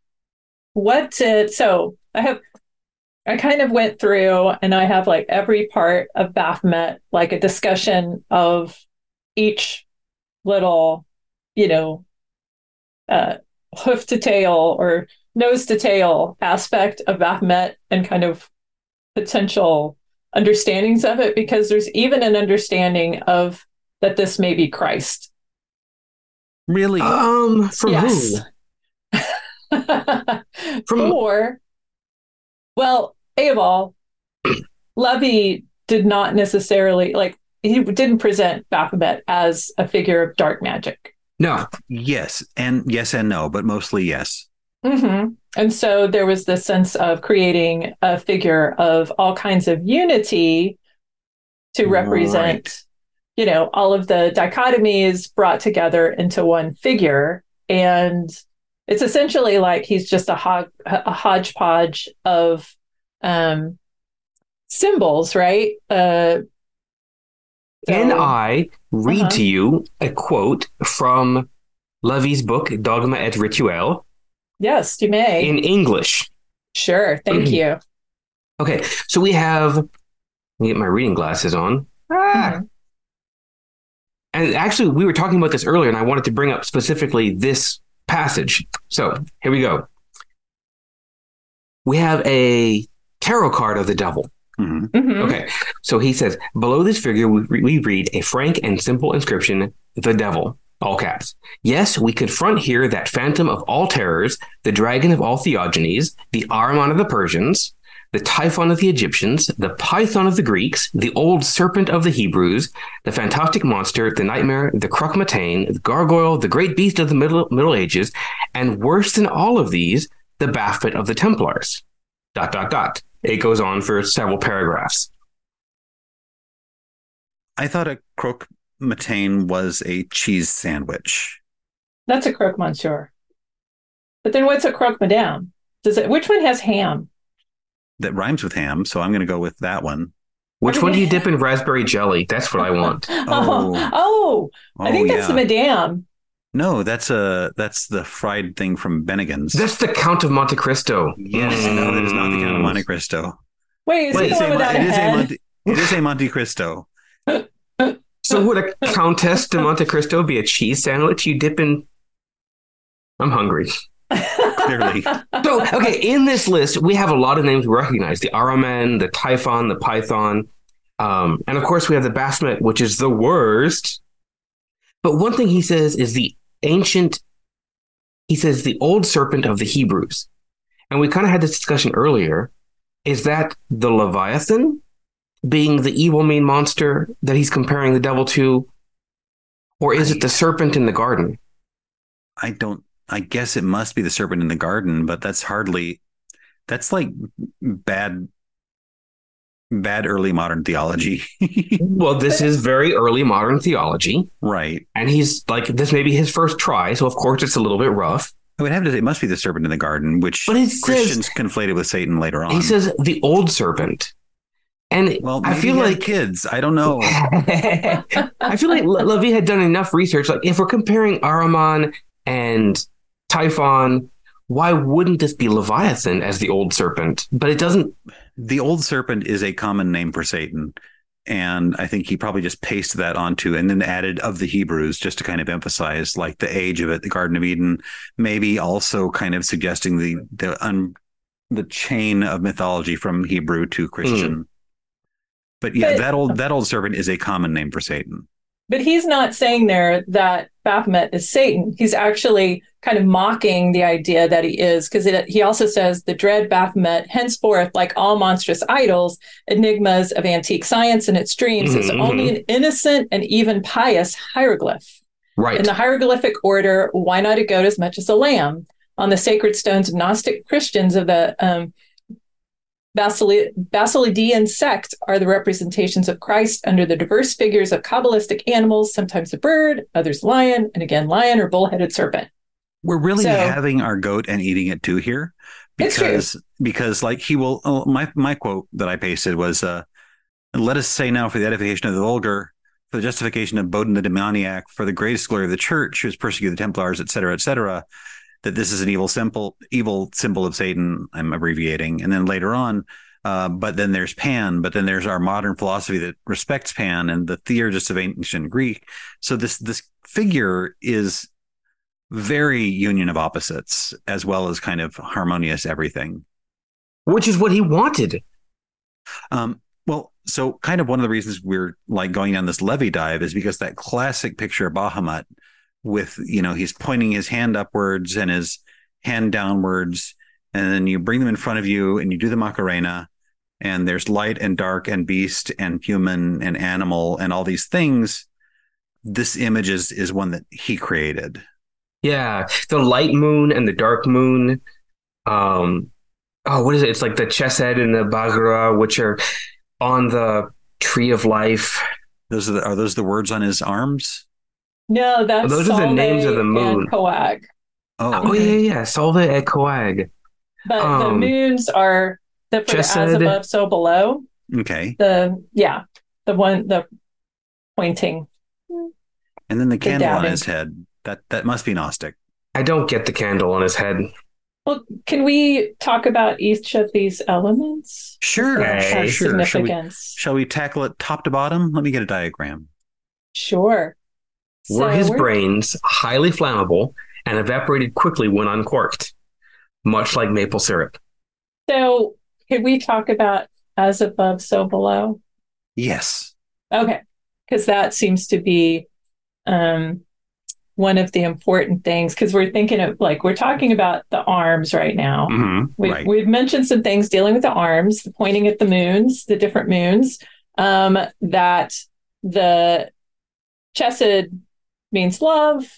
[SPEAKER 3] what did so I have I kind of went through and I have like every part of Baphomet, like a discussion of each little, you know, uh, hoof to tail or nose to tail aspect of Baphomet and kind of potential understandings of it, because there's even an understanding of that this may be Christ.
[SPEAKER 4] Really?
[SPEAKER 5] um from who? From-
[SPEAKER 3] or well abel levy did not necessarily like he didn't present baphomet as a figure of dark magic
[SPEAKER 5] No,
[SPEAKER 4] yes. And yes and no, but mostly yes.
[SPEAKER 3] Mhm. and so there was this sense of creating a figure of all kinds of unity to represent
[SPEAKER 4] Right.
[SPEAKER 3] you know all of the dichotomies brought together into one figure and it's essentially like he's just a, hod- a hodgepodge of um symbols right uh
[SPEAKER 5] Can
[SPEAKER 3] so-
[SPEAKER 5] I read
[SPEAKER 3] Uh-huh.
[SPEAKER 5] to you a quote from Levy's book, Dogma et Rituel,
[SPEAKER 3] yes you may
[SPEAKER 5] in English?
[SPEAKER 3] sure thank you
[SPEAKER 5] Okay, so we have, let me get my reading glasses on. Ah. And actually, we were talking about this earlier, and I wanted to bring up specifically this passage. So here we go. We have a tarot card of the devil.
[SPEAKER 4] hmm
[SPEAKER 3] Mhm.
[SPEAKER 5] Okay. So he says, below this figure, we, we read a frank and simple inscription, the devil, all caps. Yes, we confront here that phantom of all terrors, the dragon of all theogonies, the Ahriman of the Persians, the Typhon of the Egyptians, the Python of the Greeks, the old serpent of the Hebrews, the fantastic monster, the nightmare, the crockmataine, the gargoyle, the great beast of the Middle, Middle Ages, and worse than all of these, the Baphomet of the Templars. Dot, dot, dot. It goes on for several paragraphs.
[SPEAKER 4] I thought a croque mataine was a cheese sandwich.
[SPEAKER 3] that's a croque monsieur but then what's a croque madame does it which one has ham
[SPEAKER 4] that rhymes with ham, so I'm going to go with that one.
[SPEAKER 5] Which one do you dip in raspberry jelly? That's what I want.
[SPEAKER 3] oh, oh, i think that's the madame
[SPEAKER 4] no, that's a that's the fried thing from Bennigan's.
[SPEAKER 5] That's the Count of Monte Cristo.
[SPEAKER 4] yes, no, that is not the Count of
[SPEAKER 5] Mm.
[SPEAKER 4] Monte Cristo.
[SPEAKER 3] wait is
[SPEAKER 5] Wait,
[SPEAKER 3] he
[SPEAKER 4] It
[SPEAKER 3] the one
[SPEAKER 4] is a Mon-
[SPEAKER 3] without a
[SPEAKER 4] it is a
[SPEAKER 3] head
[SPEAKER 4] Monte- it is a Monte Cristo.
[SPEAKER 5] So would a Countess de Monte Cristo be a cheese sandwich you dip in? I'm hungry.
[SPEAKER 4] Clearly,
[SPEAKER 5] So okay, in this list we have a lot of names we recognize: the Araman, the Typhon, the Python, um, and of course we have the Baphomet, which is the worst. But one thing he says is the ancient. He says the old serpent of the Hebrews, and we kind of had this discussion earlier. Is that the Leviathan, being the evil, mean monster that he's comparing the devil to, or is it the serpent in the garden?
[SPEAKER 4] I don't. I guess it must be the serpent in the garden, but that's hardly. That's like bad, bad early modern theology,
[SPEAKER 5] Well, this is very early modern theology.
[SPEAKER 4] right?
[SPEAKER 5] and he's like this may be his first try so of course it's a little bit rough
[SPEAKER 4] I would have to say it must be the serpent in the garden, which
[SPEAKER 5] but he says
[SPEAKER 4] Christians conflated with Satan later on.
[SPEAKER 5] he says the old serpent and
[SPEAKER 4] Well,
[SPEAKER 5] i
[SPEAKER 4] maybe
[SPEAKER 5] feel
[SPEAKER 4] he had
[SPEAKER 5] like
[SPEAKER 4] kids. I don't know.
[SPEAKER 5] i feel like Le- levy had done enough research like if we're comparing araman and typhon why wouldn't this be leviathan as the old serpent but it doesn't
[SPEAKER 4] the old serpent is a common name for Satan, and I think he probably just pasted that onto and then added of the Hebrews just to kind of emphasize like the age of it, the Garden of Eden, maybe also kind of suggesting the the un, the chain of mythology from Hebrew to
[SPEAKER 5] Hmm.
[SPEAKER 4] Christian. But yeah,
[SPEAKER 3] But-
[SPEAKER 4] that old that old serpent is a common name for Satan.
[SPEAKER 3] But he's not saying there that Baphomet is Satan. He's actually kind of mocking the idea that he is, because he also says the dread Baphomet, henceforth, like all monstrous idols, enigmas of antique science and its dreams, is
[SPEAKER 5] Mhm,
[SPEAKER 3] only an innocent and even pious hieroglyph.
[SPEAKER 5] Right.
[SPEAKER 3] In the hieroglyphic order, why not a goat as much as a lamb? On the sacred stones, Gnostic Christians of the um, Basili- Basilidean sect are the representations of Christ under the diverse figures of Kabbalistic animals, sometimes a bird, others lion, and again lion or bull-headed serpent.
[SPEAKER 4] We're really
[SPEAKER 3] So-
[SPEAKER 4] having our goat and eating it too here
[SPEAKER 3] It's true.
[SPEAKER 4] because because like he will oh, my my quote that I pasted was uh let us say now for the edification of the vulgar for the justification of Bodin the demoniac for the greatest glory of the church who has persecuted the Templars et cetera, et cetera, that this is an evil symbol evil symbol of Satan I'm abbreviating and then later on uh, but then there's Pan, but then there's our modern philosophy that respects Pan and the theurgists of ancient Greek. So this this figure is very union of opposites as well as kind of harmonious everything
[SPEAKER 5] Which is what he wanted.
[SPEAKER 4] um well so kind of one of the reasons we're like going down this levee dive is because that classic picture of bahamut with you know he's pointing his hand upwards and his hand downwards and then you bring them in front of you and you do the macarena and there's light and dark and beast and human and animal and all these things this image is is one that he created
[SPEAKER 5] Yeah. The light moon and the dark moon. Um oh what is it? It's like the Chesed and the Bagara, which are on the tree of life.
[SPEAKER 4] those are the, are those the words on his arms
[SPEAKER 3] No, that's
[SPEAKER 5] Those are the names of the
[SPEAKER 3] Solvay
[SPEAKER 5] moon.
[SPEAKER 3] And Coag.
[SPEAKER 5] Oh yeah, yeah, yeah. Solve et coag.
[SPEAKER 3] But the
[SPEAKER 5] Um,
[SPEAKER 3] moons are the for the as
[SPEAKER 5] Chesed.
[SPEAKER 3] above, so below.
[SPEAKER 4] okay
[SPEAKER 3] The yeah, the one the pointing.
[SPEAKER 4] And then the candle on
[SPEAKER 3] dabbing.
[SPEAKER 4] his head. That that must be Gnostic.
[SPEAKER 5] I don't get the candle on his head.
[SPEAKER 3] Can we talk about each of these elements?
[SPEAKER 4] Sure,
[SPEAKER 5] Okay.
[SPEAKER 3] Their
[SPEAKER 4] sure. Shall we,
[SPEAKER 3] Significance.
[SPEAKER 4] shall we tackle it top to bottom? Let me get a diagram.
[SPEAKER 3] Sure.
[SPEAKER 5] Were
[SPEAKER 3] So
[SPEAKER 5] his
[SPEAKER 3] we're-
[SPEAKER 5] brains highly flammable and evaporated quickly when uncorked, much like maple syrup?
[SPEAKER 3] So could we talk about as above, so below?
[SPEAKER 4] Yes.
[SPEAKER 3] Okay. Because that seems to be um, one of the important things. Because we're thinking of, like, we're talking about the arms right now.
[SPEAKER 5] Mm-hmm.
[SPEAKER 3] We've,
[SPEAKER 4] Right.
[SPEAKER 3] we've mentioned some things dealing with the arms, the pointing at the moons, the different moons, um, that the chesed means love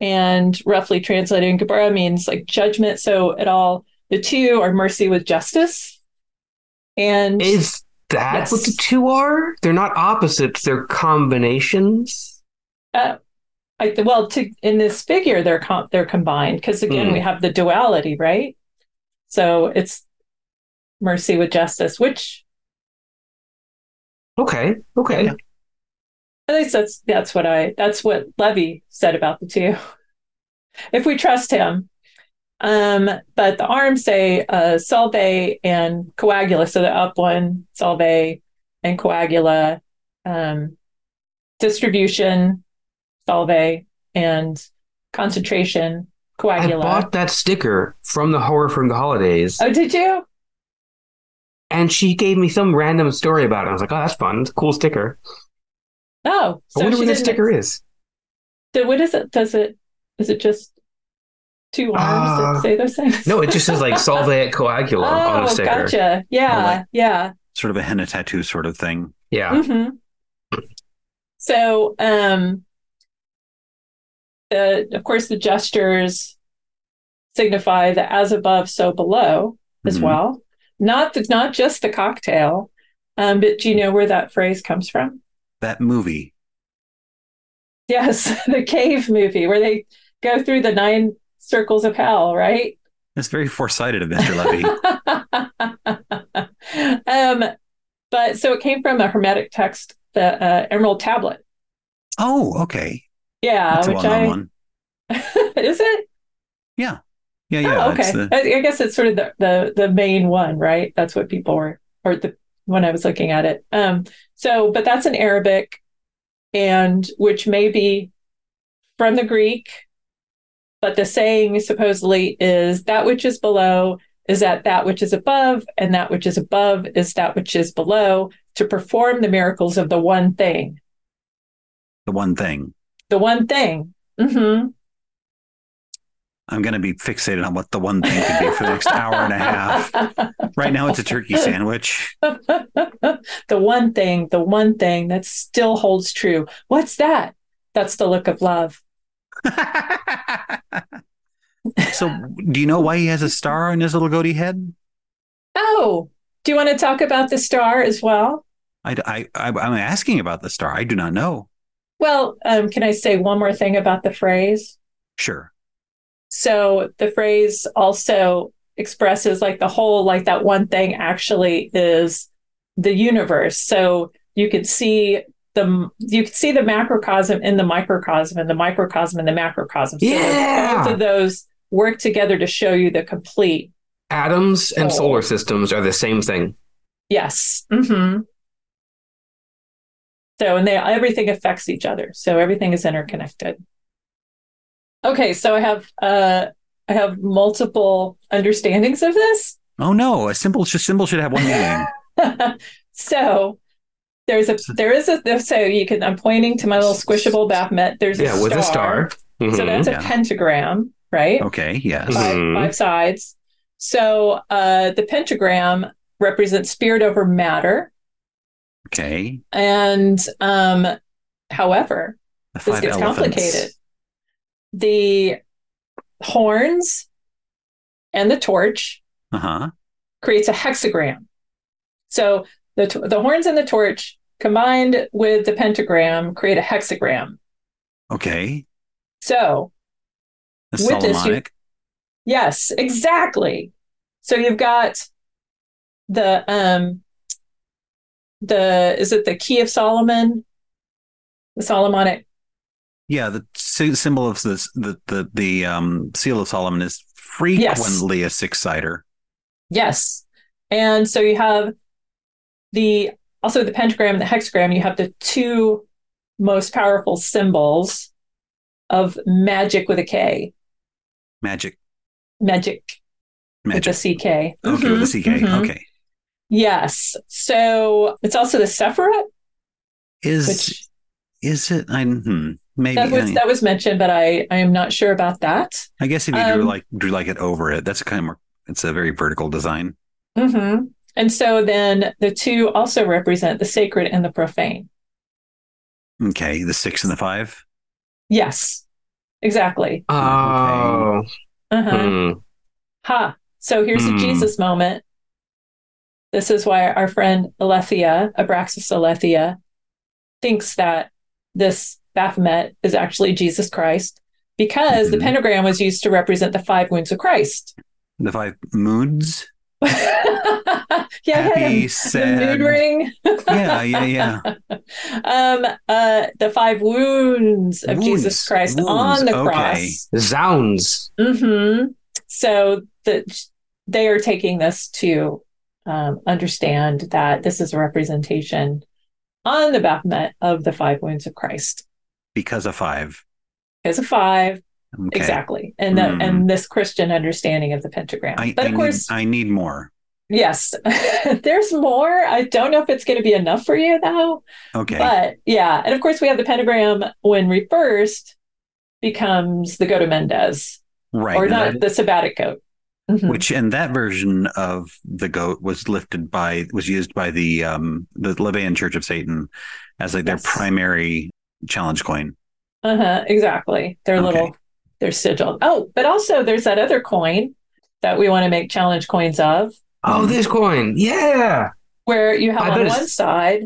[SPEAKER 3] and roughly translated in Gabra means like judgment. So at all, the two are mercy with justice. And
[SPEAKER 5] Is that
[SPEAKER 3] Yes.
[SPEAKER 5] what the two are? They're not opposites, they're combinations.
[SPEAKER 3] I, well, to, in this figure, they're com- they're combined because again,
[SPEAKER 5] Hmm.
[SPEAKER 3] we have the duality, right? So it's mercy with justice, which
[SPEAKER 5] Okay, okay.
[SPEAKER 4] Yeah.
[SPEAKER 3] at least that's that's what I that's what Levy said about the two. If we trust him, um, but the arms say uh, Solvay and Coagula, so the up one Solvay and Coagula, um, distribution Solvay and concentration
[SPEAKER 5] I
[SPEAKER 3] Coagula.
[SPEAKER 5] bought that sticker from the horror from the holidays,
[SPEAKER 3] Oh, did you?
[SPEAKER 5] and she gave me some random story about it. I was like, oh, that's fun. It's a cool sticker.
[SPEAKER 3] Oh,
[SPEAKER 5] I
[SPEAKER 3] she
[SPEAKER 5] wonder where that
[SPEAKER 3] didn't-
[SPEAKER 5] sticker is.
[SPEAKER 3] So what is it? Does it? Is it just two arms
[SPEAKER 5] Uh,
[SPEAKER 3] that say those things?
[SPEAKER 5] No, it just says like Solve et Coagula on
[SPEAKER 3] Oh,
[SPEAKER 5] the sticker.
[SPEAKER 3] gotcha. Yeah,
[SPEAKER 4] like-
[SPEAKER 3] yeah.
[SPEAKER 4] Sort of a henna tattoo sort of thing.
[SPEAKER 5] Yeah.
[SPEAKER 3] hmm So, um, the of course the gestures signify the as above, so below as
[SPEAKER 4] Mhm.
[SPEAKER 3] well. Not the, not just the cocktail, um, but do you know where that phrase comes from?
[SPEAKER 4] That movie.
[SPEAKER 3] Yes, the cave movie where they go through the nine circles of hell, right?
[SPEAKER 4] That's very foresighted of Mr. Levy.
[SPEAKER 3] um, but so it came from a Hermetic text, the uh, Emerald Tablet.
[SPEAKER 4] Oh, okay.
[SPEAKER 3] Yeah,
[SPEAKER 4] That's a
[SPEAKER 3] Uh, which
[SPEAKER 4] well known
[SPEAKER 3] I
[SPEAKER 4] one.
[SPEAKER 3] is it?
[SPEAKER 4] Yeah, yeah.
[SPEAKER 3] oh, okay.
[SPEAKER 4] It's the,
[SPEAKER 3] I, I guess it's sort of the, the the main one, right? That's what people were, or the when I was looking at it. Um, so, but that's in Arabic, and which may be from the Greek, but the saying supposedly is that which is below is that that which is above, and that which is above is that which is below. To perform the miracles of the one thing,
[SPEAKER 4] the one thing.
[SPEAKER 3] Mm-hmm. the one thing. hmm
[SPEAKER 4] I'm going to be fixated on what the one thing could be for the next hour and a half. Right now, it's a turkey sandwich.
[SPEAKER 3] the one thing, the one thing that still holds true. What's that? That's the look of love.
[SPEAKER 4] so, do you know why he has a star on his little goatee head?
[SPEAKER 3] Oh, do you want to talk about the star as well?
[SPEAKER 4] I, I, I, I'm asking about the star. I do not know.
[SPEAKER 3] Well, um, can I say one more thing about the phrase?
[SPEAKER 4] Sure.
[SPEAKER 3] So the phrase also expresses like the whole, like that one thing actually is the universe. So you could see the you could see the macrocosm in the microcosm and the microcosm and the macrocosm. So
[SPEAKER 5] Yeah!
[SPEAKER 3] both of those work together to show you the complete.
[SPEAKER 5] Atoms and
[SPEAKER 3] Oh.
[SPEAKER 5] solar systems are the same thing.
[SPEAKER 3] Yes. hmm So and they everything affects each other. So everything is interconnected. Okay, so I have uh I have multiple understandings of this.
[SPEAKER 4] Oh no, a simple sh- symbol should have one meaning.
[SPEAKER 3] so there's a there is a so you can I'm pointing to my little squishable Baphomet. There's a
[SPEAKER 5] yeah, with a star.
[SPEAKER 3] So
[SPEAKER 5] Mhm.
[SPEAKER 3] that's a
[SPEAKER 4] Yeah.
[SPEAKER 3] pentagram, right?
[SPEAKER 4] Okay, yes.
[SPEAKER 5] Mhm.
[SPEAKER 3] Five, five sides. So uh, the pentagram represents spirit over matter,
[SPEAKER 4] Okay.
[SPEAKER 3] and um, however,
[SPEAKER 4] The
[SPEAKER 3] this
[SPEAKER 4] five
[SPEAKER 3] gets
[SPEAKER 4] elephants.
[SPEAKER 3] complicated. The horns and the torch
[SPEAKER 4] Uh-huh.
[SPEAKER 3] creates a hexagram. So the t- the horns and the torch combined with the pentagram create a hexagram.
[SPEAKER 4] Okay.
[SPEAKER 3] So
[SPEAKER 4] That's
[SPEAKER 3] With this, you-
[SPEAKER 4] Solomonic.
[SPEAKER 3] yes, exactly. So you've got the um the is it the key of Solomon, the Solomonic?
[SPEAKER 4] Yeah, the sy- symbol of this, the the the um, seal of Solomon is frequently a six sider.
[SPEAKER 3] Yes, and so you have the also the pentagram and the hexagram. You have the two most powerful symbols of magic with a K.
[SPEAKER 4] Magic,
[SPEAKER 3] magic,
[SPEAKER 4] magic. Oh,
[SPEAKER 3] with Mm-hmm, a CK. Okay,
[SPEAKER 4] okay, with the CK. Okay,
[SPEAKER 3] Yes. So it's also the Sephiroth,
[SPEAKER 4] is
[SPEAKER 3] which
[SPEAKER 4] is it? I hmm, maybe.
[SPEAKER 3] that was
[SPEAKER 4] I,
[SPEAKER 3] that was mentioned, but I I am not sure about that.
[SPEAKER 4] I guess if you drew
[SPEAKER 3] um,
[SPEAKER 4] like drew like it over it, that's a kind of more. It's a very vertical design.
[SPEAKER 3] hmm And so then the two also represent the sacred and the profane.
[SPEAKER 4] Okay, the six and the five.
[SPEAKER 3] Yes, exactly.
[SPEAKER 5] Oh.
[SPEAKER 3] Uh-huh.
[SPEAKER 5] Hmm.
[SPEAKER 3] Ha. So here's
[SPEAKER 5] Hmm.
[SPEAKER 3] a Jesus moment. This is why our friend Alethea, Abraxas Alethea, thinks that this Baphomet is actually Jesus Christ because
[SPEAKER 4] Mhm.
[SPEAKER 3] the pentagram was used to represent the five wounds of Christ.
[SPEAKER 4] The five moods.
[SPEAKER 3] yeah, yeah,
[SPEAKER 4] Happy,
[SPEAKER 3] the- the
[SPEAKER 4] sad.
[SPEAKER 3] mood ring.
[SPEAKER 4] yeah, yeah, yeah.
[SPEAKER 3] Um, uh, the five wounds of
[SPEAKER 4] Wounds,
[SPEAKER 3] Jesus Christ
[SPEAKER 4] wounds,
[SPEAKER 3] on the
[SPEAKER 4] okay.
[SPEAKER 3] cross.
[SPEAKER 5] Zounds.
[SPEAKER 3] hmm So the, they are taking this to um, understand that this is a representation on the Baphomet of the five wounds of Christ.
[SPEAKER 4] Because of five.
[SPEAKER 3] Because of five,
[SPEAKER 4] Okay.
[SPEAKER 3] exactly, and that
[SPEAKER 4] Mm.
[SPEAKER 3] and this Christian understanding of the pentagram.
[SPEAKER 4] I,
[SPEAKER 3] but
[SPEAKER 4] I
[SPEAKER 3] of course,
[SPEAKER 4] need, I need more.
[SPEAKER 3] yes, there's more. I don't know if it's going to be enough for you though.
[SPEAKER 4] Okay.
[SPEAKER 3] But yeah, and of course we have the pentagram when reversed becomes the Goto Mendez,
[SPEAKER 4] right.
[SPEAKER 3] or
[SPEAKER 4] and
[SPEAKER 3] not the Sabbatic goat. Mhm.
[SPEAKER 4] which and that version of the goat was lifted by was used by the um the Levian Church of Satan as like their
[SPEAKER 3] Yes.
[SPEAKER 4] primary challenge coin.
[SPEAKER 3] Uh-huh, exactly. Their
[SPEAKER 4] Okay.
[SPEAKER 3] little their sigil. Oh, but also there's that other coin that we want to make challenge coins of
[SPEAKER 5] Oh, this coin. Yeah.
[SPEAKER 3] where you have
[SPEAKER 5] I bet
[SPEAKER 3] on
[SPEAKER 5] it's-
[SPEAKER 3] one side.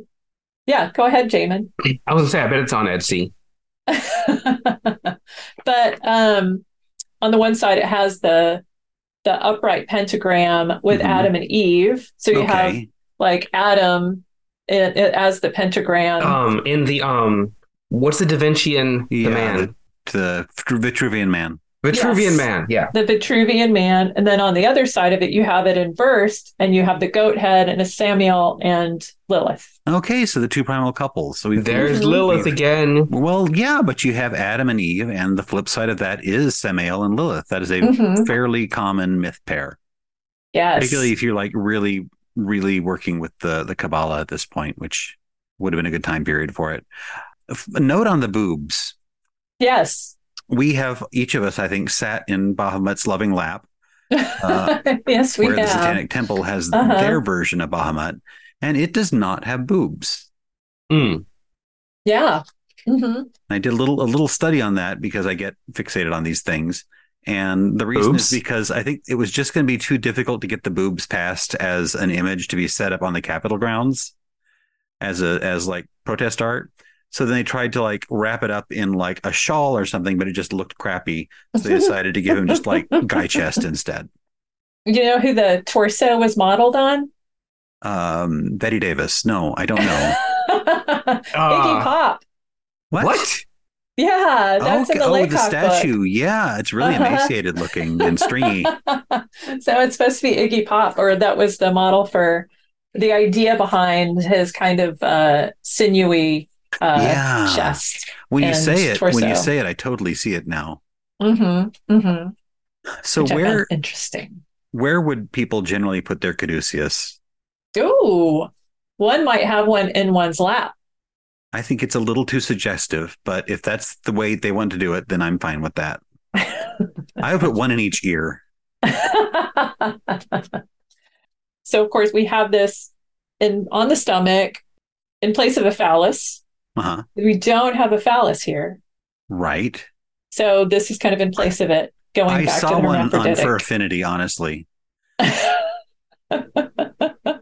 [SPEAKER 3] Yeah, go ahead, Jamin.
[SPEAKER 5] I was gonna say, I bet it's on Etsy.
[SPEAKER 3] but um on the one side it has the the upright pentagram with
[SPEAKER 5] Mm-hmm.
[SPEAKER 4] Mhm.
[SPEAKER 3] Adam and Eve. So you have
[SPEAKER 4] Okay.
[SPEAKER 3] like Adam it, it, as the pentagram.
[SPEAKER 5] Um, in the um, what's the Da Vincian?
[SPEAKER 4] Yeah,
[SPEAKER 5] the man,
[SPEAKER 4] The Vitruvian man.
[SPEAKER 5] Vitruvian
[SPEAKER 3] Yes.
[SPEAKER 5] man. Yeah.
[SPEAKER 3] the Vitruvian man, and then on the other side of it, you have it inversed, and you have the goat head and a Samuel and Lilith.
[SPEAKER 4] Okay, so the two primal couples. So we
[SPEAKER 5] There's
[SPEAKER 3] Mhm.
[SPEAKER 5] Lilith again.
[SPEAKER 4] Well, yeah, but you have Adam and Eve, and the flip side of that is Samael and Lilith. That is a
[SPEAKER 3] Mm-hmm.
[SPEAKER 4] fairly common myth pair,
[SPEAKER 3] Yes,
[SPEAKER 4] particularly if you're like really, really working with the the Kabbalah at this point, which would have been a good time period for it. F- A note on the boobs.
[SPEAKER 3] yes.
[SPEAKER 4] we have each of us, I think, sat in Bahamut's loving lap, uh,
[SPEAKER 3] yes, we
[SPEAKER 4] where the
[SPEAKER 3] have.
[SPEAKER 4] Satanic Temple has
[SPEAKER 3] Uh-huh.
[SPEAKER 4] their version of Bahamut, and it does not have boobs.
[SPEAKER 5] Mm.
[SPEAKER 3] Yeah. hmm
[SPEAKER 4] I did a little a little study on that because I get fixated on these things. And the reason
[SPEAKER 5] Boobs?
[SPEAKER 4] is because I think it was just going to be too difficult to get the boobs passed as an image to be set up on the Capitol grounds as a as like protest art. So then they tried to like wrap it up in like a shawl or something, but it just looked crappy. So they decided to give him just like guy chest instead.
[SPEAKER 3] You know who the torso was modeled on?
[SPEAKER 4] Um, Betty Davis. No, I don't know.
[SPEAKER 3] Iggy
[SPEAKER 5] Ah.
[SPEAKER 3] Pop.
[SPEAKER 4] What?
[SPEAKER 5] what?
[SPEAKER 3] Yeah, that's in
[SPEAKER 4] Okay.
[SPEAKER 3] the
[SPEAKER 4] oh,
[SPEAKER 3] Laycock
[SPEAKER 4] the statue. Yeah, it's really
[SPEAKER 3] Uh-huh.
[SPEAKER 4] emaciated looking and stringy.
[SPEAKER 3] book. so it's supposed to be Iggy Pop, or that was the model for the idea behind his kind of uh, sinewy uh,
[SPEAKER 4] yeah.
[SPEAKER 3] chest.
[SPEAKER 4] When you
[SPEAKER 3] and
[SPEAKER 4] say it, when you
[SPEAKER 3] torso.
[SPEAKER 4] say it, I totally see it now.
[SPEAKER 3] Mm-hmm. Mm-hmm.
[SPEAKER 4] So
[SPEAKER 3] Which I found
[SPEAKER 4] where
[SPEAKER 3] interesting.
[SPEAKER 4] where would people generally put their caduceus?
[SPEAKER 3] Ooh, one might have one in one's lap.
[SPEAKER 4] I think it's a little too suggestive, but if that's the way they want to do it, then I'm fine with that. I would put one in each ear.
[SPEAKER 3] so of course we have this in on the stomach in place of a phallus.
[SPEAKER 4] Uh-huh.
[SPEAKER 3] We don't have a phallus here.
[SPEAKER 4] Right.
[SPEAKER 3] So this is kind of in place of it going
[SPEAKER 4] I
[SPEAKER 3] back
[SPEAKER 4] saw
[SPEAKER 3] to the
[SPEAKER 4] one on
[SPEAKER 3] Oh, hermaphroditic.
[SPEAKER 4] for affinity, honestly. Probably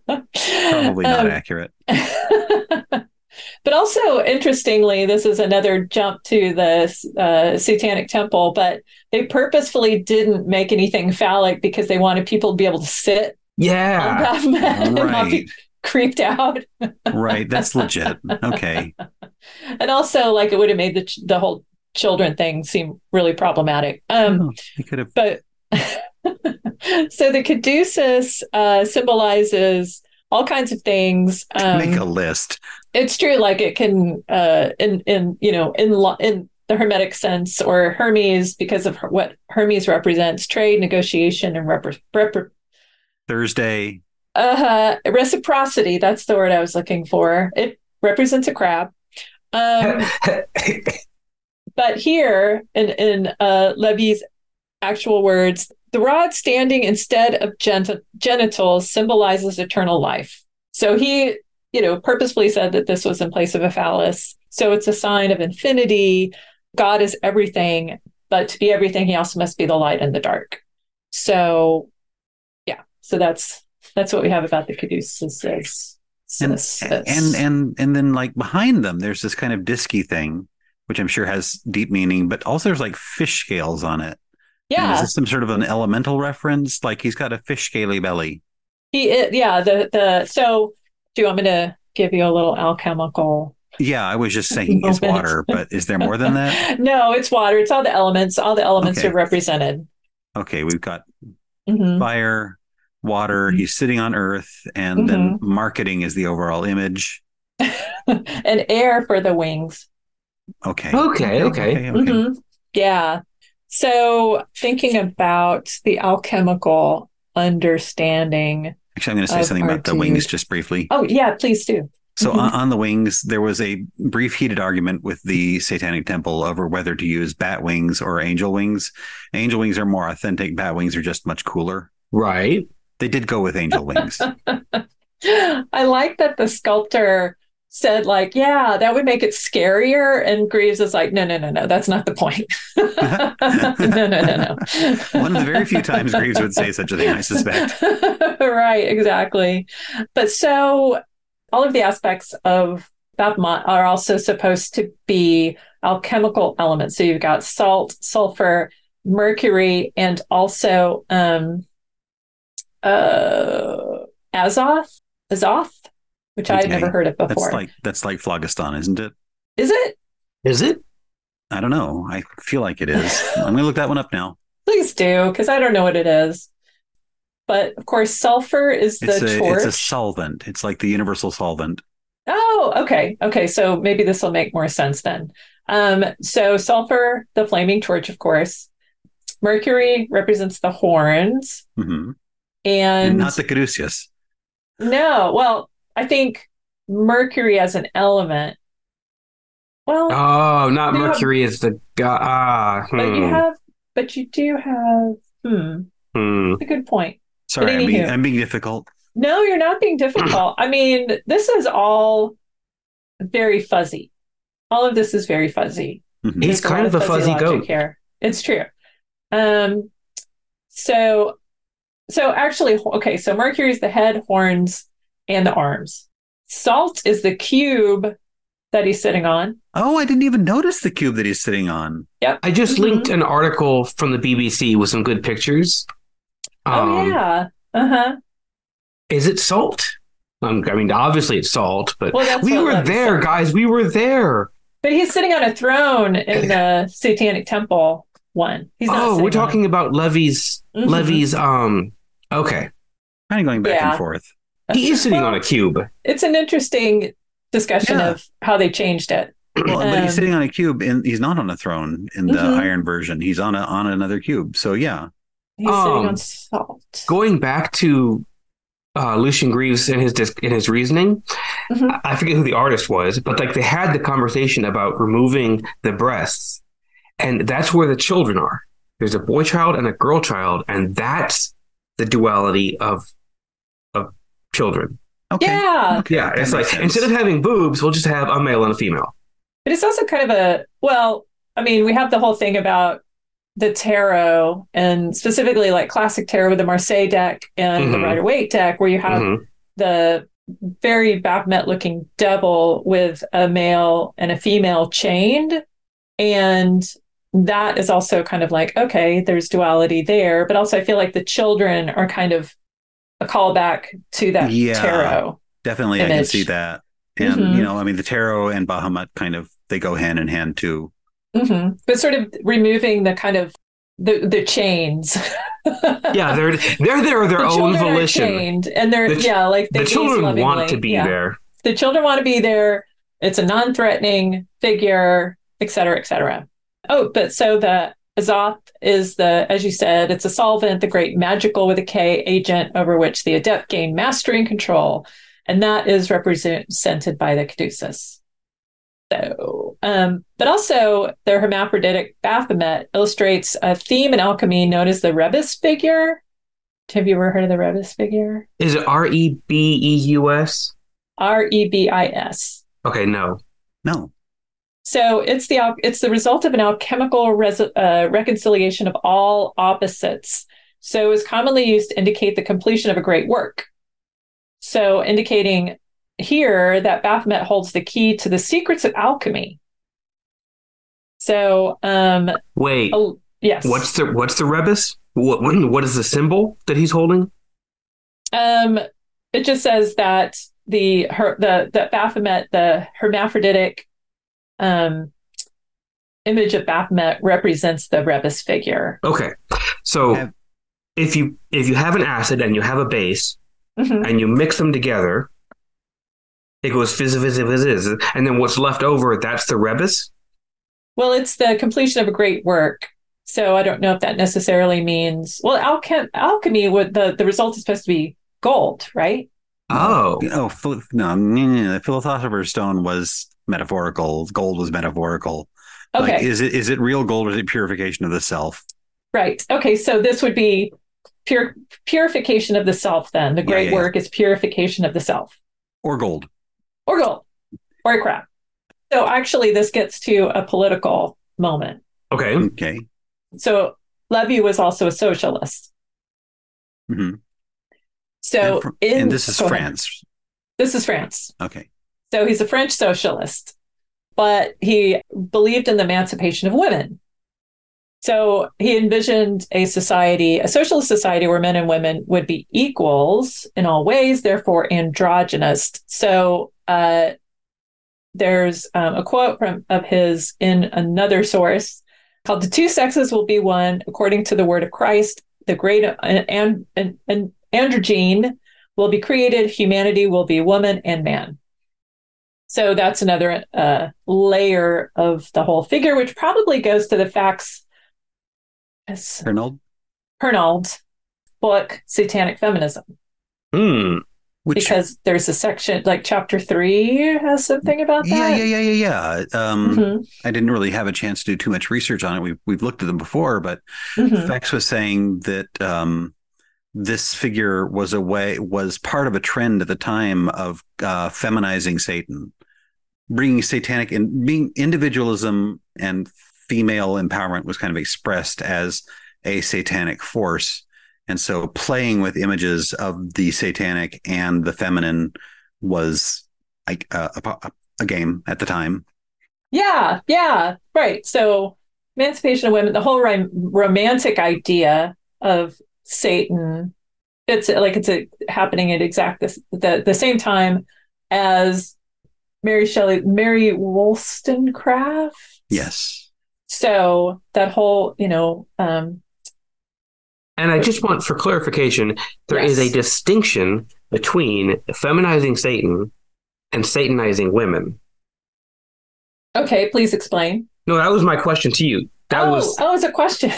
[SPEAKER 4] not eh?
[SPEAKER 3] Um,
[SPEAKER 4] accurate.
[SPEAKER 3] but also interestingly, this is another jump to the uh, Satanic Temple. But they purposefully didn't make anything phallic because they wanted people to be able to sit on
[SPEAKER 5] Yeah.
[SPEAKER 3] Baphomet and not
[SPEAKER 4] Ah, Right.
[SPEAKER 3] be creeped out.
[SPEAKER 4] right. That's legit. Okay.
[SPEAKER 3] And also, like it would have made the ch- the whole children thing seem really problematic. Um,
[SPEAKER 4] Oh, you could have
[SPEAKER 3] but so the caduceus uh, symbolizes all kinds of things. Um,
[SPEAKER 4] make a list.
[SPEAKER 3] it's true like it can uh in in you know in lo- in the hermetic sense or hermes because of her- what hermes represents trade negotiation and repre- repre-
[SPEAKER 4] Thursday.
[SPEAKER 3] uh reciprocity that's the word i was looking for it represents a crab um but here in in uh levy's actual words the rod standing instead of gen- genitals symbolizes eternal life so he you know purposefully said that this was in place of a phallus so it's a sign of infinity god is everything but to be everything he also must be the light and the dark so yeah so that's that's what we have about the caduceus
[SPEAKER 4] and and and and then like behind them there's this kind of disky thing which i'm sure has deep meaning but also there's like fish scales on it And
[SPEAKER 3] yeah
[SPEAKER 4] is this some sort of an elemental reference like he's got a fish scaly belly
[SPEAKER 3] He is, yeah, the the so do you want me to give you a little alchemical?
[SPEAKER 4] yeah i was just saying is
[SPEAKER 3] Moment.
[SPEAKER 4] water but is there more than that
[SPEAKER 3] No, it's water. It's all the elements. All the elements
[SPEAKER 4] Okay.
[SPEAKER 3] are represented.
[SPEAKER 4] okay we've got
[SPEAKER 3] Mhm.
[SPEAKER 4] fire water
[SPEAKER 3] Mhm.
[SPEAKER 4] he's sitting on earth and then marketing is the overall image
[SPEAKER 3] and air for the wings.
[SPEAKER 4] okay
[SPEAKER 5] okay. Okay.
[SPEAKER 4] okay, okay.
[SPEAKER 3] Mhm. Yeah. So thinking about the alchemical understanding.
[SPEAKER 4] actually i'm going to say
[SPEAKER 3] Of
[SPEAKER 4] something about the
[SPEAKER 3] R2.
[SPEAKER 4] wings just briefly
[SPEAKER 3] Oh yeah, please do.
[SPEAKER 4] So
[SPEAKER 3] Mhm.
[SPEAKER 4] on, on the wings, there was a brief heated argument with the Satanic Temple over whether to use bat wings or angel wings. Angel wings are more authentic. Bat wings are just much cooler.
[SPEAKER 5] Right.
[SPEAKER 4] They did go with angel wings.
[SPEAKER 3] I like that the sculptor said like, yeah, that would make it scarier. And Greaves is like, no, no, no, no, that's not the point. no, no, no, no.
[SPEAKER 4] One of the very few times Greaves would say such a thing, I suspect.
[SPEAKER 3] right, exactly. But so all of the aspects of Baphomet are also supposed to be alchemical elements. So you've got salt, sulfur, mercury, and also um, uh, azoth, azoth, which I had
[SPEAKER 4] Okay.
[SPEAKER 3] never heard of
[SPEAKER 4] That's
[SPEAKER 3] before.
[SPEAKER 4] like that's like phlogiston, isn't it?
[SPEAKER 3] Is it?
[SPEAKER 5] Is it?
[SPEAKER 4] I don't know. I feel like it is. I'm going to look that one up now.
[SPEAKER 3] Please do, because I don't know what it is. But of course, sulfur is the
[SPEAKER 4] It's a
[SPEAKER 3] torch.
[SPEAKER 4] it's a solvent. It's like the universal solvent.
[SPEAKER 3] Oh, okay. Okay. So maybe this will make more sense then. Um, so sulfur, the flaming torch, of course. Mercury represents the horns.
[SPEAKER 4] hmm
[SPEAKER 3] And
[SPEAKER 4] Not the caduceus.
[SPEAKER 3] no, well, I think mercury as an element Well,
[SPEAKER 5] Oh, not
[SPEAKER 3] Yeah.
[SPEAKER 5] Mercury is the guy. Ah, hmm,
[SPEAKER 3] but you have, but you do have. Hmm,
[SPEAKER 5] hmm.
[SPEAKER 3] that's a good point.
[SPEAKER 4] Sorry, I'm being,
[SPEAKER 3] anywho.
[SPEAKER 4] I'm being difficult.
[SPEAKER 3] No, you're not being difficult. I mean, this is all very fuzzy. All of this is very fuzzy.
[SPEAKER 4] Mhm.
[SPEAKER 3] There's
[SPEAKER 5] He's kind
[SPEAKER 3] lot
[SPEAKER 5] of a fuzzy
[SPEAKER 3] logic
[SPEAKER 5] goat.
[SPEAKER 3] here. It's true. Um, so, so actually, okay. So Mercury's the head, horns, and the arms. Salt is the cube that he's sitting on.
[SPEAKER 4] Oh, I didn't even notice the cube that he's sitting on.
[SPEAKER 5] I just
[SPEAKER 3] Mhm.
[SPEAKER 5] linked an article from the BBC with some good pictures.
[SPEAKER 3] oh
[SPEAKER 5] Um,
[SPEAKER 3] yeah. Uh huh.
[SPEAKER 5] Is it salt? Um, I mean, obviously it's salt, but
[SPEAKER 3] Well, that's
[SPEAKER 5] we
[SPEAKER 3] what
[SPEAKER 5] were
[SPEAKER 3] looks
[SPEAKER 5] there,
[SPEAKER 3] like.
[SPEAKER 5] guys. We were there.
[SPEAKER 3] But he's sitting on a throne in the Satanic Temple one. He's not
[SPEAKER 5] Oh,
[SPEAKER 3] sitting
[SPEAKER 5] we're
[SPEAKER 3] on
[SPEAKER 5] talking about Levy's.
[SPEAKER 3] it. Mhm.
[SPEAKER 5] Levy's. Um. Okay,
[SPEAKER 4] Kind of going back
[SPEAKER 3] Yeah.
[SPEAKER 4] and forth.
[SPEAKER 5] he is sitting
[SPEAKER 3] Well,
[SPEAKER 5] on a cube.
[SPEAKER 3] It's an interesting discussion
[SPEAKER 4] Yeah.
[SPEAKER 3] of how they changed it.
[SPEAKER 4] Well, but
[SPEAKER 3] Um,
[SPEAKER 4] he's sitting on a cube, and he's not on a throne in the
[SPEAKER 3] Mhm.
[SPEAKER 4] Iron version. He's on a, on another cube. So yeah,
[SPEAKER 3] He's sitting
[SPEAKER 5] Um,
[SPEAKER 3] on salt.
[SPEAKER 5] Going back to uh, Lucian Greaves and his dis- in his reasoning,
[SPEAKER 3] Mhm.
[SPEAKER 5] I- I forget who the artist was, but like they had the conversation about removing the breasts, and that's where the children are. There's a boy child and a girl child, and that's the duality of of children.
[SPEAKER 4] okay.
[SPEAKER 3] Yeah.
[SPEAKER 4] Okay,
[SPEAKER 5] yeah,
[SPEAKER 4] that
[SPEAKER 5] it's like
[SPEAKER 4] makes sense.
[SPEAKER 5] instead of having boobs, we'll just have a male and a female.
[SPEAKER 3] But it's also kind of a well, I mean, we have the whole thing about the tarot and specifically like classic tarot with the Marseille deck and the
[SPEAKER 5] Mhm.
[SPEAKER 3] Rider Waite deck, where you have
[SPEAKER 5] Mhm.
[SPEAKER 3] the very Baphomet looking devil with a male and a female chained. And that is also kind of like, okay, there's duality there. But also, I feel like the children are kind of a callback to that
[SPEAKER 4] Yeah.
[SPEAKER 3] tarot.
[SPEAKER 4] definitely, I can
[SPEAKER 3] image.
[SPEAKER 4] see that. And
[SPEAKER 3] Mhm.
[SPEAKER 4] you know, I mean, the tarot and Bahamut kind of they go hand in hand too.
[SPEAKER 3] hmm
[SPEAKER 5] Mm-hmm.
[SPEAKER 3] But sort of removing the kind of the, the chains.
[SPEAKER 5] Yeah, they're they're there of their
[SPEAKER 3] the
[SPEAKER 5] own
[SPEAKER 3] children Are
[SPEAKER 5] volition.
[SPEAKER 3] chained and they're
[SPEAKER 5] The ch-
[SPEAKER 3] yeah, like they
[SPEAKER 5] The
[SPEAKER 3] gaze
[SPEAKER 5] children want
[SPEAKER 3] lovingly.
[SPEAKER 5] to be
[SPEAKER 3] Yeah.
[SPEAKER 5] there.
[SPEAKER 3] The children want to be there. It's a non-threatening figure, et cetera, et cetera. Oh, but so the Azoth is the, as you said, it's a solvent, the great magical with a K agent over which the adept gain mastery and control. And that is represented by the caduceus. So, um, but also their hermaphroditic Baphomet illustrates a theme in alchemy known as the Rebus figure. Have you ever heard of the Rebus figure?
[SPEAKER 5] Is it R E B E U S?
[SPEAKER 3] R E B I S.
[SPEAKER 5] Okay, no.
[SPEAKER 4] No,
[SPEAKER 3] So it's the al- it's the result of an alchemical res- uh, reconciliation of all opposites. So is commonly used to indicate the completion of a great work. So indicating here that Baphomet holds the key to the secrets of alchemy. So um
[SPEAKER 5] Wait.
[SPEAKER 3] oh, yes.
[SPEAKER 5] What's the what's the rebus? What what is the symbol that he's holding?
[SPEAKER 3] Um, it just says that the her the that Baphomet, the hermaphroditic um image of Baphomet represents the rebus figure.
[SPEAKER 5] Okay. So
[SPEAKER 4] Have-
[SPEAKER 5] if you if you have an acid and you have a base
[SPEAKER 3] Mhm.
[SPEAKER 5] and you mix them together, it goes fizz fizz fizz, fizz and then what's left over that's the rebus.
[SPEAKER 3] Well, it's the completion of a great work. So I don't know if that necessarily means well, alchem- alchemy would the the result is supposed to be gold, right?
[SPEAKER 5] Oh,
[SPEAKER 4] oh ph- no, no, no, no, the philosopher's stone was metaphorical. Gold was metaphorical.
[SPEAKER 3] Okay,
[SPEAKER 4] Like, is it is it real gold or is it purification of the self?
[SPEAKER 3] right. Okay, so this would be pure purification of the self. Then the
[SPEAKER 4] Yeah,
[SPEAKER 3] great
[SPEAKER 4] yeah, yeah.
[SPEAKER 3] work is purification of the self.
[SPEAKER 4] Or gold?
[SPEAKER 3] or gold or crap. So actually, this gets to a political moment. Mm.
[SPEAKER 5] okay.
[SPEAKER 4] Okay.
[SPEAKER 3] So Levy was also a socialist.
[SPEAKER 4] Mhm.
[SPEAKER 3] So
[SPEAKER 4] and, fr-
[SPEAKER 3] in,
[SPEAKER 4] and this is
[SPEAKER 3] go ahead.
[SPEAKER 4] France.
[SPEAKER 3] This is France.
[SPEAKER 4] Okay.
[SPEAKER 3] So he's a French socialist, but he believed in the emancipation of women. So he envisioned a society, a socialist society where men and women would be equals in all ways, therefore androgynous. So uh, there's um, a quote from of his in another source called "The two sexes will be one, according to the word of Christ. The great and and, and, and androgyne will be created. Humanity will be woman and man." So that's another uh, layer of the whole figure, which probably goes to the facts. Yes,
[SPEAKER 4] Arnold.
[SPEAKER 3] Hernold book, Satanic Feminism.
[SPEAKER 5] Hmm.
[SPEAKER 4] Which
[SPEAKER 3] because there's a section like chapter three has something about
[SPEAKER 4] yeah,
[SPEAKER 3] that.
[SPEAKER 4] yeah, yeah, yeah, yeah. Um,
[SPEAKER 3] Mhm,
[SPEAKER 4] I didn't really have a chance to do too much research on it. We've we've looked at them before, but
[SPEAKER 3] mhm.
[SPEAKER 4] Fex was saying that um, this figure was a way was part of a trend at the time of uh, feminizing Satan, bringing satanic and being individualism and female empowerment was kind of expressed as a satanic force, and so playing with images of the satanic and the feminine was like uh, a, a po- a game at the time.
[SPEAKER 3] Yeah, yeah, right. So, emancipation of women, the whole rom- romantic idea of Satan, it's like it's a, happening at exact this, the the same time as Mary Shelley, Mary Wollstonecraft.
[SPEAKER 4] Yes.
[SPEAKER 3] So that whole, you know, um,
[SPEAKER 5] And I just want, for clarification, there is
[SPEAKER 3] Yes.
[SPEAKER 5] a distinction between feminizing Satan and Satanizing women.
[SPEAKER 3] okay, please explain.
[SPEAKER 5] No, that was my question to you. That
[SPEAKER 3] oh,
[SPEAKER 5] was
[SPEAKER 3] oh, it's a question.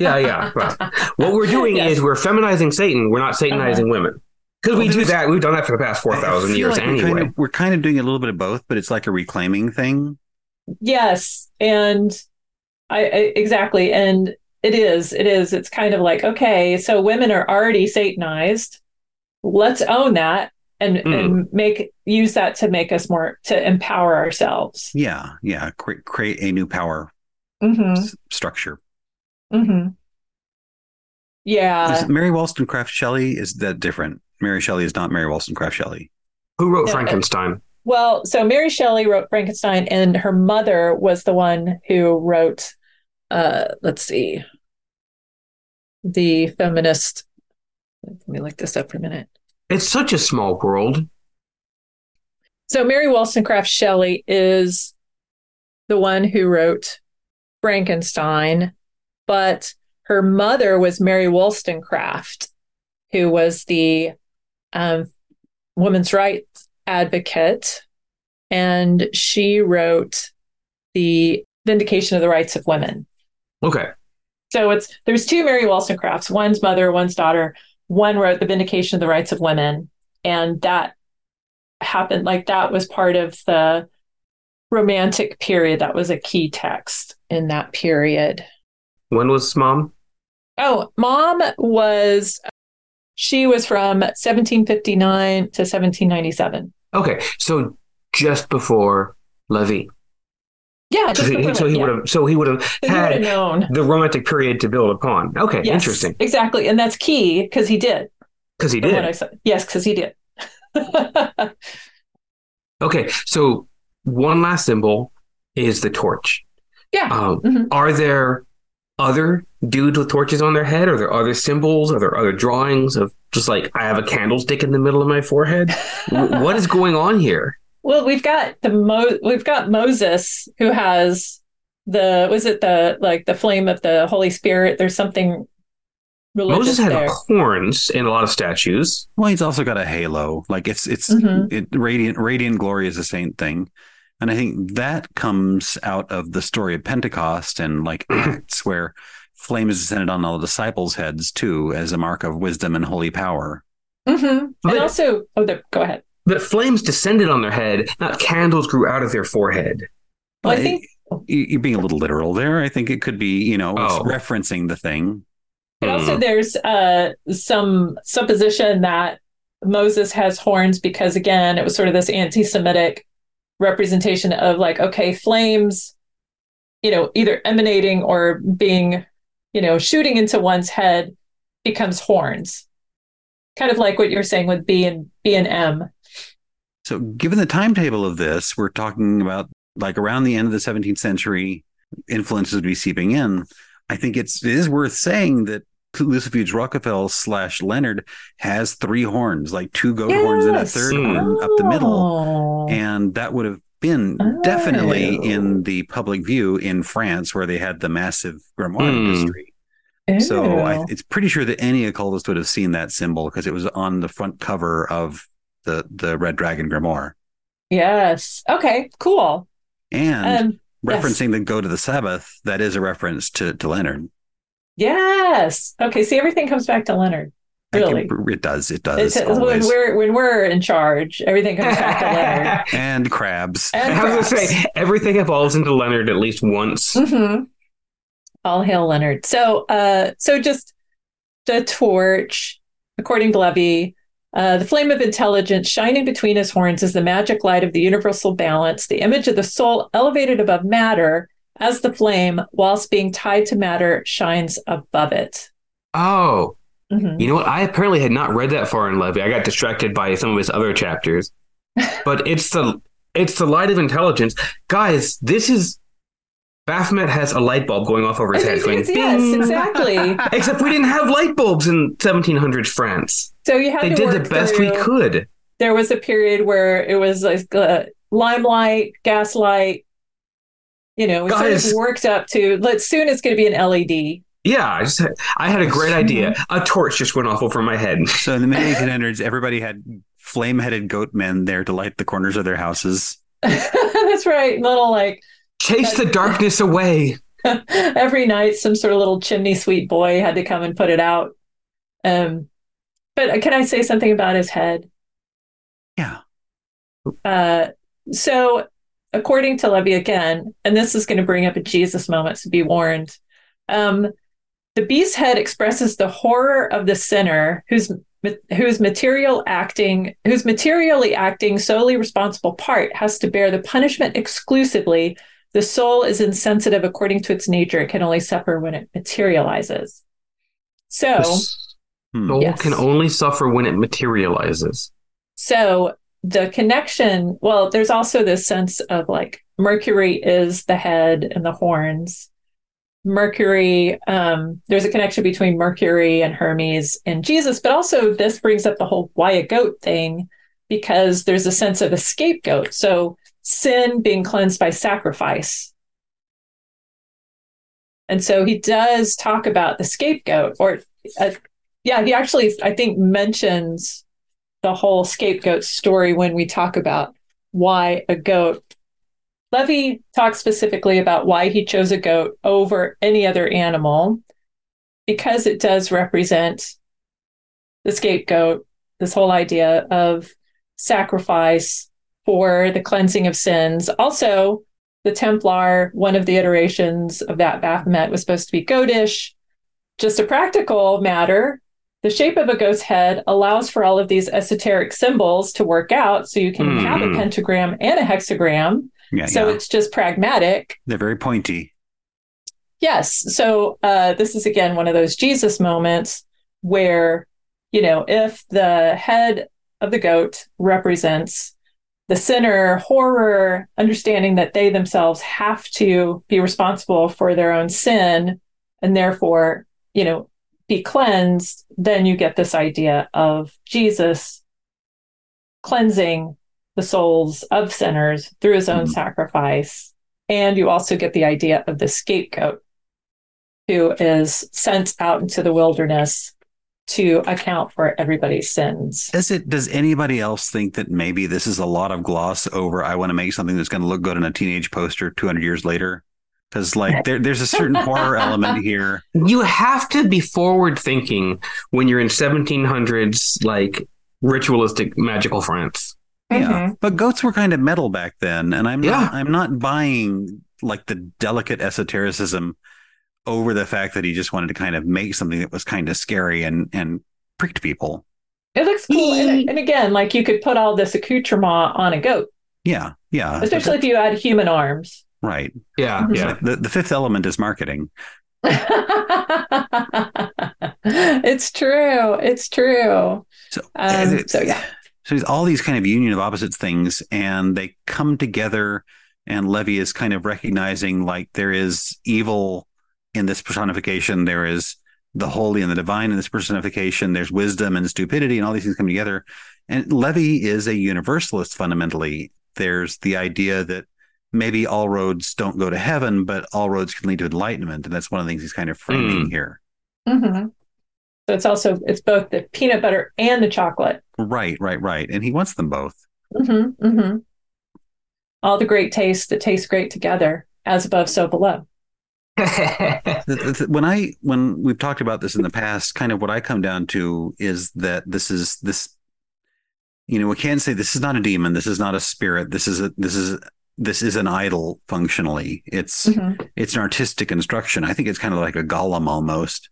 [SPEAKER 5] yeah, yeah. right. What we're doing
[SPEAKER 3] Yes. Uh-huh.
[SPEAKER 5] is we're feminizing Satan. We're not Satanizing women because we
[SPEAKER 4] Well,
[SPEAKER 5] do
[SPEAKER 4] there's-
[SPEAKER 5] that. We've done that for the past four
[SPEAKER 4] I
[SPEAKER 5] thousand
[SPEAKER 4] feel
[SPEAKER 5] years
[SPEAKER 4] like we're
[SPEAKER 5] anyway.
[SPEAKER 4] kind of- we're kind of doing a little bit of both, but it's like a reclaiming thing.
[SPEAKER 3] Yes, and I, I exactly, and it is, it is. It's kind of like okay, so women are already satanized. Let's own that and
[SPEAKER 5] Mm.
[SPEAKER 3] and make use that to make us more to empower ourselves.
[SPEAKER 4] Yeah, yeah. Create, create a new power
[SPEAKER 3] hmm
[SPEAKER 4] s- structure.
[SPEAKER 3] hmm Yeah,
[SPEAKER 4] is Mary Wollstonecraft Shelley is that different? Mary Shelley is not Mary Wollstonecraft Shelley.
[SPEAKER 5] Who wrote
[SPEAKER 3] Yeah.
[SPEAKER 5] Frankenstein?
[SPEAKER 3] Well, so Mary Shelley wrote Frankenstein, and her mother was the one who wrote, uh, let's see, the feminist. Let me look this up for a minute.
[SPEAKER 5] It's such a small world.
[SPEAKER 3] So Mary Wollstonecraft Shelley is the one who wrote Frankenstein, but her mother was Mary Wollstonecraft, who was the um, women's rights advocate, and she wrote the Vindication of the Rights of Women.
[SPEAKER 5] Okay,
[SPEAKER 3] So it's there's two Mary Wollstonecrafts, one's mother, one's daughter. One wrote the Vindication of the Rights of Women, and that happened like that was part of the romantic period. That was a key text in that period.
[SPEAKER 5] when was mom?
[SPEAKER 3] Oh, mom was she was from 1759 to 1797.
[SPEAKER 5] Okay, so just before Levy.
[SPEAKER 3] Yeah,
[SPEAKER 5] So
[SPEAKER 3] just
[SPEAKER 5] he,
[SPEAKER 3] before
[SPEAKER 5] so
[SPEAKER 3] that,
[SPEAKER 5] he
[SPEAKER 3] yeah.
[SPEAKER 5] would have. So he would have
[SPEAKER 3] So you would have
[SPEAKER 5] had
[SPEAKER 3] known.
[SPEAKER 5] the romantic period to build upon. Okay,
[SPEAKER 3] Yes,
[SPEAKER 5] interesting.
[SPEAKER 3] Exactly. And that's key because he did.
[SPEAKER 5] Because he
[SPEAKER 3] from what
[SPEAKER 5] did.
[SPEAKER 3] I saw. Yes, because he did.
[SPEAKER 5] Okay, so one last symbol is the torch.
[SPEAKER 3] yeah.
[SPEAKER 5] Um,
[SPEAKER 3] Mhm.
[SPEAKER 5] Are there other dudes with torches on their head? Are there other symbols? Are there other drawings of just like I have a candlestick in the middle of my forehead? W- what is going on here?
[SPEAKER 3] Well, we've got the Mo- we've got Moses who has the was it the like the flame of the Holy Spirit? There's something religious
[SPEAKER 5] Moses had
[SPEAKER 3] there.
[SPEAKER 5] horns in a lot of statues.
[SPEAKER 4] Well, he's also got a halo. Like it's it's
[SPEAKER 3] Mhm.
[SPEAKER 4] it, radiant radiant glory is the same thing, and I think that comes out of the story of Pentecost and like
[SPEAKER 5] Mm-hmm.
[SPEAKER 4] Acts where flame is descended on all the disciples' heads too as a mark of wisdom and holy power.
[SPEAKER 3] Mhm.
[SPEAKER 5] But-
[SPEAKER 3] And also, oh, the, go ahead.
[SPEAKER 5] But flames descended on their head, not candles grew out of their forehead.
[SPEAKER 3] Well, I
[SPEAKER 4] But
[SPEAKER 3] think
[SPEAKER 4] you- you're being a little literal there. I think it could be, you know, it's
[SPEAKER 5] Oh.
[SPEAKER 4] referencing the thing.
[SPEAKER 3] and also
[SPEAKER 5] Hmm.
[SPEAKER 3] there's uh, some supposition that Moses has horns because again, it was sort of this anti-Semitic representation of like, okay, flames, you know, either emanating or being, you know, shooting into one's head becomes horns. Kind of like what you're saying with B and B and M.
[SPEAKER 4] So, given the timetable of this, we're talking about like around the end of the 17th century, influences would be seeping in. I think it's it is worth saying that Lucifuge Rockefeller slash Leonard has three horns, like two goat horns and a
[SPEAKER 3] Yes.
[SPEAKER 4] third
[SPEAKER 5] Hmm.
[SPEAKER 4] horn up the middle,
[SPEAKER 3] Oh.
[SPEAKER 4] and that would have been definitely
[SPEAKER 3] Oh.
[SPEAKER 4] in the public view in France, where they had the massive grimoire
[SPEAKER 5] Hmm.
[SPEAKER 4] industry. So I,
[SPEAKER 3] Ew.
[SPEAKER 4] it's pretty sure that any occultist would have seen that symbol because it was on the front cover of the the Red Dragon Grimoire.
[SPEAKER 3] yes. Okay, cool.
[SPEAKER 4] And
[SPEAKER 3] Um yes.
[SPEAKER 4] referencing the go to the Sabbath, that is a reference to, to Leonard.
[SPEAKER 3] yes. Okay, see everything comes back to Leonard. Really?
[SPEAKER 4] can, it does. It
[SPEAKER 3] It
[SPEAKER 4] does.
[SPEAKER 3] says when
[SPEAKER 4] always.
[SPEAKER 3] we're when we're in charge, everything comes back to Leonard.
[SPEAKER 5] I
[SPEAKER 4] And crabs.
[SPEAKER 3] And
[SPEAKER 5] was gonna
[SPEAKER 3] perhaps-
[SPEAKER 5] say everything evolves into Leonard at least once.
[SPEAKER 3] hmm All hail Leonard. So, uh, so just the torch, according to Levy, uh, the flame of intelligence shining between his horns is the magic light of the universal balance, the image of the soul elevated above matter as the flame, whilst being tied to matter, shines above it.
[SPEAKER 5] Oh,
[SPEAKER 3] Mhm.
[SPEAKER 5] You know what? I apparently had not read that far in Levy. I got distracted by some of his other chapters. But it's the it's the light of intelligence. Guys, this is Baphomet has a light bulb going off over his head. Going,
[SPEAKER 3] Yes, yes,
[SPEAKER 5] "Bing."
[SPEAKER 3] exactly.
[SPEAKER 5] Except we didn't have light bulbs in 1700s France.
[SPEAKER 3] So you had
[SPEAKER 5] They
[SPEAKER 3] to
[SPEAKER 5] did the
[SPEAKER 3] work
[SPEAKER 5] best we
[SPEAKER 3] through-
[SPEAKER 5] could.
[SPEAKER 3] There was a period where it was like uh, limelight, gaslight. You know, we sort
[SPEAKER 5] Guys.
[SPEAKER 3] of worked up to. Let soon it's going to be an E LED.
[SPEAKER 5] Yeah, I just had, I had a great idea. A torch just went off over my head.
[SPEAKER 4] So in the mid 1800s, everybody had flame-headed goat men there to light the corners of their houses.
[SPEAKER 3] That's right. Little like
[SPEAKER 5] Chase the darkness away.
[SPEAKER 3] every night, some sort of little chimney sweep boy had to come and put it out. Um, but can I say something about his head?
[SPEAKER 4] Yeah.
[SPEAKER 3] Uh, so, according to Levy again, and this is going to bring up a Jesus moment, so be warned. Um, the beast's head expresses the horror of the sinner whose whose material acting whose materially acting solely responsible part has to bear the punishment exclusively. The soul is insensitive according to its nature; it can only suffer when it materializes. So,
[SPEAKER 5] The soul
[SPEAKER 4] Hmm.
[SPEAKER 3] Oh. Yes.
[SPEAKER 5] can only suffer when it materializes.
[SPEAKER 3] So the connection, well, there's also this sense of like Mercury is the head and the horns. Mercury, um, there's a connection between Mercury and Hermes and Jesus, but also this brings up the whole why a goat thing because there's a sense of a scapegoat. So sin being cleansed by sacrifice. And so he does talk about the scapegoat, or uh, yeah, he actually, I think, mentions the whole scapegoat story when we talk about why a goat. Levy talks specifically about why he chose a goat over any other animal because it does represent the scapegoat, this whole idea of sacrifice for the cleansing of sins. Also, the Templar, one of the iterations of that Baphomet was supposed to be goatish. Just a practical matter, the shape of a goat's head allows for all of these esoteric symbols to work out. So you can have a
[SPEAKER 5] Hmm.
[SPEAKER 3] pentagram and a hexagram.
[SPEAKER 4] Yeah,
[SPEAKER 3] so
[SPEAKER 4] yeah.
[SPEAKER 3] it's just pragmatic.
[SPEAKER 4] They're very pointy.
[SPEAKER 3] Yes. So uh, this is again one of those Jesus moments where, you know, if the head of the goat represents the sinner, horror, understanding that they themselves have to be responsible for their own sin and therefore, you know, be cleansed, then you get this idea of Jesus cleansing the souls of sinners through his own
[SPEAKER 4] Mhm.
[SPEAKER 3] sacrifice. And you also get the idea of the scapegoat who is sent out into the wilderness to account for everybody's sins.
[SPEAKER 4] Does it? Does anybody else think that maybe this is a lot of gloss over? I want to make something that's going to look good on a teenage poster 200 years later. Because like there, there's a certain horror element here.
[SPEAKER 5] you have to be forward thinking when you're in 1700s like ritualistic magical france
[SPEAKER 4] Yeah, but goats were kind of metal back then, and I'm
[SPEAKER 5] Yeah.
[SPEAKER 4] not, I'm not buying like the delicate esotericism over the fact that he just wanted to kind of make something that was kind of scary and and pricked people.
[SPEAKER 3] It looks cool. And, and again, like you could put all this accoutrement on a goat,
[SPEAKER 4] Yeah, yeah,
[SPEAKER 3] especially if you add human arms.
[SPEAKER 4] right.
[SPEAKER 5] yeah
[SPEAKER 3] Mhm.
[SPEAKER 5] yeah
[SPEAKER 4] The the fifth element is marketing.
[SPEAKER 3] it's true. It's true.
[SPEAKER 4] So,
[SPEAKER 3] Um, so yeah.
[SPEAKER 4] So there's all these kind of union of opposites things, and they come together. And Levy is kind of recognizing like there is evil in this personification. There is the holy and the divine in this personification. There's wisdom and stupidity, and all these things come together. And Levy is a universalist fundamentally. There's the idea that maybe all roads don't go to heaven, but all roads can lead to enlightenment. And that's one of the things he's kind of framing here.
[SPEAKER 3] Mhm. So it's also it's both the peanut butter and the chocolate.
[SPEAKER 4] Right, right, right. And he wants them both.
[SPEAKER 3] hmm hmm All the great tastes that taste great together, as above, so below.
[SPEAKER 4] The- the- the- when I when we've talked about this in the past, kind of what I come down to is that this is this. You know, we can say this is not a demon. This is not a spirit. This is a this is this is an idol functionally. It's it's an artistic instruction. I think it's kind of like a golem almost,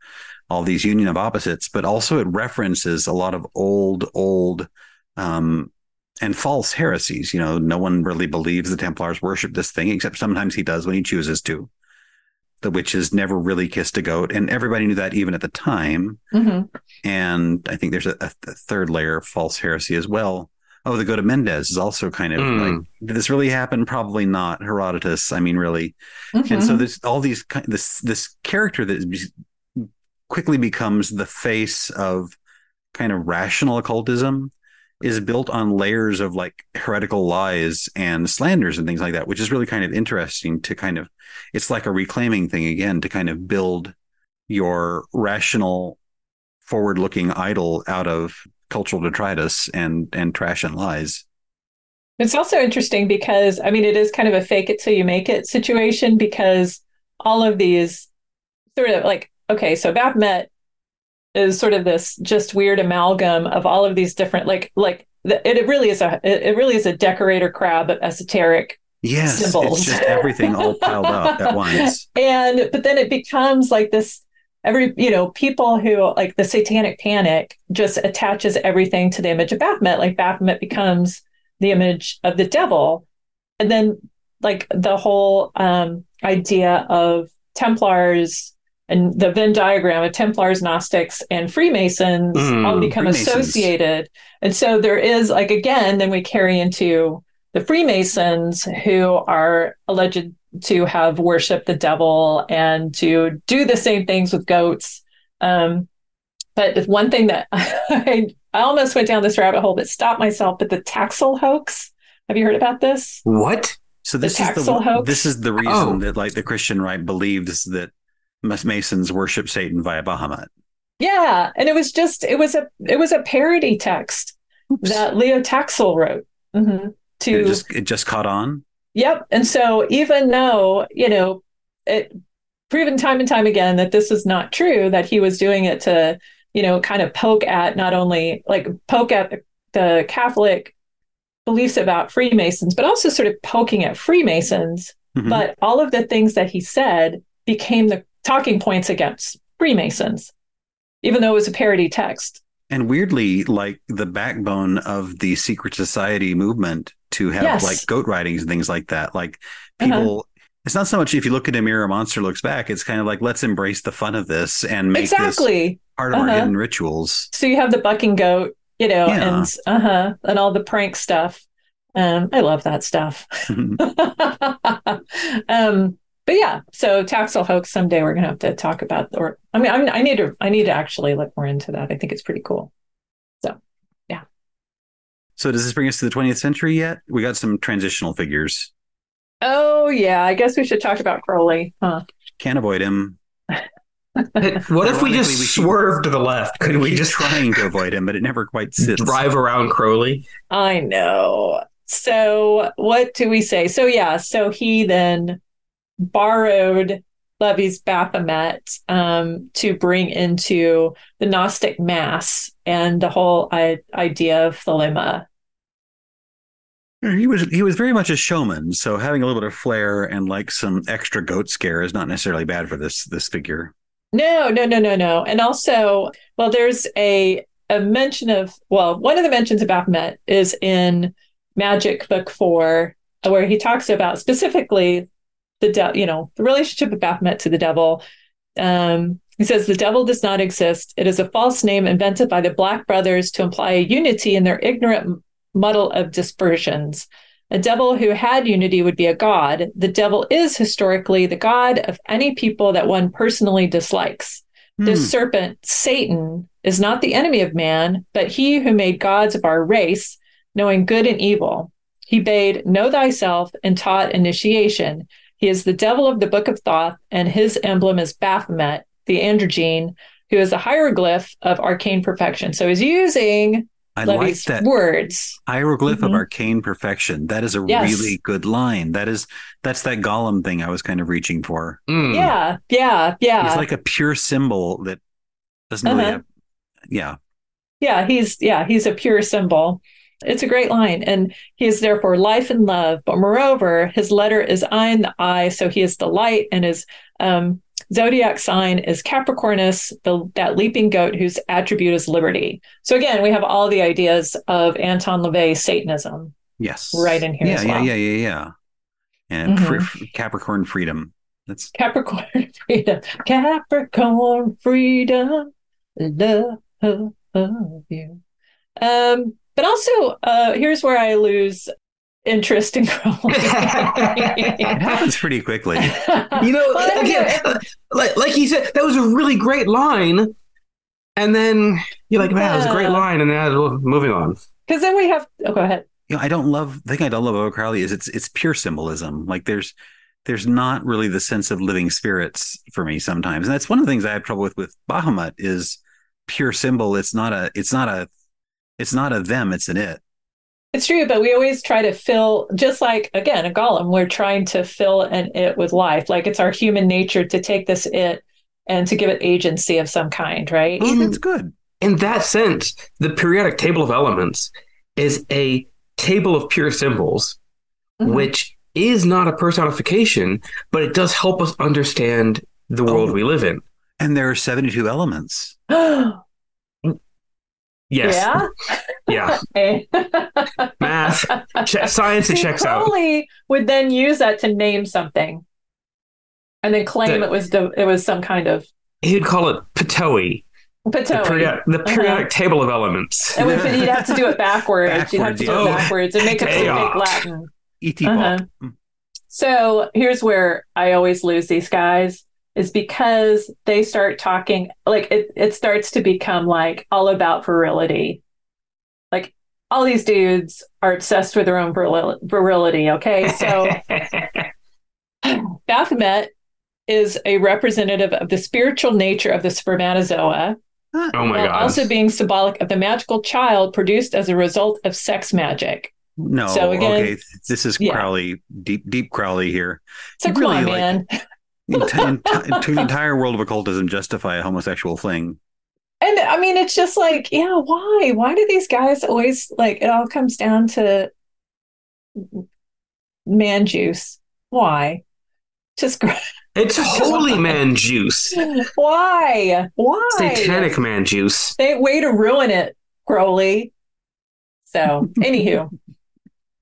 [SPEAKER 4] all these union of opposites, but also it references a lot of old, old, um, and false heresies. You know, no one really believes the Templars worship this thing, except sometimes he does when he chooses to. The witches never really kissed a goat, and everybody knew that even at the time.
[SPEAKER 3] hmm
[SPEAKER 4] And I think there's a, a th- third layer of false heresy as well. Oh, the goat of Mendez is also kind of
[SPEAKER 5] Mm.
[SPEAKER 4] like, did this really happen? Probably not. Herodotus, I mean, really and so there's all these ki- this this character that is- quickly becomes the face of kind of rational occultism is built on layers of like heretical lies and slanders and things like that which is really kind of interesting to kind of it's like a reclaiming thing again to kind of build your rational forward looking idol out of cultural detritus and and trash and lies
[SPEAKER 3] It's also interesting because, I mean, it is kind of a fake it till you make it situation because all of these sort of like, okay, so Baphomet is sort of this just weird amalgam of all of these different, like, like the, it, it really is a, it, it really is a decorator crab of esoteric
[SPEAKER 4] yes
[SPEAKER 3] Symbols.
[SPEAKER 4] it's just everything all piled up at once
[SPEAKER 3] and but then it becomes like this every you know people who like the satanic panic just attaches everything to the image of baphomet like baphomet becomes the image of the devil and then like the whole um idea of templars and the venn diagram of templars gnostics and freemasons
[SPEAKER 5] Mm,
[SPEAKER 3] all become
[SPEAKER 4] Freemasons.
[SPEAKER 3] associated and so there is like again then we carry into the freemasons who are alleged to have worshiped the devil and to do the same things with goats. Um, but if one thing that I, I almost went down this rabbit hole, but stopped myself. But the Taxel hoax. Have you heard about this?
[SPEAKER 5] what?
[SPEAKER 4] So
[SPEAKER 3] The
[SPEAKER 4] this is the
[SPEAKER 3] Taxel hoax?
[SPEAKER 4] this is the reason
[SPEAKER 5] Oh.
[SPEAKER 4] that like the Christian right believes that Mas- Masons worship Satan via Bahamut.
[SPEAKER 3] Yeah, and it was just it was a it was a parody text
[SPEAKER 4] Oops.
[SPEAKER 3] that Leo Taxel wrote hmm
[SPEAKER 4] And
[SPEAKER 3] to
[SPEAKER 4] it just it just caught on.
[SPEAKER 3] Yep. And so even though, you know, it proven time and time again that this is not true, that he was doing it to, you know, kind of poke at not only like poke at the, the Catholic beliefs about Freemasons, but also sort of poking at Freemasons.
[SPEAKER 4] Mhm.
[SPEAKER 3] But all of the things that he said became the talking points against Freemasons, even though it was a parody text.
[SPEAKER 4] and weirdly, like the backbone of the secret society movement to have
[SPEAKER 3] Yes.
[SPEAKER 4] like goat ridings and things like that. Like
[SPEAKER 3] Uh-huh.
[SPEAKER 4] people, it's not so much if you look at a mirror, a monster looks back. It's kind of like let's embrace the fun of this and make this
[SPEAKER 3] exactly.
[SPEAKER 4] part of
[SPEAKER 3] Uh-huh.
[SPEAKER 4] our hidden rituals.
[SPEAKER 3] so you have the bucking goat you know
[SPEAKER 4] Yeah.
[SPEAKER 3] and uh-huh and all the prank stuff um i love that stuff um but yeah so taxel hoax someday we're gonna have to talk about or i mean I'm, i need to i need to actually look more into that i think it's pretty cool
[SPEAKER 4] So does this bring us to the 20th century yet? We got some transitional figures.
[SPEAKER 3] oh yeah i guess we should talk about crowley huh
[SPEAKER 4] Can't avoid him.
[SPEAKER 5] What if we
[SPEAKER 4] Ironically,
[SPEAKER 5] just
[SPEAKER 4] we keep-
[SPEAKER 5] swerve to the left? Could we
[SPEAKER 4] Keep
[SPEAKER 5] just
[SPEAKER 4] trying to avoid him, but it never quite sits.
[SPEAKER 5] drive around Crowley?
[SPEAKER 3] I know. So what do we say? So yeah, so he then borrowed Levy's Baphomet um, to bring into the Gnostic Mass and the whole I- idea of thelema.
[SPEAKER 4] He was he was very much a showman, so having a little bit of flair and like some extra goat scare is not necessarily bad for this this figure.
[SPEAKER 3] No, no, no, no, no. And also, well, there's a a mention of well, one of the mentions of Baphomet is in Magic Book Four, where he talks about specifically the de- you know the relationship of Baphomet to the devil. Um, he says the devil does not exist. It is a false name invented by the Black Brothers to imply a unity in their ignorant muddle of dispersions. A devil who had unity would be a god. The devil is historically the god of any people that one personally dislikes.
[SPEAKER 4] Hmm.
[SPEAKER 3] This serpent, Satan, is not the enemy of man, but he who made gods of our race, knowing good and evil. He bade, Know thyself, and taught initiation. He is the devil of the Book of Thoth, and his emblem is Baphomet, the androgyne, who is a hieroglyph of arcane perfection. So he's using
[SPEAKER 4] I like
[SPEAKER 3] Levy's
[SPEAKER 4] that
[SPEAKER 3] words.
[SPEAKER 4] hieroglyph of
[SPEAKER 3] Mhm.
[SPEAKER 4] arcane perfection. That is a
[SPEAKER 3] Yes.
[SPEAKER 4] really good line. That is that's that golem thing I was kind of reaching for.
[SPEAKER 5] Mm.
[SPEAKER 3] Yeah, yeah, yeah.
[SPEAKER 4] It's like a pure symbol that doesn't really
[SPEAKER 3] Uh-huh.
[SPEAKER 4] have. Yeah,
[SPEAKER 3] yeah, he's yeah, he's a pure symbol. It's a great line, and he is therefore life and love. But moreover, his letter is I in the eye, so he is the light, and his um, zodiac sign is Capricornus, the, that leaping goat whose attribute is liberty. So again, we have all the ideas of Anton LaVey Satanism.
[SPEAKER 4] yes,
[SPEAKER 3] Right in here
[SPEAKER 4] Yeah,
[SPEAKER 3] as
[SPEAKER 4] yeah,
[SPEAKER 3] well. Mm-hmm.
[SPEAKER 4] yeah, yeah, yeah. And fr- fr- Capricorn freedom. That's
[SPEAKER 3] Capricorn freedom, Capricorn freedom, love you. Um, but also, uh, here's where I lose interest in
[SPEAKER 4] it
[SPEAKER 3] Crowley.
[SPEAKER 4] happens pretty quickly.
[SPEAKER 5] You know,
[SPEAKER 3] Well, I don't
[SPEAKER 5] again, like, like he said, that was a really great line. And then you're like, man, that was a great
[SPEAKER 3] Yeah.
[SPEAKER 5] line. And then uh, moving on.
[SPEAKER 3] Because then we have. Oh, go ahead.
[SPEAKER 4] you know, I don't love the thing I don't love about Crowley is it's it's pure symbolism. Like there's there's not really the sense of living spirits for me sometimes, and that's one of the things I have trouble with with Bahamut is pure symbol. It's not a it's not a it's not a them. It's an it.
[SPEAKER 3] It's true, but we always try to fill, just like again, a golem. We're trying to fill an it with life. Like it's our human nature to take this it and to give it agency of some kind, right?
[SPEAKER 4] And
[SPEAKER 5] In,
[SPEAKER 4] it's good.
[SPEAKER 5] in that sense, the periodic table of elements is a table of pure symbols,
[SPEAKER 3] Mhm.
[SPEAKER 5] which is not a personification, but it does help us understand the world
[SPEAKER 4] Oh.
[SPEAKER 5] we live in.
[SPEAKER 4] And there are seventy two elements.
[SPEAKER 5] Yes.
[SPEAKER 3] Yeah.
[SPEAKER 5] Yeah.
[SPEAKER 3] Okay. Eh.
[SPEAKER 5] Math, che- science, it
[SPEAKER 3] See,
[SPEAKER 5] checks out.
[SPEAKER 3] Crowley would then use that to name something, and then claim
[SPEAKER 5] The-
[SPEAKER 3] it was the, it was some kind of
[SPEAKER 5] He would call it Patoe, the,
[SPEAKER 3] Patoe.
[SPEAKER 5] period- the
[SPEAKER 3] Uh-huh.
[SPEAKER 5] periodic table of elements.
[SPEAKER 3] And would, but you'd have to do it backwards. You'd have to do it
[SPEAKER 5] Backwards, yeah. Oh,
[SPEAKER 3] backwards and make it
[SPEAKER 5] Chaos.
[SPEAKER 3] perfect Latin.
[SPEAKER 4] Et
[SPEAKER 3] Uh-huh.
[SPEAKER 4] Pop.
[SPEAKER 3] So here's where I always lose these guys is because they start talking like it, it starts to become like all about virility. Like all these dudes are obsessed with their own viril- virility. Okay. So Baphomet is a representative of the spiritual nature of the spermatozoa,
[SPEAKER 5] oh my
[SPEAKER 3] while
[SPEAKER 5] God.
[SPEAKER 3] also being symbolic of the magical child produced as a result of sex magic.
[SPEAKER 4] No,
[SPEAKER 3] So again-
[SPEAKER 4] okay. This is
[SPEAKER 3] Yeah.
[SPEAKER 4] Crowley, deep deep Crowley here.
[SPEAKER 3] So
[SPEAKER 4] You
[SPEAKER 3] come
[SPEAKER 4] really
[SPEAKER 3] on,
[SPEAKER 4] like-
[SPEAKER 3] man.
[SPEAKER 4] Ent- ent- to the entire world of occultism, justify a homosexual fling.
[SPEAKER 3] And I mean, it's just like, yeah, why? Why do these guys always like it all comes down to man juice? Why? Just gr-
[SPEAKER 5] It's holy man juice.
[SPEAKER 3] why? Why?
[SPEAKER 5] Satanic man juice.
[SPEAKER 3] They way to ruin it, Crowley. So, anywho,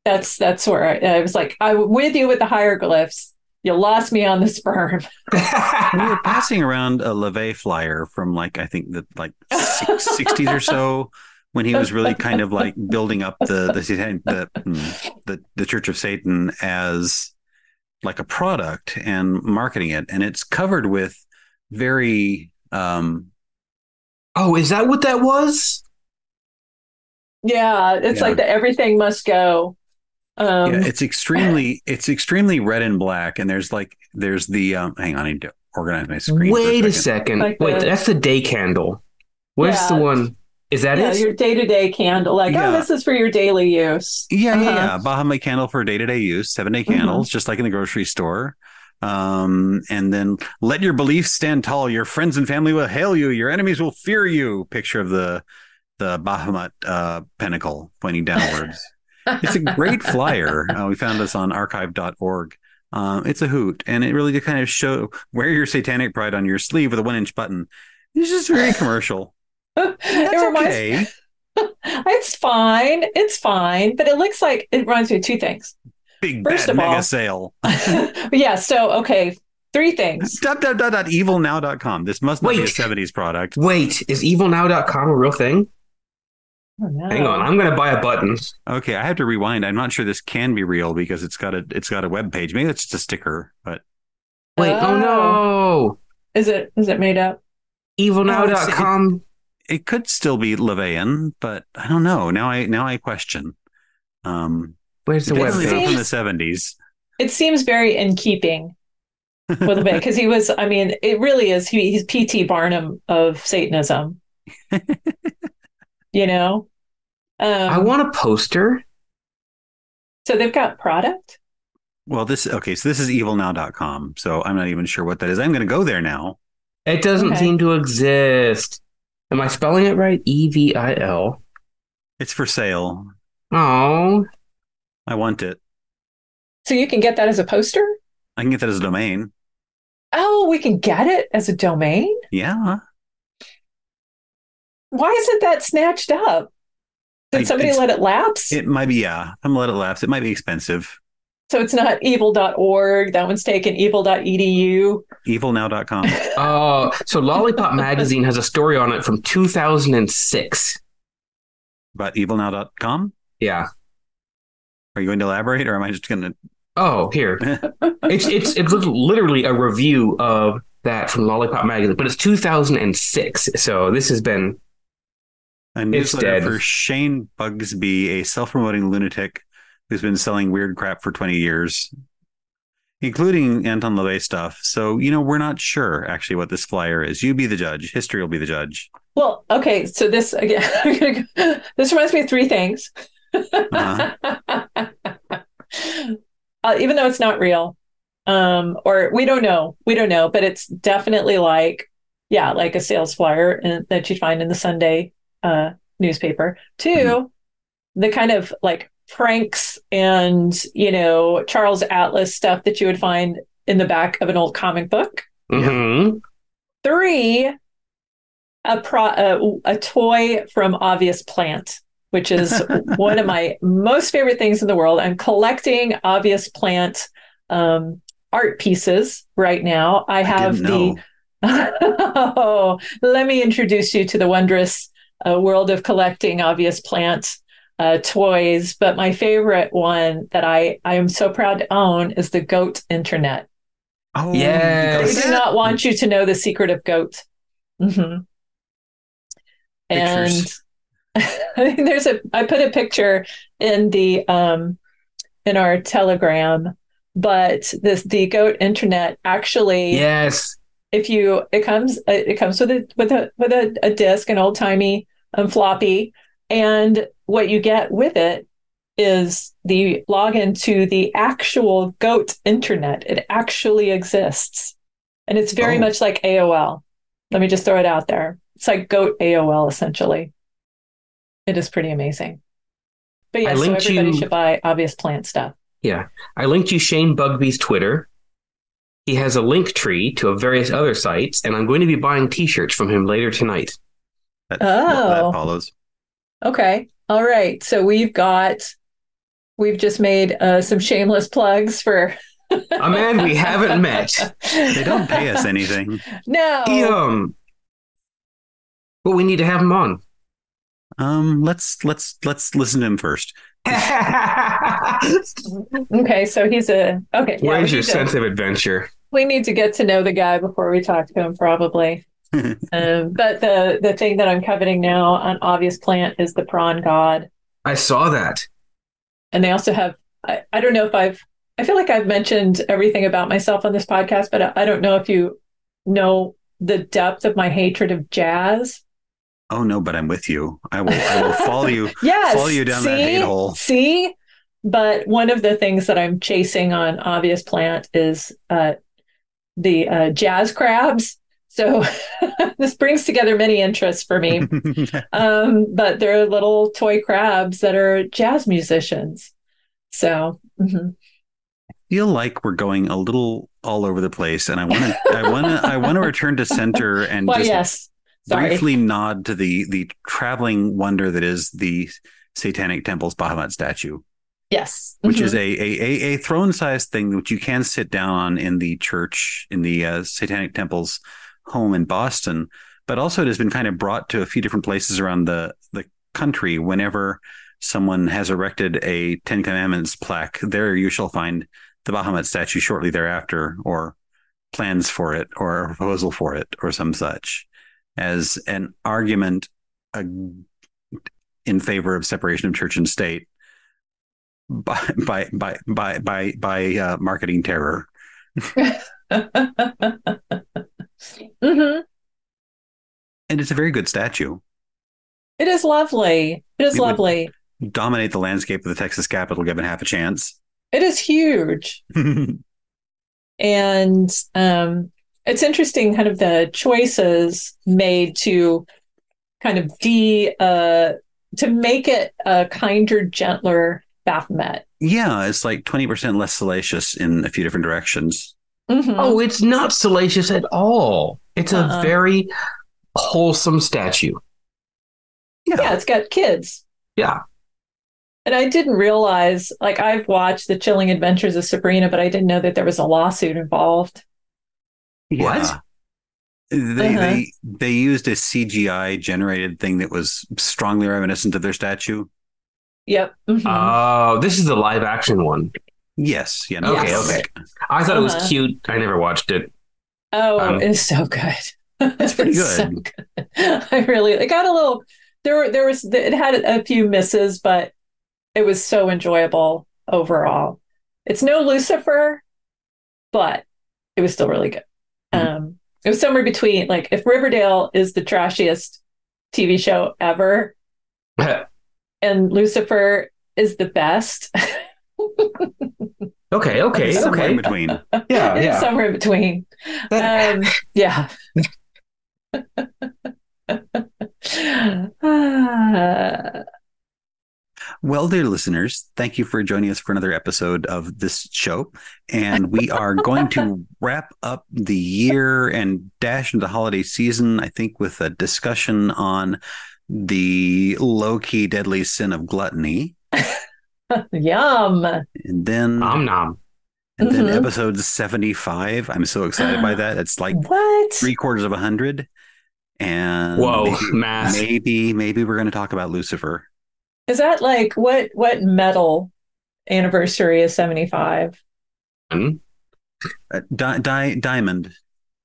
[SPEAKER 3] that's that's where I, I was like, I'm with you with the hieroglyphs. You lost me on the sperm.
[SPEAKER 4] we were passing around a LeVay flyer from like I think the like sixties or so when he was really kind of like building up the the Satan- the mm, the, the Church of Satan as like a product and marketing it, and it's covered with very um
[SPEAKER 5] oh, is that what that was?
[SPEAKER 3] Yeah, it's
[SPEAKER 4] Yeah.
[SPEAKER 3] like the everything must go. Um,
[SPEAKER 4] yeah, it's extremely it's extremely red and black, and there's like there's the um hang on I need to organize my screen. for
[SPEAKER 5] Wait a
[SPEAKER 4] second.
[SPEAKER 5] second.
[SPEAKER 3] Like
[SPEAKER 5] Wait,
[SPEAKER 3] the-
[SPEAKER 5] that's the day candle. Where's
[SPEAKER 3] Yeah.
[SPEAKER 5] the one? Is that
[SPEAKER 3] yeah,
[SPEAKER 5] it?
[SPEAKER 3] your day to day candle. Like,
[SPEAKER 4] Yeah.
[SPEAKER 3] oh, this is for your daily use.
[SPEAKER 4] Yeah, yeah,
[SPEAKER 3] Uh-huh. Mm-hmm.
[SPEAKER 4] yeah. Bahama candle for day to day use, seven day candles, just like in the grocery store. Um, and then let your beliefs stand tall. Your friends and family will hail you. Your enemies will fear you. Picture of the the Bahamut uh, pinnacle pointing downwards. it's a great flyer. Uh, we found this on archive.org. Um, it's a hoot, and it really did kind of show wear your satanic pride on your sleeve with a one inch button. It's just very commercial. That's
[SPEAKER 3] it reminds
[SPEAKER 4] okay.
[SPEAKER 3] it's fine. It's fine. But it looks like it reminds me of two things.
[SPEAKER 4] Big
[SPEAKER 3] First
[SPEAKER 4] bad
[SPEAKER 3] of
[SPEAKER 4] mega
[SPEAKER 3] all-
[SPEAKER 4] sale.
[SPEAKER 3] But yeah, so okay, three things.
[SPEAKER 4] www.evilnow.com. This must not be a
[SPEAKER 5] Wait.
[SPEAKER 4] 70s product.
[SPEAKER 5] Wait, is evilnow.com a real thing?
[SPEAKER 3] Oh, no.
[SPEAKER 5] Hang on, I'm gonna buy a button.
[SPEAKER 4] Okay, I have to rewind. I'm not sure this can be real because it's got a it's got a web page. Maybe it's just a sticker, but
[SPEAKER 5] Wait, oh, no.
[SPEAKER 3] Is it is it made up?
[SPEAKER 5] Evilnow.com.
[SPEAKER 4] it could still be Levian, but I don't know. Now I now I question. Um
[SPEAKER 5] Where's the
[SPEAKER 4] it's
[SPEAKER 3] web
[SPEAKER 4] not
[SPEAKER 5] website?
[SPEAKER 3] page.
[SPEAKER 4] from the 70s.
[SPEAKER 3] It seems very in keeping with a bit because he was. I mean, it really is. He, he's P.T. Barnum of Satanism. you know,
[SPEAKER 5] I
[SPEAKER 3] Um,
[SPEAKER 5] want a poster.
[SPEAKER 3] so they've got product.
[SPEAKER 4] Well, this okay. So this is evilnow.com. So I'm not even sure what that is. I'm going to go there now.
[SPEAKER 5] It doesn't
[SPEAKER 3] Okay.
[SPEAKER 5] seem to exist. Am I spelling it right? E V I L.
[SPEAKER 4] It's for sale.
[SPEAKER 5] Oh,
[SPEAKER 4] I want it.
[SPEAKER 3] So you can get that as a poster.
[SPEAKER 4] I can get that as a domain.
[SPEAKER 3] Oh, we can get it as a domain.
[SPEAKER 4] Yeah.
[SPEAKER 3] Why isn't that snatched up?
[SPEAKER 4] I-
[SPEAKER 3] Did somebody
[SPEAKER 4] it's-
[SPEAKER 3] let it lapse?
[SPEAKER 4] It might be. Yeah. I'm going to let it lapse. It might be expensive.
[SPEAKER 3] so it's not evil.org. That one's taken E evil.edu.
[SPEAKER 4] Evilnow.com.
[SPEAKER 5] oh. So Lollipop Magazine has a story on it from 2006.
[SPEAKER 4] About evilnow.com.
[SPEAKER 5] Yeah.
[SPEAKER 4] Are you going to elaborate or am I just going to?
[SPEAKER 5] Oh, here. It's it's it's literally a review of that from Lollipop Magazine, but it's 2006. So this has been
[SPEAKER 4] A newsletter
[SPEAKER 5] dead.
[SPEAKER 4] for Shane Bugsby, a self-promoting lunatic who's been selling weird crap for 20 years, including Anton LaVey stuff. So, you know, we're not sure actually what this flyer is. You be the judge. History will be the judge.
[SPEAKER 3] Well, okay. So this again, I'm gonna go- this reminds me of three things. Uh, even though it's not real, um, or we don't know, we don't know, but it's definitely like, yeah, like a sales flyer in, that you'd find in the Sunday uh, newspaper. 2 the kind of like pranks and you know Charles Atlas stuff that you would find in the back of an old comic book
[SPEAKER 5] mhm.
[SPEAKER 3] three a pro a, a toy from obvious plant which is one of my most favorite things in the world i'm collecting obvious plant um, art pieces right now i have
[SPEAKER 4] Didn't
[SPEAKER 3] the
[SPEAKER 4] know.
[SPEAKER 3] oh, let me introduce you to the wondrous uh, world of collecting obvious plant uh, toys but my favorite one that i i am so proud to own is the goat internet
[SPEAKER 4] Oh,
[SPEAKER 5] Yes.
[SPEAKER 3] we do not want you to know the secret of goat. hmm And
[SPEAKER 4] Pictures.
[SPEAKER 3] I think there's a. I put a picture in the um, in our Telegram, but this the goat internet actually
[SPEAKER 5] Yes.
[SPEAKER 3] if you it comes uh, it comes with a with a with a, a disc an old timey um, floppy and what you get with it is the login to the actual goat internet it actually exists and it's very
[SPEAKER 4] Oh.
[SPEAKER 3] much like aol let me just throw it out there it's like goat aol essentially it is pretty amazing but
[SPEAKER 5] I
[SPEAKER 3] yeah so
[SPEAKER 5] linked
[SPEAKER 3] everybody
[SPEAKER 5] you-
[SPEAKER 3] should buy obvious plant stuff
[SPEAKER 5] I linked you Shane Bugby's Twitter. He has a link tree to various other sites, and I'm going to be buying T-shirts from him later tonight.
[SPEAKER 4] That, well, that
[SPEAKER 3] Oh.
[SPEAKER 4] follows.
[SPEAKER 3] Okay. All right. So we've got, we've just made uh, some shameless plugs for.
[SPEAKER 5] A Oh, man we haven't met.
[SPEAKER 4] They don't pay us anything.
[SPEAKER 3] No.
[SPEAKER 5] Yum. But we need to have him on.
[SPEAKER 4] Um, let's let's let's listen to him first.
[SPEAKER 3] Okay. So he's a. Okay. yeah,
[SPEAKER 5] Where's
[SPEAKER 3] we
[SPEAKER 5] your
[SPEAKER 3] need to-
[SPEAKER 5] sense of adventure?
[SPEAKER 3] we need to get to know the guy before we talk to him, probably. um, but the the thing that I'm coveting now on Obvious Plant is the prawn god,
[SPEAKER 5] I saw that.
[SPEAKER 3] and they also have. I, I don't know if I've. I feel like I've mentioned everything about myself on this podcast, but I, I don't know if you know the depth of my hatred of jazz.
[SPEAKER 4] Oh no, but I'm with you. I will I will follow you.
[SPEAKER 3] yes,
[SPEAKER 4] Follow you down that
[SPEAKER 3] see?
[SPEAKER 4] hate hole.
[SPEAKER 3] See, but one of the things that I'm chasing on Obvious Plant is uh, the uh, jazz crabs. So this brings together many interests for me. um, but they're little toy crabs that are jazz musicians. So mhm.
[SPEAKER 4] feel like we're going a little all over the place and I want to I want to I want to return to center and
[SPEAKER 3] well,
[SPEAKER 4] just
[SPEAKER 3] yes. Sorry.
[SPEAKER 4] briefly nod to the the traveling wonder that is the Satanic Temple's Bahamut statue,
[SPEAKER 3] Yes.
[SPEAKER 4] which
[SPEAKER 3] Mhm.
[SPEAKER 4] is a a, a, a throne sized thing which you can sit down on in the church in the uh, Satanic Temple's home in Boston. But also, it has been kind of brought to a few different places around the the country. Whenever someone has erected a Ten Commandments plaque, there you shall find the Bahamut statue shortly thereafter, or plans for it, or a proposal for it, or some such, as an argument uh, in favor of separation of church and state by by by by by, by uh, marketing terror.
[SPEAKER 3] Mhm. Mm-hmm.
[SPEAKER 4] And it's a very good statue.
[SPEAKER 3] It It is lovely. It is
[SPEAKER 4] It would-
[SPEAKER 3] lovely.
[SPEAKER 4] Dominate the landscape of the Texas Capitol, given half a chance.
[SPEAKER 3] It is huge.
[SPEAKER 4] yeah,
[SPEAKER 3] and um, it's interesting kind of the choices made to kind of de uh, to make it a kinder gentler baphomet
[SPEAKER 4] it's like 20% less salacious in a few different directions.
[SPEAKER 3] Mhm.
[SPEAKER 5] Oh, it's not salacious at all. It's
[SPEAKER 3] Uh-uh.
[SPEAKER 5] a very wholesome statue.
[SPEAKER 3] yeah it's got kids
[SPEAKER 5] Yeah.
[SPEAKER 3] and i didn't realize like i've watched the chilling adventures of sabrina but i didn't know that there was a lawsuit involved
[SPEAKER 5] What?
[SPEAKER 4] They,
[SPEAKER 3] Uh-huh.
[SPEAKER 4] they they used a CGI generated thing that was strongly reminiscent of their statue.
[SPEAKER 3] yep Mhm.
[SPEAKER 5] Oh, this is the live action one.
[SPEAKER 4] Yes, yeah,
[SPEAKER 5] Okay,
[SPEAKER 3] Yes.
[SPEAKER 5] okay. I thought it was
[SPEAKER 3] Uh-huh.
[SPEAKER 5] cute. I never watched it.
[SPEAKER 3] Oh,
[SPEAKER 5] Um,
[SPEAKER 3] it's so good. It's
[SPEAKER 4] pretty
[SPEAKER 3] so good. I really, it got a little. There were there was it had a few misses, but it was so enjoyable overall. It's no Lucifer, but it was still really good.
[SPEAKER 4] Mhm.
[SPEAKER 3] Um, it was somewhere between like if Riverdale is the trashiest TV show ever, and Lucifer is the best.
[SPEAKER 5] okay, okay,
[SPEAKER 4] It's somewhere
[SPEAKER 5] okay.
[SPEAKER 4] in between.
[SPEAKER 5] Yeah,
[SPEAKER 3] It's
[SPEAKER 5] yeah.
[SPEAKER 3] somewhere in between.
[SPEAKER 5] That-
[SPEAKER 3] um, yeah. Ah,
[SPEAKER 4] Well, dear listeners, thank you for joining us for another episode of this show. And we are going to wrap up the year and dash into the holiday season, I think, with a discussion on the low key deadly sin of gluttony.
[SPEAKER 3] Yum.
[SPEAKER 4] And then,
[SPEAKER 5] Nom nom.
[SPEAKER 4] and then
[SPEAKER 3] Mhm.
[SPEAKER 4] episode 75. I'm so excited by that. It's like
[SPEAKER 3] what?
[SPEAKER 4] three quarters of a hundred. And
[SPEAKER 5] Whoa,
[SPEAKER 4] maybe-
[SPEAKER 5] math.
[SPEAKER 4] maybe, maybe we're going to talk about Lucifer.
[SPEAKER 3] Is that like what what metal anniversary is 75?
[SPEAKER 4] Uh, di- di- diamond.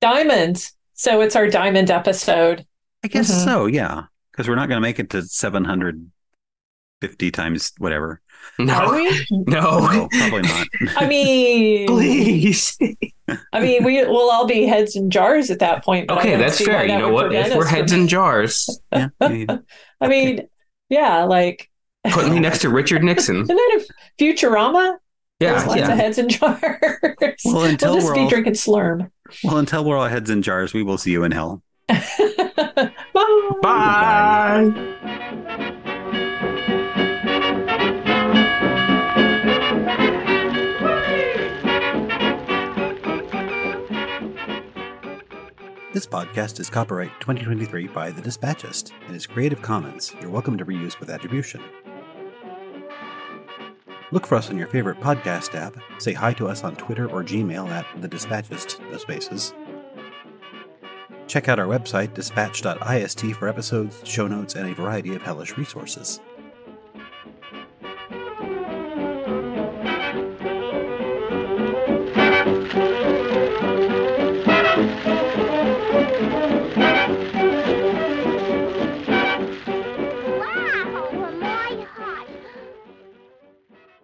[SPEAKER 3] Diamond. So it's our diamond episode.
[SPEAKER 4] I guess
[SPEAKER 3] Mhm.
[SPEAKER 4] so, yeah. Because we're not going to make it to 750 times whatever.
[SPEAKER 3] Are
[SPEAKER 5] No,
[SPEAKER 3] we?
[SPEAKER 5] no.
[SPEAKER 4] No, probably not.
[SPEAKER 3] I mean
[SPEAKER 5] Please.
[SPEAKER 3] I mean we will all be heads in jars at that point. but I
[SPEAKER 5] Okay,
[SPEAKER 3] don't
[SPEAKER 5] that's
[SPEAKER 3] see
[SPEAKER 5] fair.
[SPEAKER 3] why
[SPEAKER 5] You
[SPEAKER 3] that
[SPEAKER 5] know
[SPEAKER 3] would
[SPEAKER 5] what?
[SPEAKER 3] prevent
[SPEAKER 5] If we're
[SPEAKER 3] us from-
[SPEAKER 5] heads in jars,
[SPEAKER 4] Yeah, yeah.
[SPEAKER 3] I mean, yeah, like
[SPEAKER 5] put me next to Richard Nixon.
[SPEAKER 3] Isn't that a Futurama? There's
[SPEAKER 5] Yeah,
[SPEAKER 3] lots
[SPEAKER 5] yeah.
[SPEAKER 3] of heads in jars.
[SPEAKER 4] Well, until
[SPEAKER 3] we'll just
[SPEAKER 4] we're
[SPEAKER 3] be
[SPEAKER 4] all-
[SPEAKER 3] drinking Slurm.
[SPEAKER 4] Well, until we're all heads in jars, we will see you in hell.
[SPEAKER 3] Bye.
[SPEAKER 5] Bye.
[SPEAKER 4] This podcast is copyright 2023 by The Dispatchist and is Creative Commons. You're welcome to reuse with attribution. Look for us on your favorite podcast app. Say hi to us on Twitter or Gmail at The Dispatchist, no spaces. Check out our website, dispatch.ist, for episodes, show notes, and a variety of hellish resources.